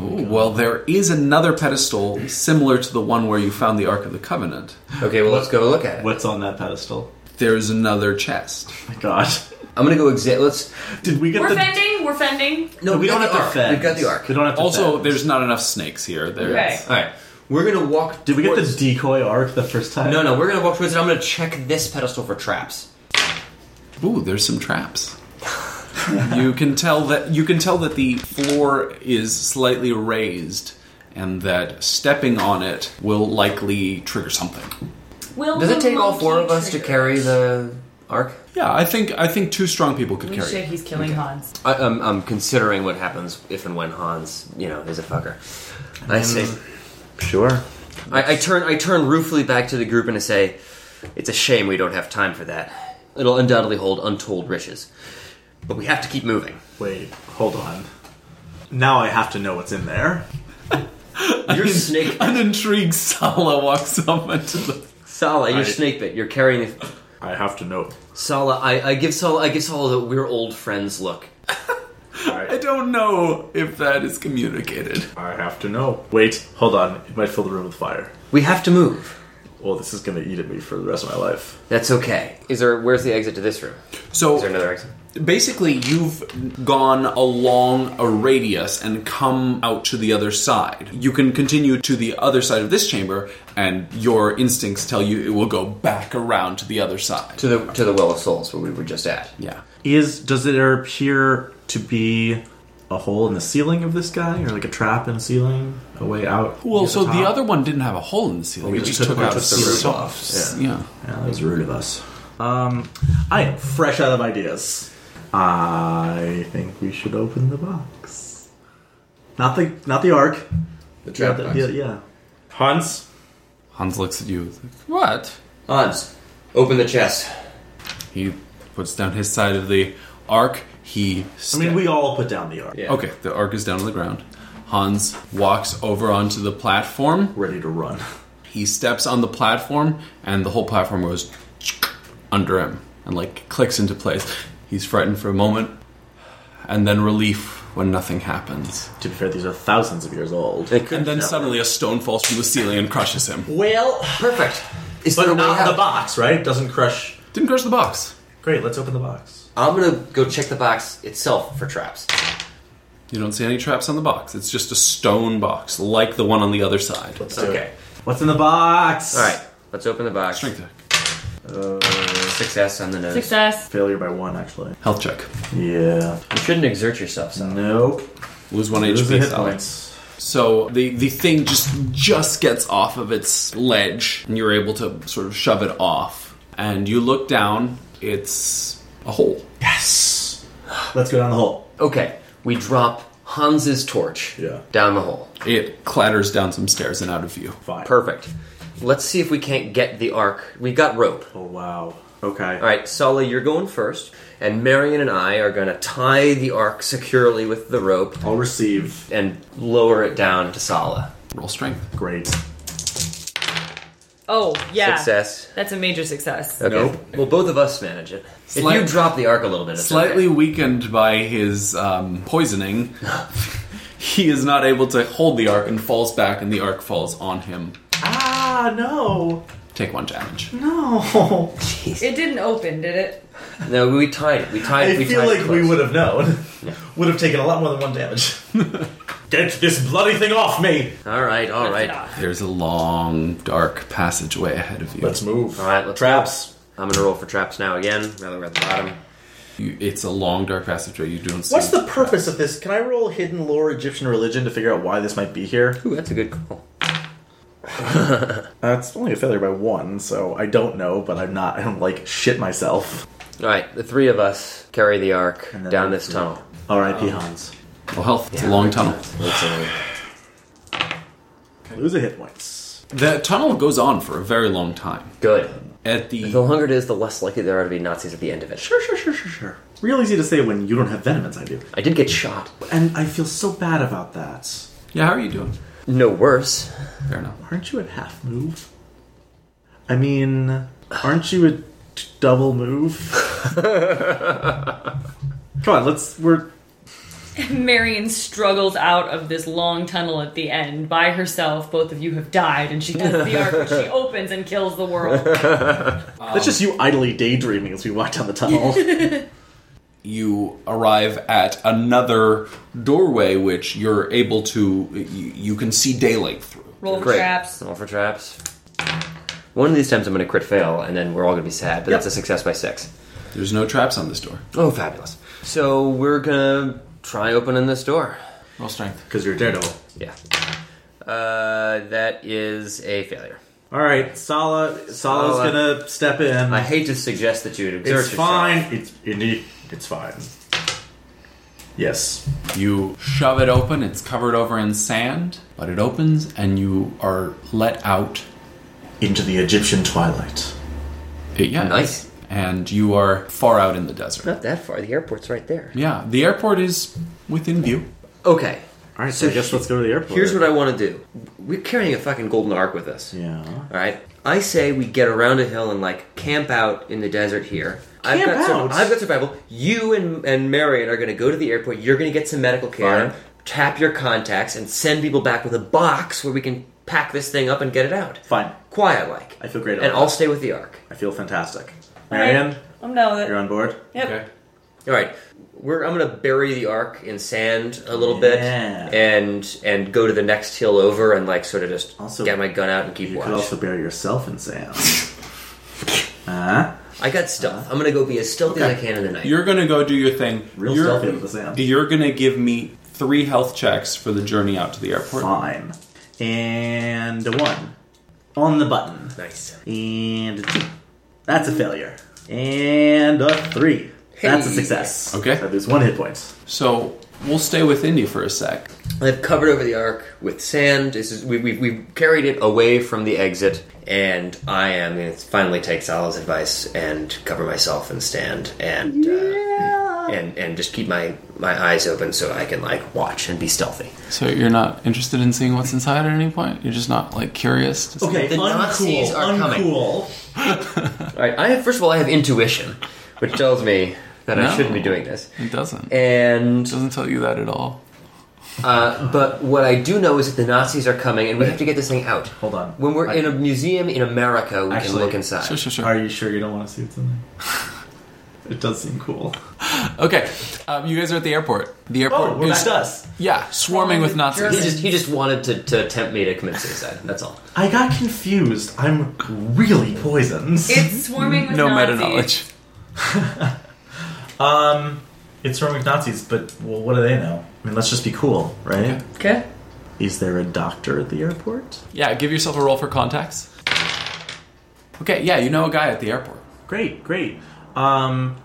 Speaker 1: Ooh, well, there is another pedestal similar to the one where you found the Ark of the Covenant.
Speaker 5: Okay, well, let's go look at it.
Speaker 4: What's on that pedestal?
Speaker 1: There's another chest.
Speaker 4: My God,
Speaker 5: I'm gonna go exit. Let's.
Speaker 4: did we get
Speaker 9: We're
Speaker 4: the?
Speaker 9: fending. We're fending.
Speaker 5: No,
Speaker 4: we
Speaker 5: we've
Speaker 4: don't
Speaker 5: got
Speaker 4: have to
Speaker 5: the
Speaker 4: fend.
Speaker 5: arc. We've got the arc.
Speaker 4: We don't have to
Speaker 1: Also,
Speaker 4: fend.
Speaker 1: there's not enough snakes here. There.
Speaker 9: Okay.
Speaker 5: All right, we're gonna walk.
Speaker 4: Did we get
Speaker 5: towards-
Speaker 4: the decoy arc the first time?
Speaker 5: No, no, we're gonna walk towards it. I'm gonna check this pedestal for traps.
Speaker 1: Ooh, there's some traps. you can tell that you can tell that the floor is slightly raised, and that stepping on it will likely trigger something.
Speaker 9: Will
Speaker 5: Does
Speaker 9: the
Speaker 5: it take all four
Speaker 9: monkey
Speaker 5: of us to
Speaker 9: trigger?
Speaker 5: carry the arc?
Speaker 1: Yeah, I think I think two strong people could
Speaker 3: We
Speaker 1: carry.
Speaker 3: shit,
Speaker 1: it.
Speaker 3: he's killing Hans.
Speaker 5: I, I'm, I'm considering what happens if and when Hans, you know, is a fucker. I
Speaker 4: Mm.
Speaker 5: see.
Speaker 4: Sure.
Speaker 5: I, I turn I turn ruefully back to the group and I say, "It's a shame we don't have time for that. It'll undoubtedly hold untold riches, but we have to keep moving.
Speaker 4: Wait, hold on. Now I have to know what's in there.
Speaker 5: Your snake,
Speaker 1: An intrigued Sala walks up into the.
Speaker 5: Sala, your
Speaker 10: I-
Speaker 5: snake bit. You're carrying the,
Speaker 10: I have to know.
Speaker 5: Sala. I, I give Sala I give Sala the we're old friends look.
Speaker 1: I don't know if that is communicated.
Speaker 10: I have to know. Wait, hold on. It might fill the room with fire.
Speaker 5: We have to move.
Speaker 10: Well, this is gonna eat at me for the rest of my life.
Speaker 5: That's okay. Is there? Where's the exit to this room?
Speaker 1: So
Speaker 5: Is there another exit?
Speaker 1: basically you've gone along a radius and come out to the other side you can continue to the other side of this chamber and your instincts tell you it will go back around to the other side
Speaker 5: To the to the well of souls where we were just at.
Speaker 1: yeah
Speaker 4: Is does there appear to be a hole in the ceiling of this guy, or like a trap in the ceiling, a way out?
Speaker 1: well
Speaker 4: near
Speaker 1: so the
Speaker 4: top?
Speaker 1: other one didn't have a hole in the ceiling
Speaker 4: We
Speaker 1: it
Speaker 4: just
Speaker 1: just took,
Speaker 4: took- we
Speaker 1: out
Speaker 4: took the
Speaker 1: some
Speaker 4: roof off.
Speaker 1: stuffs. yeah
Speaker 4: Yeah, that was rude of us. Um, I am fresh out of ideas. I think we should open the box. Not the not the arc.
Speaker 5: The trap
Speaker 4: Yeah, the,
Speaker 5: box.
Speaker 4: the- yeah.
Speaker 10: Hans,
Speaker 1: hans looks at you like, what
Speaker 5: Hans, open the chest.
Speaker 1: he puts down his side of the arc he
Speaker 4: I mean, we all put down the arc.
Speaker 5: Yeah.
Speaker 1: okay the arc is down on the ground hans walks over onto the platform
Speaker 4: Ready to run.
Speaker 1: he steps on the platform and the whole platform goes under him and like clicks into place he's frightened for a moment and then relief when nothing happens
Speaker 4: To be fair, these are thousands of years old.
Speaker 1: and then suddenly a stone falls from the ceiling and crushes him
Speaker 4: Well,
Speaker 5: Perfect. Is there
Speaker 4: but
Speaker 5: a way
Speaker 4: not
Speaker 5: out?
Speaker 4: the box, right? Doesn't crush.
Speaker 1: didn't crush the box
Speaker 4: Great. Let's open the box.
Speaker 5: I'm gonna go check the box itself for traps.
Speaker 1: you don't see any traps on the box it's just a stone box like the one on the other side
Speaker 4: do
Speaker 5: okay.
Speaker 4: What's in the box?
Speaker 5: All right. Let's open the box.
Speaker 1: strength check
Speaker 4: Uh,
Speaker 5: Success on the nose.
Speaker 9: Success.
Speaker 4: Failure by one, actually.
Speaker 1: health check
Speaker 4: Yeah.
Speaker 5: You shouldn't exert yourself. So.
Speaker 4: Nope.
Speaker 1: lose one
Speaker 4: Those are
Speaker 1: hp
Speaker 4: hit
Speaker 1: solid.
Speaker 4: points.
Speaker 1: So the the thing just just gets off of its ledge, and you're able to sort of shove it off. And you look down; it's a hole.
Speaker 4: Yes. Let's go down the hole.
Speaker 5: Okay. We drop Hans's torch
Speaker 4: Yeah.
Speaker 5: down the hole.
Speaker 1: It clatters down some stairs and out of view.
Speaker 4: Fine.
Speaker 5: Perfect. Let's see if we can't get the arc. We've got rope.
Speaker 4: Oh wow. Okay.
Speaker 5: All right, Sully, you're going first, and Marion and I are going to tie the arc securely with the rope
Speaker 4: I'll receive.
Speaker 5: and lower it down to Sala.
Speaker 1: Roll strength.
Speaker 4: Great.
Speaker 3: Oh, yeah.
Speaker 5: Success.
Speaker 3: That's a major success.
Speaker 5: Okay. Well, both of us manage it.
Speaker 1: Slight-
Speaker 5: if you drop the arc a little bit, it's
Speaker 1: Slightly
Speaker 5: okay.
Speaker 1: weakened by his um, poisoning, he is not able to hold the arc and falls back, and the arc falls on him.
Speaker 4: Ah no.
Speaker 1: Take one damage.
Speaker 4: No.
Speaker 3: It didn't open, did it?
Speaker 5: No, we tied it. We tied.
Speaker 4: I
Speaker 5: we
Speaker 4: feel
Speaker 5: tied
Speaker 4: like
Speaker 5: it
Speaker 4: we
Speaker 5: close.
Speaker 4: would have known. Would have taken a lot more than one damage. Get this bloody thing off me.
Speaker 5: All right. All right.
Speaker 3: Knocked it off.
Speaker 1: There's a long, dark passageway ahead of you.
Speaker 4: move.
Speaker 5: All right. Let's.
Speaker 4: Traps.
Speaker 5: I'm gonna roll for traps now again. Now that we're at the bottom.
Speaker 1: You- it's a long, dark passageway. You don't see.
Speaker 4: What's the purpose of this? Can I roll hidden lore Egyptian religion to figure out why this might be here?
Speaker 5: Ooh, that's a good call.
Speaker 4: Uh, it's only a failure by one, so I don't know, but I'm not. I don't like shit myself.
Speaker 5: All right. The three of us carry the arc
Speaker 4: And then
Speaker 5: down
Speaker 4: we-
Speaker 5: this tunnel.
Speaker 4: R.I.P.
Speaker 5: Um,
Speaker 4: Hans.
Speaker 1: Well, health. It's a long tunnel.
Speaker 5: Let's, uh,
Speaker 4: Lose a hit points.
Speaker 1: The tunnel goes on for a very long time.
Speaker 5: Good.
Speaker 1: At
Speaker 5: The
Speaker 1: the
Speaker 5: longer it is, the less likely there are to be Nazis at the end of it.
Speaker 4: Sure, sure, sure, sure, sure. Real easy to say when you don't have venom as I do.
Speaker 5: I did get shot.
Speaker 4: And I feel so bad about that.
Speaker 1: yeah, how are you doing?
Speaker 5: No worse.
Speaker 1: Fair enough.
Speaker 4: Aren't you at half move? I mean, aren't you at t- double move? Come on, let's. We're.
Speaker 11: Marion struggles out of this long tunnel at the end by herself. Both of you have died, and she has the arc. which She opens and kills the world.
Speaker 4: That's just you idly daydreaming as we walk down the tunnel.
Speaker 1: you arrive at another doorway which you're able to you, you can see daylight through
Speaker 3: Roll for
Speaker 5: Great.
Speaker 3: traps.
Speaker 5: All for traps. One of these times I'm going to crit fail, and then we're all going to be sad, but that's a success by six.
Speaker 1: there's no traps on this door
Speaker 5: Oh, fabulous. So we're going to try opening this door.
Speaker 1: roll strength
Speaker 4: Because you're a daredevil.
Speaker 5: Yeah. Uh, that is a failure.
Speaker 4: All right, Sala. Sala's
Speaker 5: Sala.
Speaker 4: gonna step in.
Speaker 5: I hate to suggest that you would exert
Speaker 4: it's
Speaker 5: yourself.
Speaker 4: fine. It's indeed. It's fine. Yes.
Speaker 1: you shove it open it's covered over in sand but it opens and you are let out
Speaker 4: Into the Egyptian twilight.
Speaker 1: it, yeah
Speaker 5: Nice.
Speaker 1: and you are far out in the desert
Speaker 5: Not that far. The airport's right there.
Speaker 1: yeah the airport is within view
Speaker 5: Okay.
Speaker 4: All right, so, I guess let's go to the airport.
Speaker 5: Here's what I want to do. We're carrying a fucking golden arc with us.
Speaker 4: Yeah.
Speaker 5: All right. I say we get around a hill and like camp out in the desert here. I've
Speaker 4: Camp
Speaker 5: got sur-
Speaker 4: out?
Speaker 5: I've got survival. You and and Marion are going to go to the airport. You're going to get some medical care.
Speaker 4: Fine.
Speaker 5: Tap your contacts and send people back with a box where we can pack this thing up and get it out.
Speaker 4: Fine.
Speaker 5: Quiet like.
Speaker 4: I feel great
Speaker 5: And
Speaker 4: about
Speaker 5: I'll
Speaker 4: that.
Speaker 5: stay with the ark.
Speaker 4: I feel fantastic.
Speaker 3: Alright,
Speaker 4: Marion,
Speaker 3: I'm done with
Speaker 4: you're
Speaker 3: it.
Speaker 4: on board.
Speaker 3: Yep.
Speaker 5: All right, we're I'm gonna bury the ark in sand a little
Speaker 4: Yeah.
Speaker 5: bit, and and go to the next hill over and like sort of just
Speaker 4: Also-
Speaker 5: get my gun out and keep
Speaker 4: You
Speaker 5: watch.
Speaker 4: could also bury yourself in sand. Uh-huh. Huh?
Speaker 5: I got stealth. I'm gonna go be as stealthy as I can in the night.
Speaker 1: you're gonna go do your thing
Speaker 4: Real
Speaker 1: you're,
Speaker 4: stealthy with the sand.
Speaker 1: you're gonna give me three health checks for the journey out to the airport
Speaker 4: Fine. And a one on the button.
Speaker 5: nice.
Speaker 4: And a two. That's a failure. And a three. That's a
Speaker 5: Hmm. Hey.
Speaker 4: success.
Speaker 1: Okay.
Speaker 4: I lose one hit point.
Speaker 1: so we'll stay with india for a sec
Speaker 5: I've covered over the ark with sand. This is we, we, we've carried it away from the exit, and I am going to finally take Salah's advice and cover myself and stand and uh, and and just keep my my eyes open so I can like watch and be stealthy.
Speaker 1: So you're not interested in seeing what's inside at any point? You're just not like curious to see.
Speaker 4: Okay,
Speaker 5: The Nazis
Speaker 4: uncool,
Speaker 5: are coming.
Speaker 4: uncool.
Speaker 5: All right. I have first of all, I have intuition, which tells me that I
Speaker 1: No.
Speaker 5: shouldn't be doing this.
Speaker 1: It doesn't. It
Speaker 5: And
Speaker 1: doesn't tell you that at all.
Speaker 5: uh, but what I do know is that the Nazis are coming, and we have to get this thing out.
Speaker 4: Hold on.
Speaker 5: When we're
Speaker 4: I-
Speaker 5: in a museum in America, we
Speaker 4: Actually-
Speaker 5: can look inside.
Speaker 1: Sure, sure,
Speaker 4: Are
Speaker 1: sure.
Speaker 4: you sure you don't want to see what's in there? It does seem cool.
Speaker 1: Okay, um, you guys are at the airport. The airport
Speaker 4: Oh, we're
Speaker 1: is
Speaker 4: back to us.
Speaker 1: yeah swarming with
Speaker 5: He
Speaker 1: Nazis.
Speaker 5: just he just wanted to, to tempt me to commit suicide. That's all.
Speaker 4: I got confused. I'm really poisoned.
Speaker 3: It's swarming with
Speaker 1: No meta
Speaker 3: Nazis.
Speaker 1: knowledge.
Speaker 4: Um, it's from Nazis, but well, what do they know? I mean, let's just be cool, right?
Speaker 3: Okay.
Speaker 4: Is there a doctor at the airport?
Speaker 1: Yeah, give yourself a roll for contacts. Okay, yeah, you know a guy at the airport.
Speaker 4: Great, great. Um,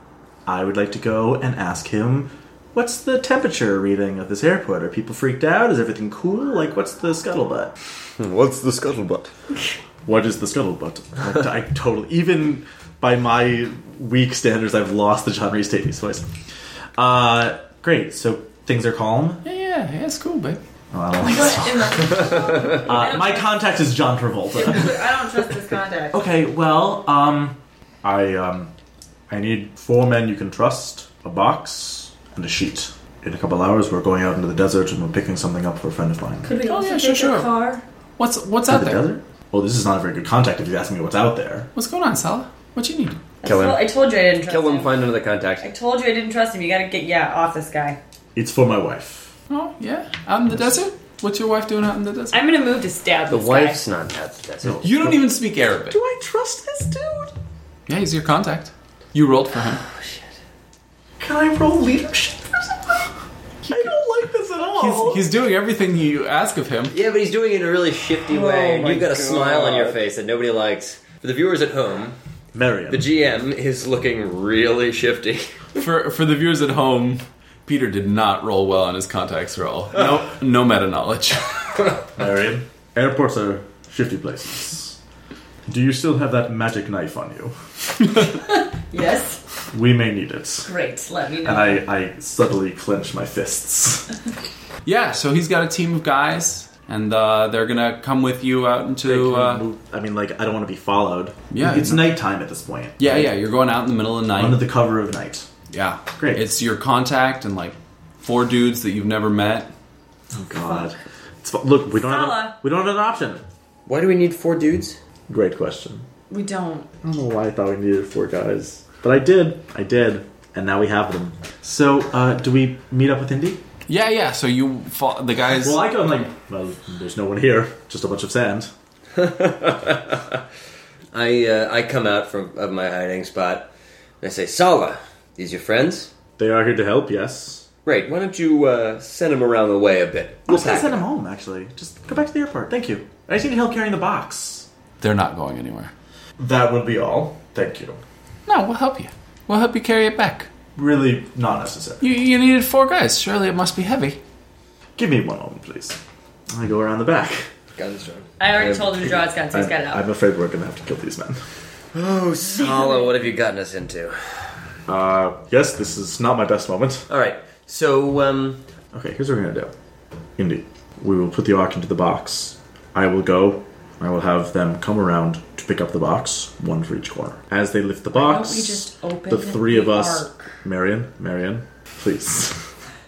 Speaker 4: I would like to go and ask him. What's the temperature reading of this airport? Are people freaked out? Is everything cool? Like, what's the scuttlebutt?
Speaker 5: Hmm, What's the scuttlebutt?
Speaker 4: What is the scuttlebutt? I, I totally, even by my weak standards, I've lost the John Reese Davies voice. Uh, great. So things are calm.
Speaker 1: Yeah, yeah, yeah, it's cool, babe.
Speaker 4: Oh, I don't like this.
Speaker 3: What in the?
Speaker 4: Uh, my contact is John Travolta.
Speaker 3: I don't trust this contact.
Speaker 4: Okay, well, um, I um, I need four men you can trust, a box, and a sheet. In a couple hours, we're going out into the desert and we're picking something up for a friend of mine.
Speaker 3: Could we
Speaker 1: Oh,
Speaker 3: also
Speaker 1: yeah, sure,
Speaker 3: take
Speaker 1: sure.
Speaker 3: a car?
Speaker 1: What's what's out
Speaker 4: the
Speaker 1: there?
Speaker 4: desert? Well, this is not a very good contact if you ask me what's out there.
Speaker 1: What's going on, Salah? What you need?
Speaker 5: Kill him.
Speaker 3: I told you I didn't trust
Speaker 5: Kill him.
Speaker 3: him.
Speaker 5: Find another
Speaker 3: I
Speaker 5: contact.
Speaker 3: told you I didn't trust him. You gotta get yeah off this guy.
Speaker 4: It's for my wife.
Speaker 1: Oh yeah, out in the desert. What's your wife doing out in the desert?
Speaker 3: I'm gonna move to stab
Speaker 5: The
Speaker 3: this
Speaker 5: wife's not that's that's all.
Speaker 1: You don't even speak Arabic.
Speaker 4: Do I trust this dude?
Speaker 1: Yeah, he's your contact. You rolled for him.
Speaker 4: Can I roll leadership or something? I don't like this at all.
Speaker 1: He's, he's doing everything you ask of him.
Speaker 5: Yeah, but he's doing it in a really shifty
Speaker 3: Oh
Speaker 5: way, and you've got a smile on your face that nobody likes. For the viewers at home,
Speaker 4: Marion.
Speaker 5: the GM is looking really shifty.
Speaker 1: For for the viewers at home, Peter did not roll well on his contacts roll. No, no meta knowledge.
Speaker 4: Marion. Airports are shifty places. Do you still have that magic knife on you?
Speaker 3: Yes.
Speaker 4: We may need it.
Speaker 3: Great. Let me know.
Speaker 5: Uh,
Speaker 4: And I, I subtly clench my fists.
Speaker 1: yeah, so he's got a team of guys, and uh, they're gonna come with you out into. Uh,
Speaker 4: I mean, like, I don't want to be followed.
Speaker 1: Yeah,
Speaker 4: It's
Speaker 1: you
Speaker 4: nighttime at this point.
Speaker 1: yeah, yeah, you're going out in the middle of the
Speaker 4: Under
Speaker 1: night.
Speaker 4: the cover of night.
Speaker 1: Yeah,
Speaker 4: Great.
Speaker 1: It's your contact and like Four dudes that you've never met.
Speaker 4: God. It's, fu- look, we don't have an,
Speaker 12: Fella.
Speaker 4: we don't have an option.
Speaker 5: Why do we need four dudes?
Speaker 4: Great question.
Speaker 12: We don't.
Speaker 4: I don't know why I thought we needed four guys, but I did. I did, and now we have them. So, uh, do we meet up with Indy?
Speaker 1: Yeah, yeah. So you, fo- the guys.
Speaker 4: Well, I go and like, well, there's no one here, just a bunch of sand.
Speaker 5: I uh, I come out from of my hiding spot and I say, Sala, these your friends?
Speaker 4: They are here to help, yes.
Speaker 5: Right. Why don't you uh, send them around the way a bit?
Speaker 4: We'll
Speaker 5: We'll pack
Speaker 4: send them
Speaker 5: it.
Speaker 4: home. Actually, just go back to the airport. Thank you. I just need help carrying the box.
Speaker 1: They're not going anywhere.
Speaker 4: That would be all. Thank you.
Speaker 1: No, we'll help you. We'll help you carry it back.
Speaker 4: Really, not necessary.
Speaker 1: You, you needed four guys. Surely it must be heavy.
Speaker 4: Give me one moment, please. I go around the back.
Speaker 5: Guns drawn.
Speaker 3: I already
Speaker 5: Yeah.
Speaker 3: told him to draw his gun, so he's got it out.
Speaker 4: I'm afraid we're gonna have to kill these men.
Speaker 5: Oh, Sala, what have you gotten us into?
Speaker 4: Uh, yes, this is not my best moment.
Speaker 5: All right. So, um,
Speaker 4: Okay, here's what we're gonna do. Indy, we will put the ark into the box. I will go. I will have them come around to pick up the box, one for each corner. As they lift the box,
Speaker 12: we just open
Speaker 4: the three of
Speaker 12: the
Speaker 4: us,
Speaker 12: ark?
Speaker 4: Marion, Marion, please.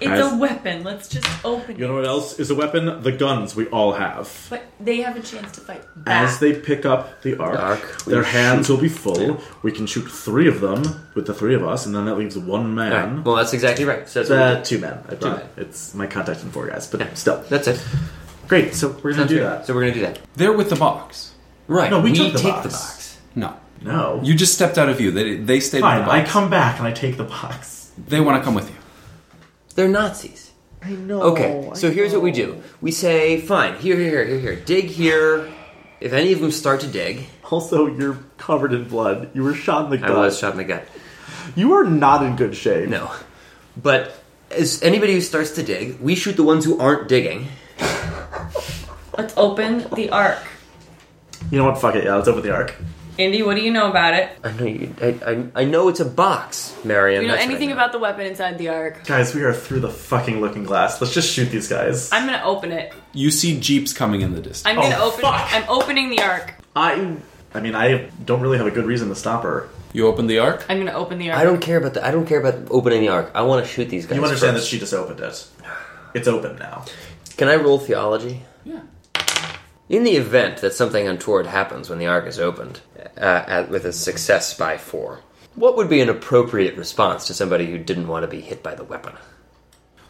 Speaker 12: It's
Speaker 4: Guys.
Speaker 12: a weapon. Let's just open
Speaker 4: You know
Speaker 12: it.
Speaker 4: what else is a weapon? The guns we all have.
Speaker 12: But they have a chance to fight back.
Speaker 3: Ah.
Speaker 4: As they pick up the ark,
Speaker 5: Ark, we
Speaker 4: their hands will be full. We can shoot three of them with the three of us, and then that leaves one
Speaker 5: all right.
Speaker 4: man.
Speaker 5: well, that's exactly right. So that's, what we
Speaker 4: Uh,
Speaker 5: did.
Speaker 4: two men. I brought.
Speaker 5: men.
Speaker 4: It's my contact in four guys, but
Speaker 5: Yeah.
Speaker 4: still.
Speaker 5: that's it.
Speaker 4: Great. So we're gonna
Speaker 5: Sounds
Speaker 4: do
Speaker 5: good.
Speaker 4: that.
Speaker 5: So we're gonna do that.
Speaker 1: They're with the box.
Speaker 5: Right.
Speaker 4: No, we
Speaker 5: we
Speaker 4: took the
Speaker 5: take
Speaker 4: box.
Speaker 5: the box.
Speaker 1: No.
Speaker 4: No.
Speaker 1: You just stepped out of view. They, they stayed
Speaker 4: Fine,
Speaker 1: with the
Speaker 4: I
Speaker 1: box.
Speaker 4: come back and I take the box.
Speaker 1: they want to come with you.
Speaker 5: They're Nazis.
Speaker 4: Oh, I know.
Speaker 5: Okay, so here's what we do. We say, fine, here, here, here, here, here. Dig here. If any of them start to dig,
Speaker 4: Also, you're covered in blood. You were shot in the gut.
Speaker 5: I was shot in the gut.
Speaker 4: You are not in good shape.
Speaker 5: No. But as anybody who starts to dig, we shoot the ones who aren't digging.
Speaker 3: Let's open the arc.
Speaker 4: You know what? Fuck it. Yeah, let's open the ark.
Speaker 3: Indy, what do you know about it?
Speaker 5: I know you, I, I, I know it's a box, Marion.
Speaker 3: Do you know
Speaker 5: that's what I
Speaker 3: anything about the weapon inside the arc?
Speaker 4: Guys, we are through the fucking looking glass. Let's just shoot these guys.
Speaker 3: I'm gonna open it.
Speaker 1: You see jeeps coming in the distance.
Speaker 3: I'm gonna
Speaker 4: Oh,
Speaker 3: open.
Speaker 4: fuck.
Speaker 3: I'm opening the arc.
Speaker 4: I. I mean, I don't really have a good reason to stop her.
Speaker 1: you open the ark.
Speaker 3: I'm gonna open the arc.
Speaker 5: I don't care about the, I don't care about opening the ark. I want to shoot these guys.
Speaker 4: You understand that
Speaker 5: first.
Speaker 4: she just opened it. It's open now.
Speaker 5: Can I roll theology?
Speaker 1: Yeah.
Speaker 5: In the event that something untoward happens when the ark is opened, uh, at, with a success by four, what would be an appropriate response to somebody who didn't want to be hit by the weapon?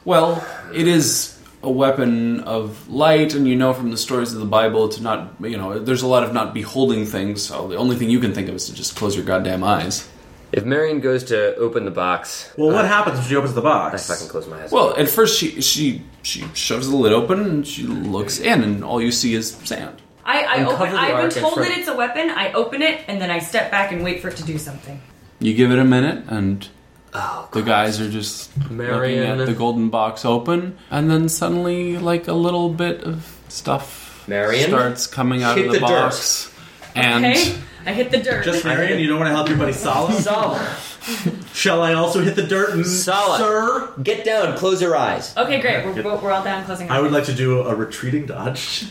Speaker 1: Well, it is a weapon of light, and you know from the stories of the Bible to not, you know, there's a lot of not beholding things, so the only thing you can think of is to just close your goddamn eyes.
Speaker 5: If Marion goes to open the box,
Speaker 4: Well, what
Speaker 5: uh,
Speaker 4: happens when she opens the
Speaker 5: I
Speaker 4: box?
Speaker 5: fucking close my eyes.
Speaker 1: Well, at first she she she shoves the lid open and she looks in, and all you see is sand.
Speaker 12: I, I
Speaker 5: Uncover
Speaker 12: open,
Speaker 5: the
Speaker 12: I've
Speaker 5: arc
Speaker 12: been
Speaker 5: in
Speaker 12: told
Speaker 5: front.
Speaker 12: that it's a weapon. I open it and then I step back and wait for it to do something.
Speaker 1: You give it a minute, and
Speaker 5: oh,
Speaker 1: the guys are just
Speaker 5: Marion.
Speaker 1: looking at the golden box open, and then suddenly, like a little bit of stuff
Speaker 5: Marion?
Speaker 1: starts coming out
Speaker 5: Hit
Speaker 1: of the,
Speaker 5: the dirt.
Speaker 1: box, and.
Speaker 3: Okay. I hit the dirt.
Speaker 4: Just Marion, you don't want to help your buddy Sala?
Speaker 5: Sala,
Speaker 4: Shall I also hit the dirt and.
Speaker 5: Sala.
Speaker 4: Sir?
Speaker 5: get down, close your eyes.
Speaker 3: okay, great. We're, we're all down. Closing.
Speaker 4: I would like to do a retreating dodge.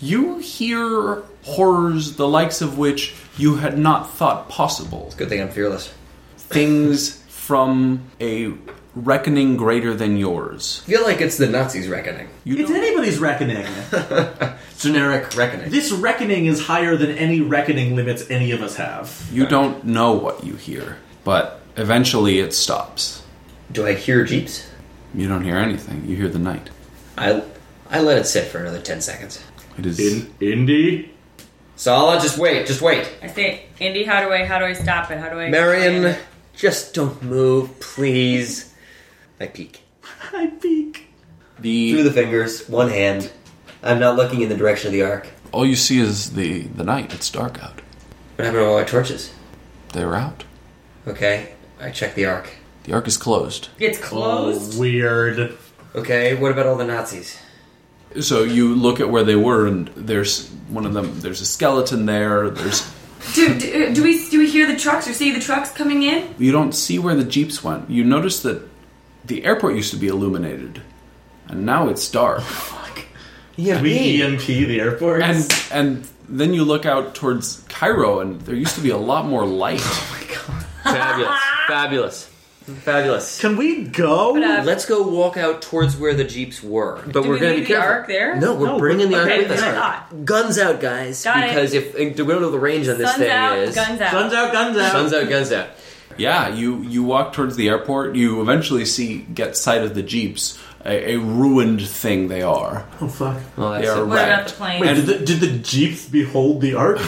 Speaker 1: You hear horrors the likes of which you had not thought possible.
Speaker 5: Good thing I'm fearless.
Speaker 1: Things from a reckoning greater than yours.
Speaker 5: feel like it's the Nazis' reckoning.
Speaker 1: You
Speaker 4: It's
Speaker 1: don't-
Speaker 4: anybody's reckoning.
Speaker 5: Generic reckoning.
Speaker 4: This reckoning is higher than any reckoning limits any of us have.
Speaker 1: you don't know what you hear, but eventually it stops.
Speaker 5: Do I hear jeeps?
Speaker 1: You don't hear anything. You hear the night.
Speaker 5: I I let it sit for another ten seconds.
Speaker 1: It is
Speaker 4: Indy?
Speaker 5: Sala, just wait, just wait.
Speaker 3: I say, Indy, how do I? How do I stop it? How do I?
Speaker 5: Marion, just don't move, please. I peek.
Speaker 4: I peek.
Speaker 5: Through
Speaker 1: the,
Speaker 5: the fingers, one hand. I'm not looking in the direction of the arc.
Speaker 1: all you see is the the night. It's dark out.
Speaker 5: What happened to all my torches?
Speaker 1: They're out.
Speaker 5: Okay, I check the arc.
Speaker 1: The ark is closed.
Speaker 3: It's closed.
Speaker 4: Oh, weird.
Speaker 5: Okay, what about all the Nazis?
Speaker 1: So you look at where they were, and there's one of them. There's a skeleton there. There's
Speaker 12: Dude, do, do we do we hear the trucks or see the trucks coming in?
Speaker 1: you don't see where the jeeps went. You notice that the airport used to be illuminated, and now it's dark.
Speaker 5: Yeah,
Speaker 4: We EMP the airport.
Speaker 1: and and then Oh you look out towards Cairo, and there used to be a lot more light.
Speaker 5: Fabulous. Fabulous. Fabulous.
Speaker 4: Can we go?
Speaker 3: But, uh,
Speaker 5: Let's go walk out towards where the jeeps were.
Speaker 3: Do
Speaker 5: But we're
Speaker 3: we
Speaker 5: going to
Speaker 3: leave
Speaker 5: be
Speaker 3: the
Speaker 5: careful.
Speaker 3: arc there?
Speaker 5: No, we're
Speaker 4: No,
Speaker 5: bringing the
Speaker 4: we're-
Speaker 5: arc
Speaker 4: okay,
Speaker 5: with us.
Speaker 3: I thought.
Speaker 5: Guns out, guys.
Speaker 3: Got it.
Speaker 5: because if we don't know the range on this
Speaker 3: Guns
Speaker 5: thing
Speaker 3: out,
Speaker 5: is.
Speaker 3: guns out.
Speaker 4: Guns out, guns out.
Speaker 5: Guns out, guns out.
Speaker 1: Yeah, you you walk towards the airport. You eventually see get sight of the jeeps, a, a ruined thing they are.
Speaker 4: Oh fuck!
Speaker 5: Well,
Speaker 1: They
Speaker 5: that's
Speaker 1: are
Speaker 5: it.
Speaker 3: What about
Speaker 1: wrecked.
Speaker 3: the plane?
Speaker 4: Wait, did the, did the jeeps behold the ark?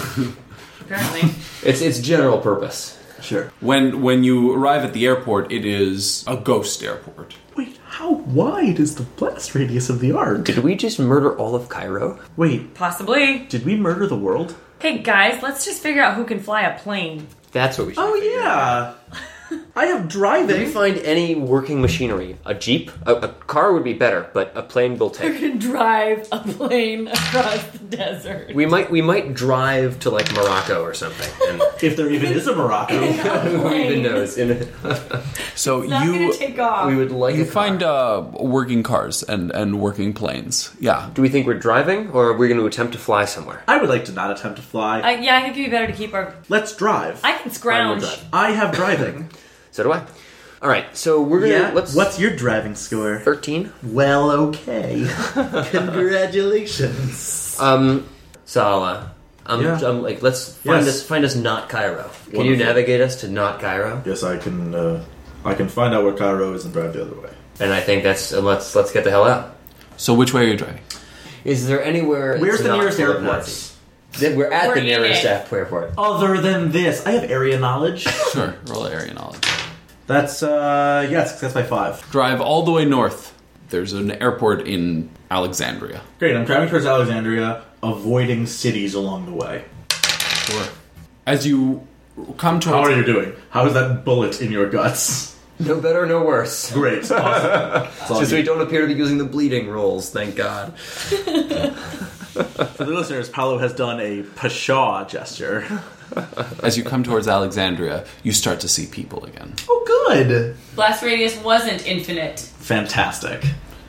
Speaker 3: Apparently.
Speaker 5: It's it's general purpose.
Speaker 4: sure.
Speaker 1: When when you arrive at the airport, it is a ghost airport.
Speaker 4: Wait, how wide is the blast radius of the ark?
Speaker 5: Did we just murder all of Cairo?
Speaker 4: Wait,
Speaker 3: Possibly.
Speaker 4: did we murder the world?
Speaker 3: Hey guys, let's just figure out who can fly a plane.
Speaker 5: That's what we should.
Speaker 4: Oh
Speaker 5: figure out.
Speaker 4: yeah. I have
Speaker 5: If
Speaker 4: driving.
Speaker 5: we find any working machinery, a jeep, a, a car would be better, but a plane will take.
Speaker 13: can drive a plane across the desert.
Speaker 5: We might we might drive to like Morocco or something, and
Speaker 4: If there even is a Morocco.
Speaker 5: who even knows? And
Speaker 1: So
Speaker 3: Not
Speaker 1: you
Speaker 3: gonna take off.
Speaker 5: we would like
Speaker 1: you
Speaker 5: a car.
Speaker 1: find uh, working cars and and working planes. Yeah,
Speaker 5: Do we think we're driving, or are we going to attempt to fly somewhere?
Speaker 4: I would like to not attempt to fly.
Speaker 3: I, yeah, I think it'd be better to keep our.
Speaker 4: Let's drive. I,
Speaker 3: I can scrounge.
Speaker 5: drive.
Speaker 4: have driving.
Speaker 5: So do I. All right, so we're gonna
Speaker 4: yeah.
Speaker 5: let's
Speaker 4: What's your driving score?
Speaker 5: thirteen.
Speaker 4: Well, okay. Congratulations.
Speaker 5: Um, Sala, I'm,
Speaker 4: Yeah.
Speaker 5: I'm like let's find
Speaker 4: Yes.
Speaker 5: us find us not Cairo. Can you
Speaker 4: Wonderful.
Speaker 5: navigate us to not Cairo?
Speaker 4: Yes, I can. Uh, I can find out where Cairo is and drive the other way.
Speaker 5: And I think that's and let's let's get the hell out.
Speaker 1: So which way are you driving?
Speaker 5: Is there anywhere? that's
Speaker 4: Where's the
Speaker 5: not
Speaker 4: nearest
Speaker 5: full of
Speaker 4: airport?
Speaker 5: Nazis? Then We're at
Speaker 3: We're
Speaker 5: the
Speaker 3: in
Speaker 5: nearest
Speaker 3: it.
Speaker 5: airport.
Speaker 4: Other than this, I have area knowledge.
Speaker 1: Sure, roll area knowledge.
Speaker 4: That's uh yeah, success by five.
Speaker 1: Drive all the way north. There's an airport in Alexandria.
Speaker 4: Great, I'm driving towards Alexandria, avoiding cities along the way.
Speaker 1: Sure. As you come
Speaker 4: How are
Speaker 1: towards
Speaker 4: you doing? How is that bullet in your guts?
Speaker 5: No better, no worse.
Speaker 4: Great. Awesome. That's all
Speaker 5: Since
Speaker 4: you-
Speaker 5: we don't appear to be using the bleeding rules, thank God.
Speaker 4: For the listeners, Paolo has done a pshaw gesture.
Speaker 1: as you come towards Alexandria, you start to see people again.
Speaker 4: Oh good.
Speaker 13: Blast radius wasn't infinite.
Speaker 4: Fantastic.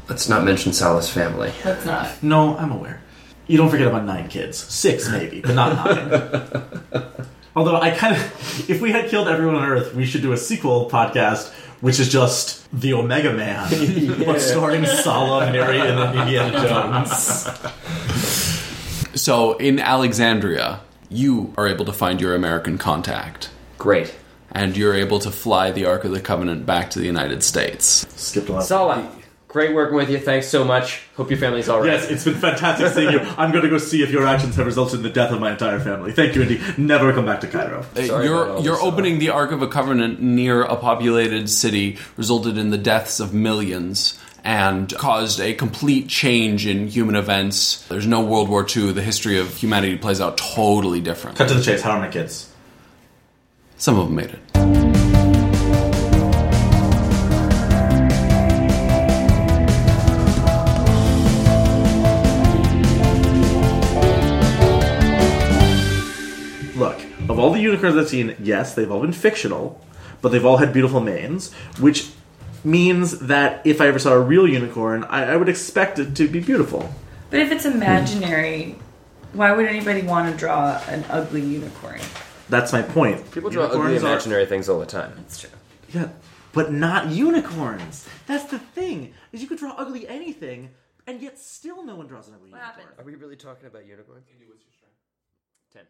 Speaker 5: Let's not mention Sala's family.
Speaker 13: That's not.
Speaker 4: No, I'm aware. You don't forget about nine kids. Six maybe, but not nine. Although I kind of if we had killed everyone on Earth, we should do a sequel podcast, which is just the Omega Man. But starring Sala, Mary, and then Indiana Jones.
Speaker 1: So in Alexandria, you are able to find your American contact,
Speaker 5: Great.
Speaker 1: and you're able to fly the Ark of the Covenant back to the United States.
Speaker 4: Skipped a lot.
Speaker 5: Sala, great working with you. Thanks so much. Hope your family's all right.
Speaker 4: Yes, it's been fantastic seeing you. I'm going to go see if your actions have resulted in the death of my entire family. Thank you, Indy. Never come back to Cairo.
Speaker 1: Uh,
Speaker 5: Sorry
Speaker 1: your
Speaker 5: about all
Speaker 1: your
Speaker 5: this, uh,
Speaker 1: opening the Ark of a Covenant near a populated city resulted in the deaths of millions and caused a complete change in human events. There's no World War II. The history of humanity plays out totally different.
Speaker 4: Cut to the chase. How are my kids?
Speaker 1: Some of them made it.
Speaker 4: Look, of all the unicorns I've seen, yes, they've all been fictional, but they've all had beautiful manes, which means that if I ever saw a real unicorn, I, I would expect it to be beautiful.
Speaker 3: But if it's imaginary, why would anybody want to draw an ugly unicorn?
Speaker 4: That's my point.
Speaker 5: People draw ugly
Speaker 4: Unicorns are-
Speaker 5: imaginary things all the time.
Speaker 3: That's true.
Speaker 4: Yeah, but not unicorns. That's the thing. Is you could draw ugly anything, and yet still no one draws an ugly
Speaker 3: happened?
Speaker 5: Are we really talking about unicorns? Ten.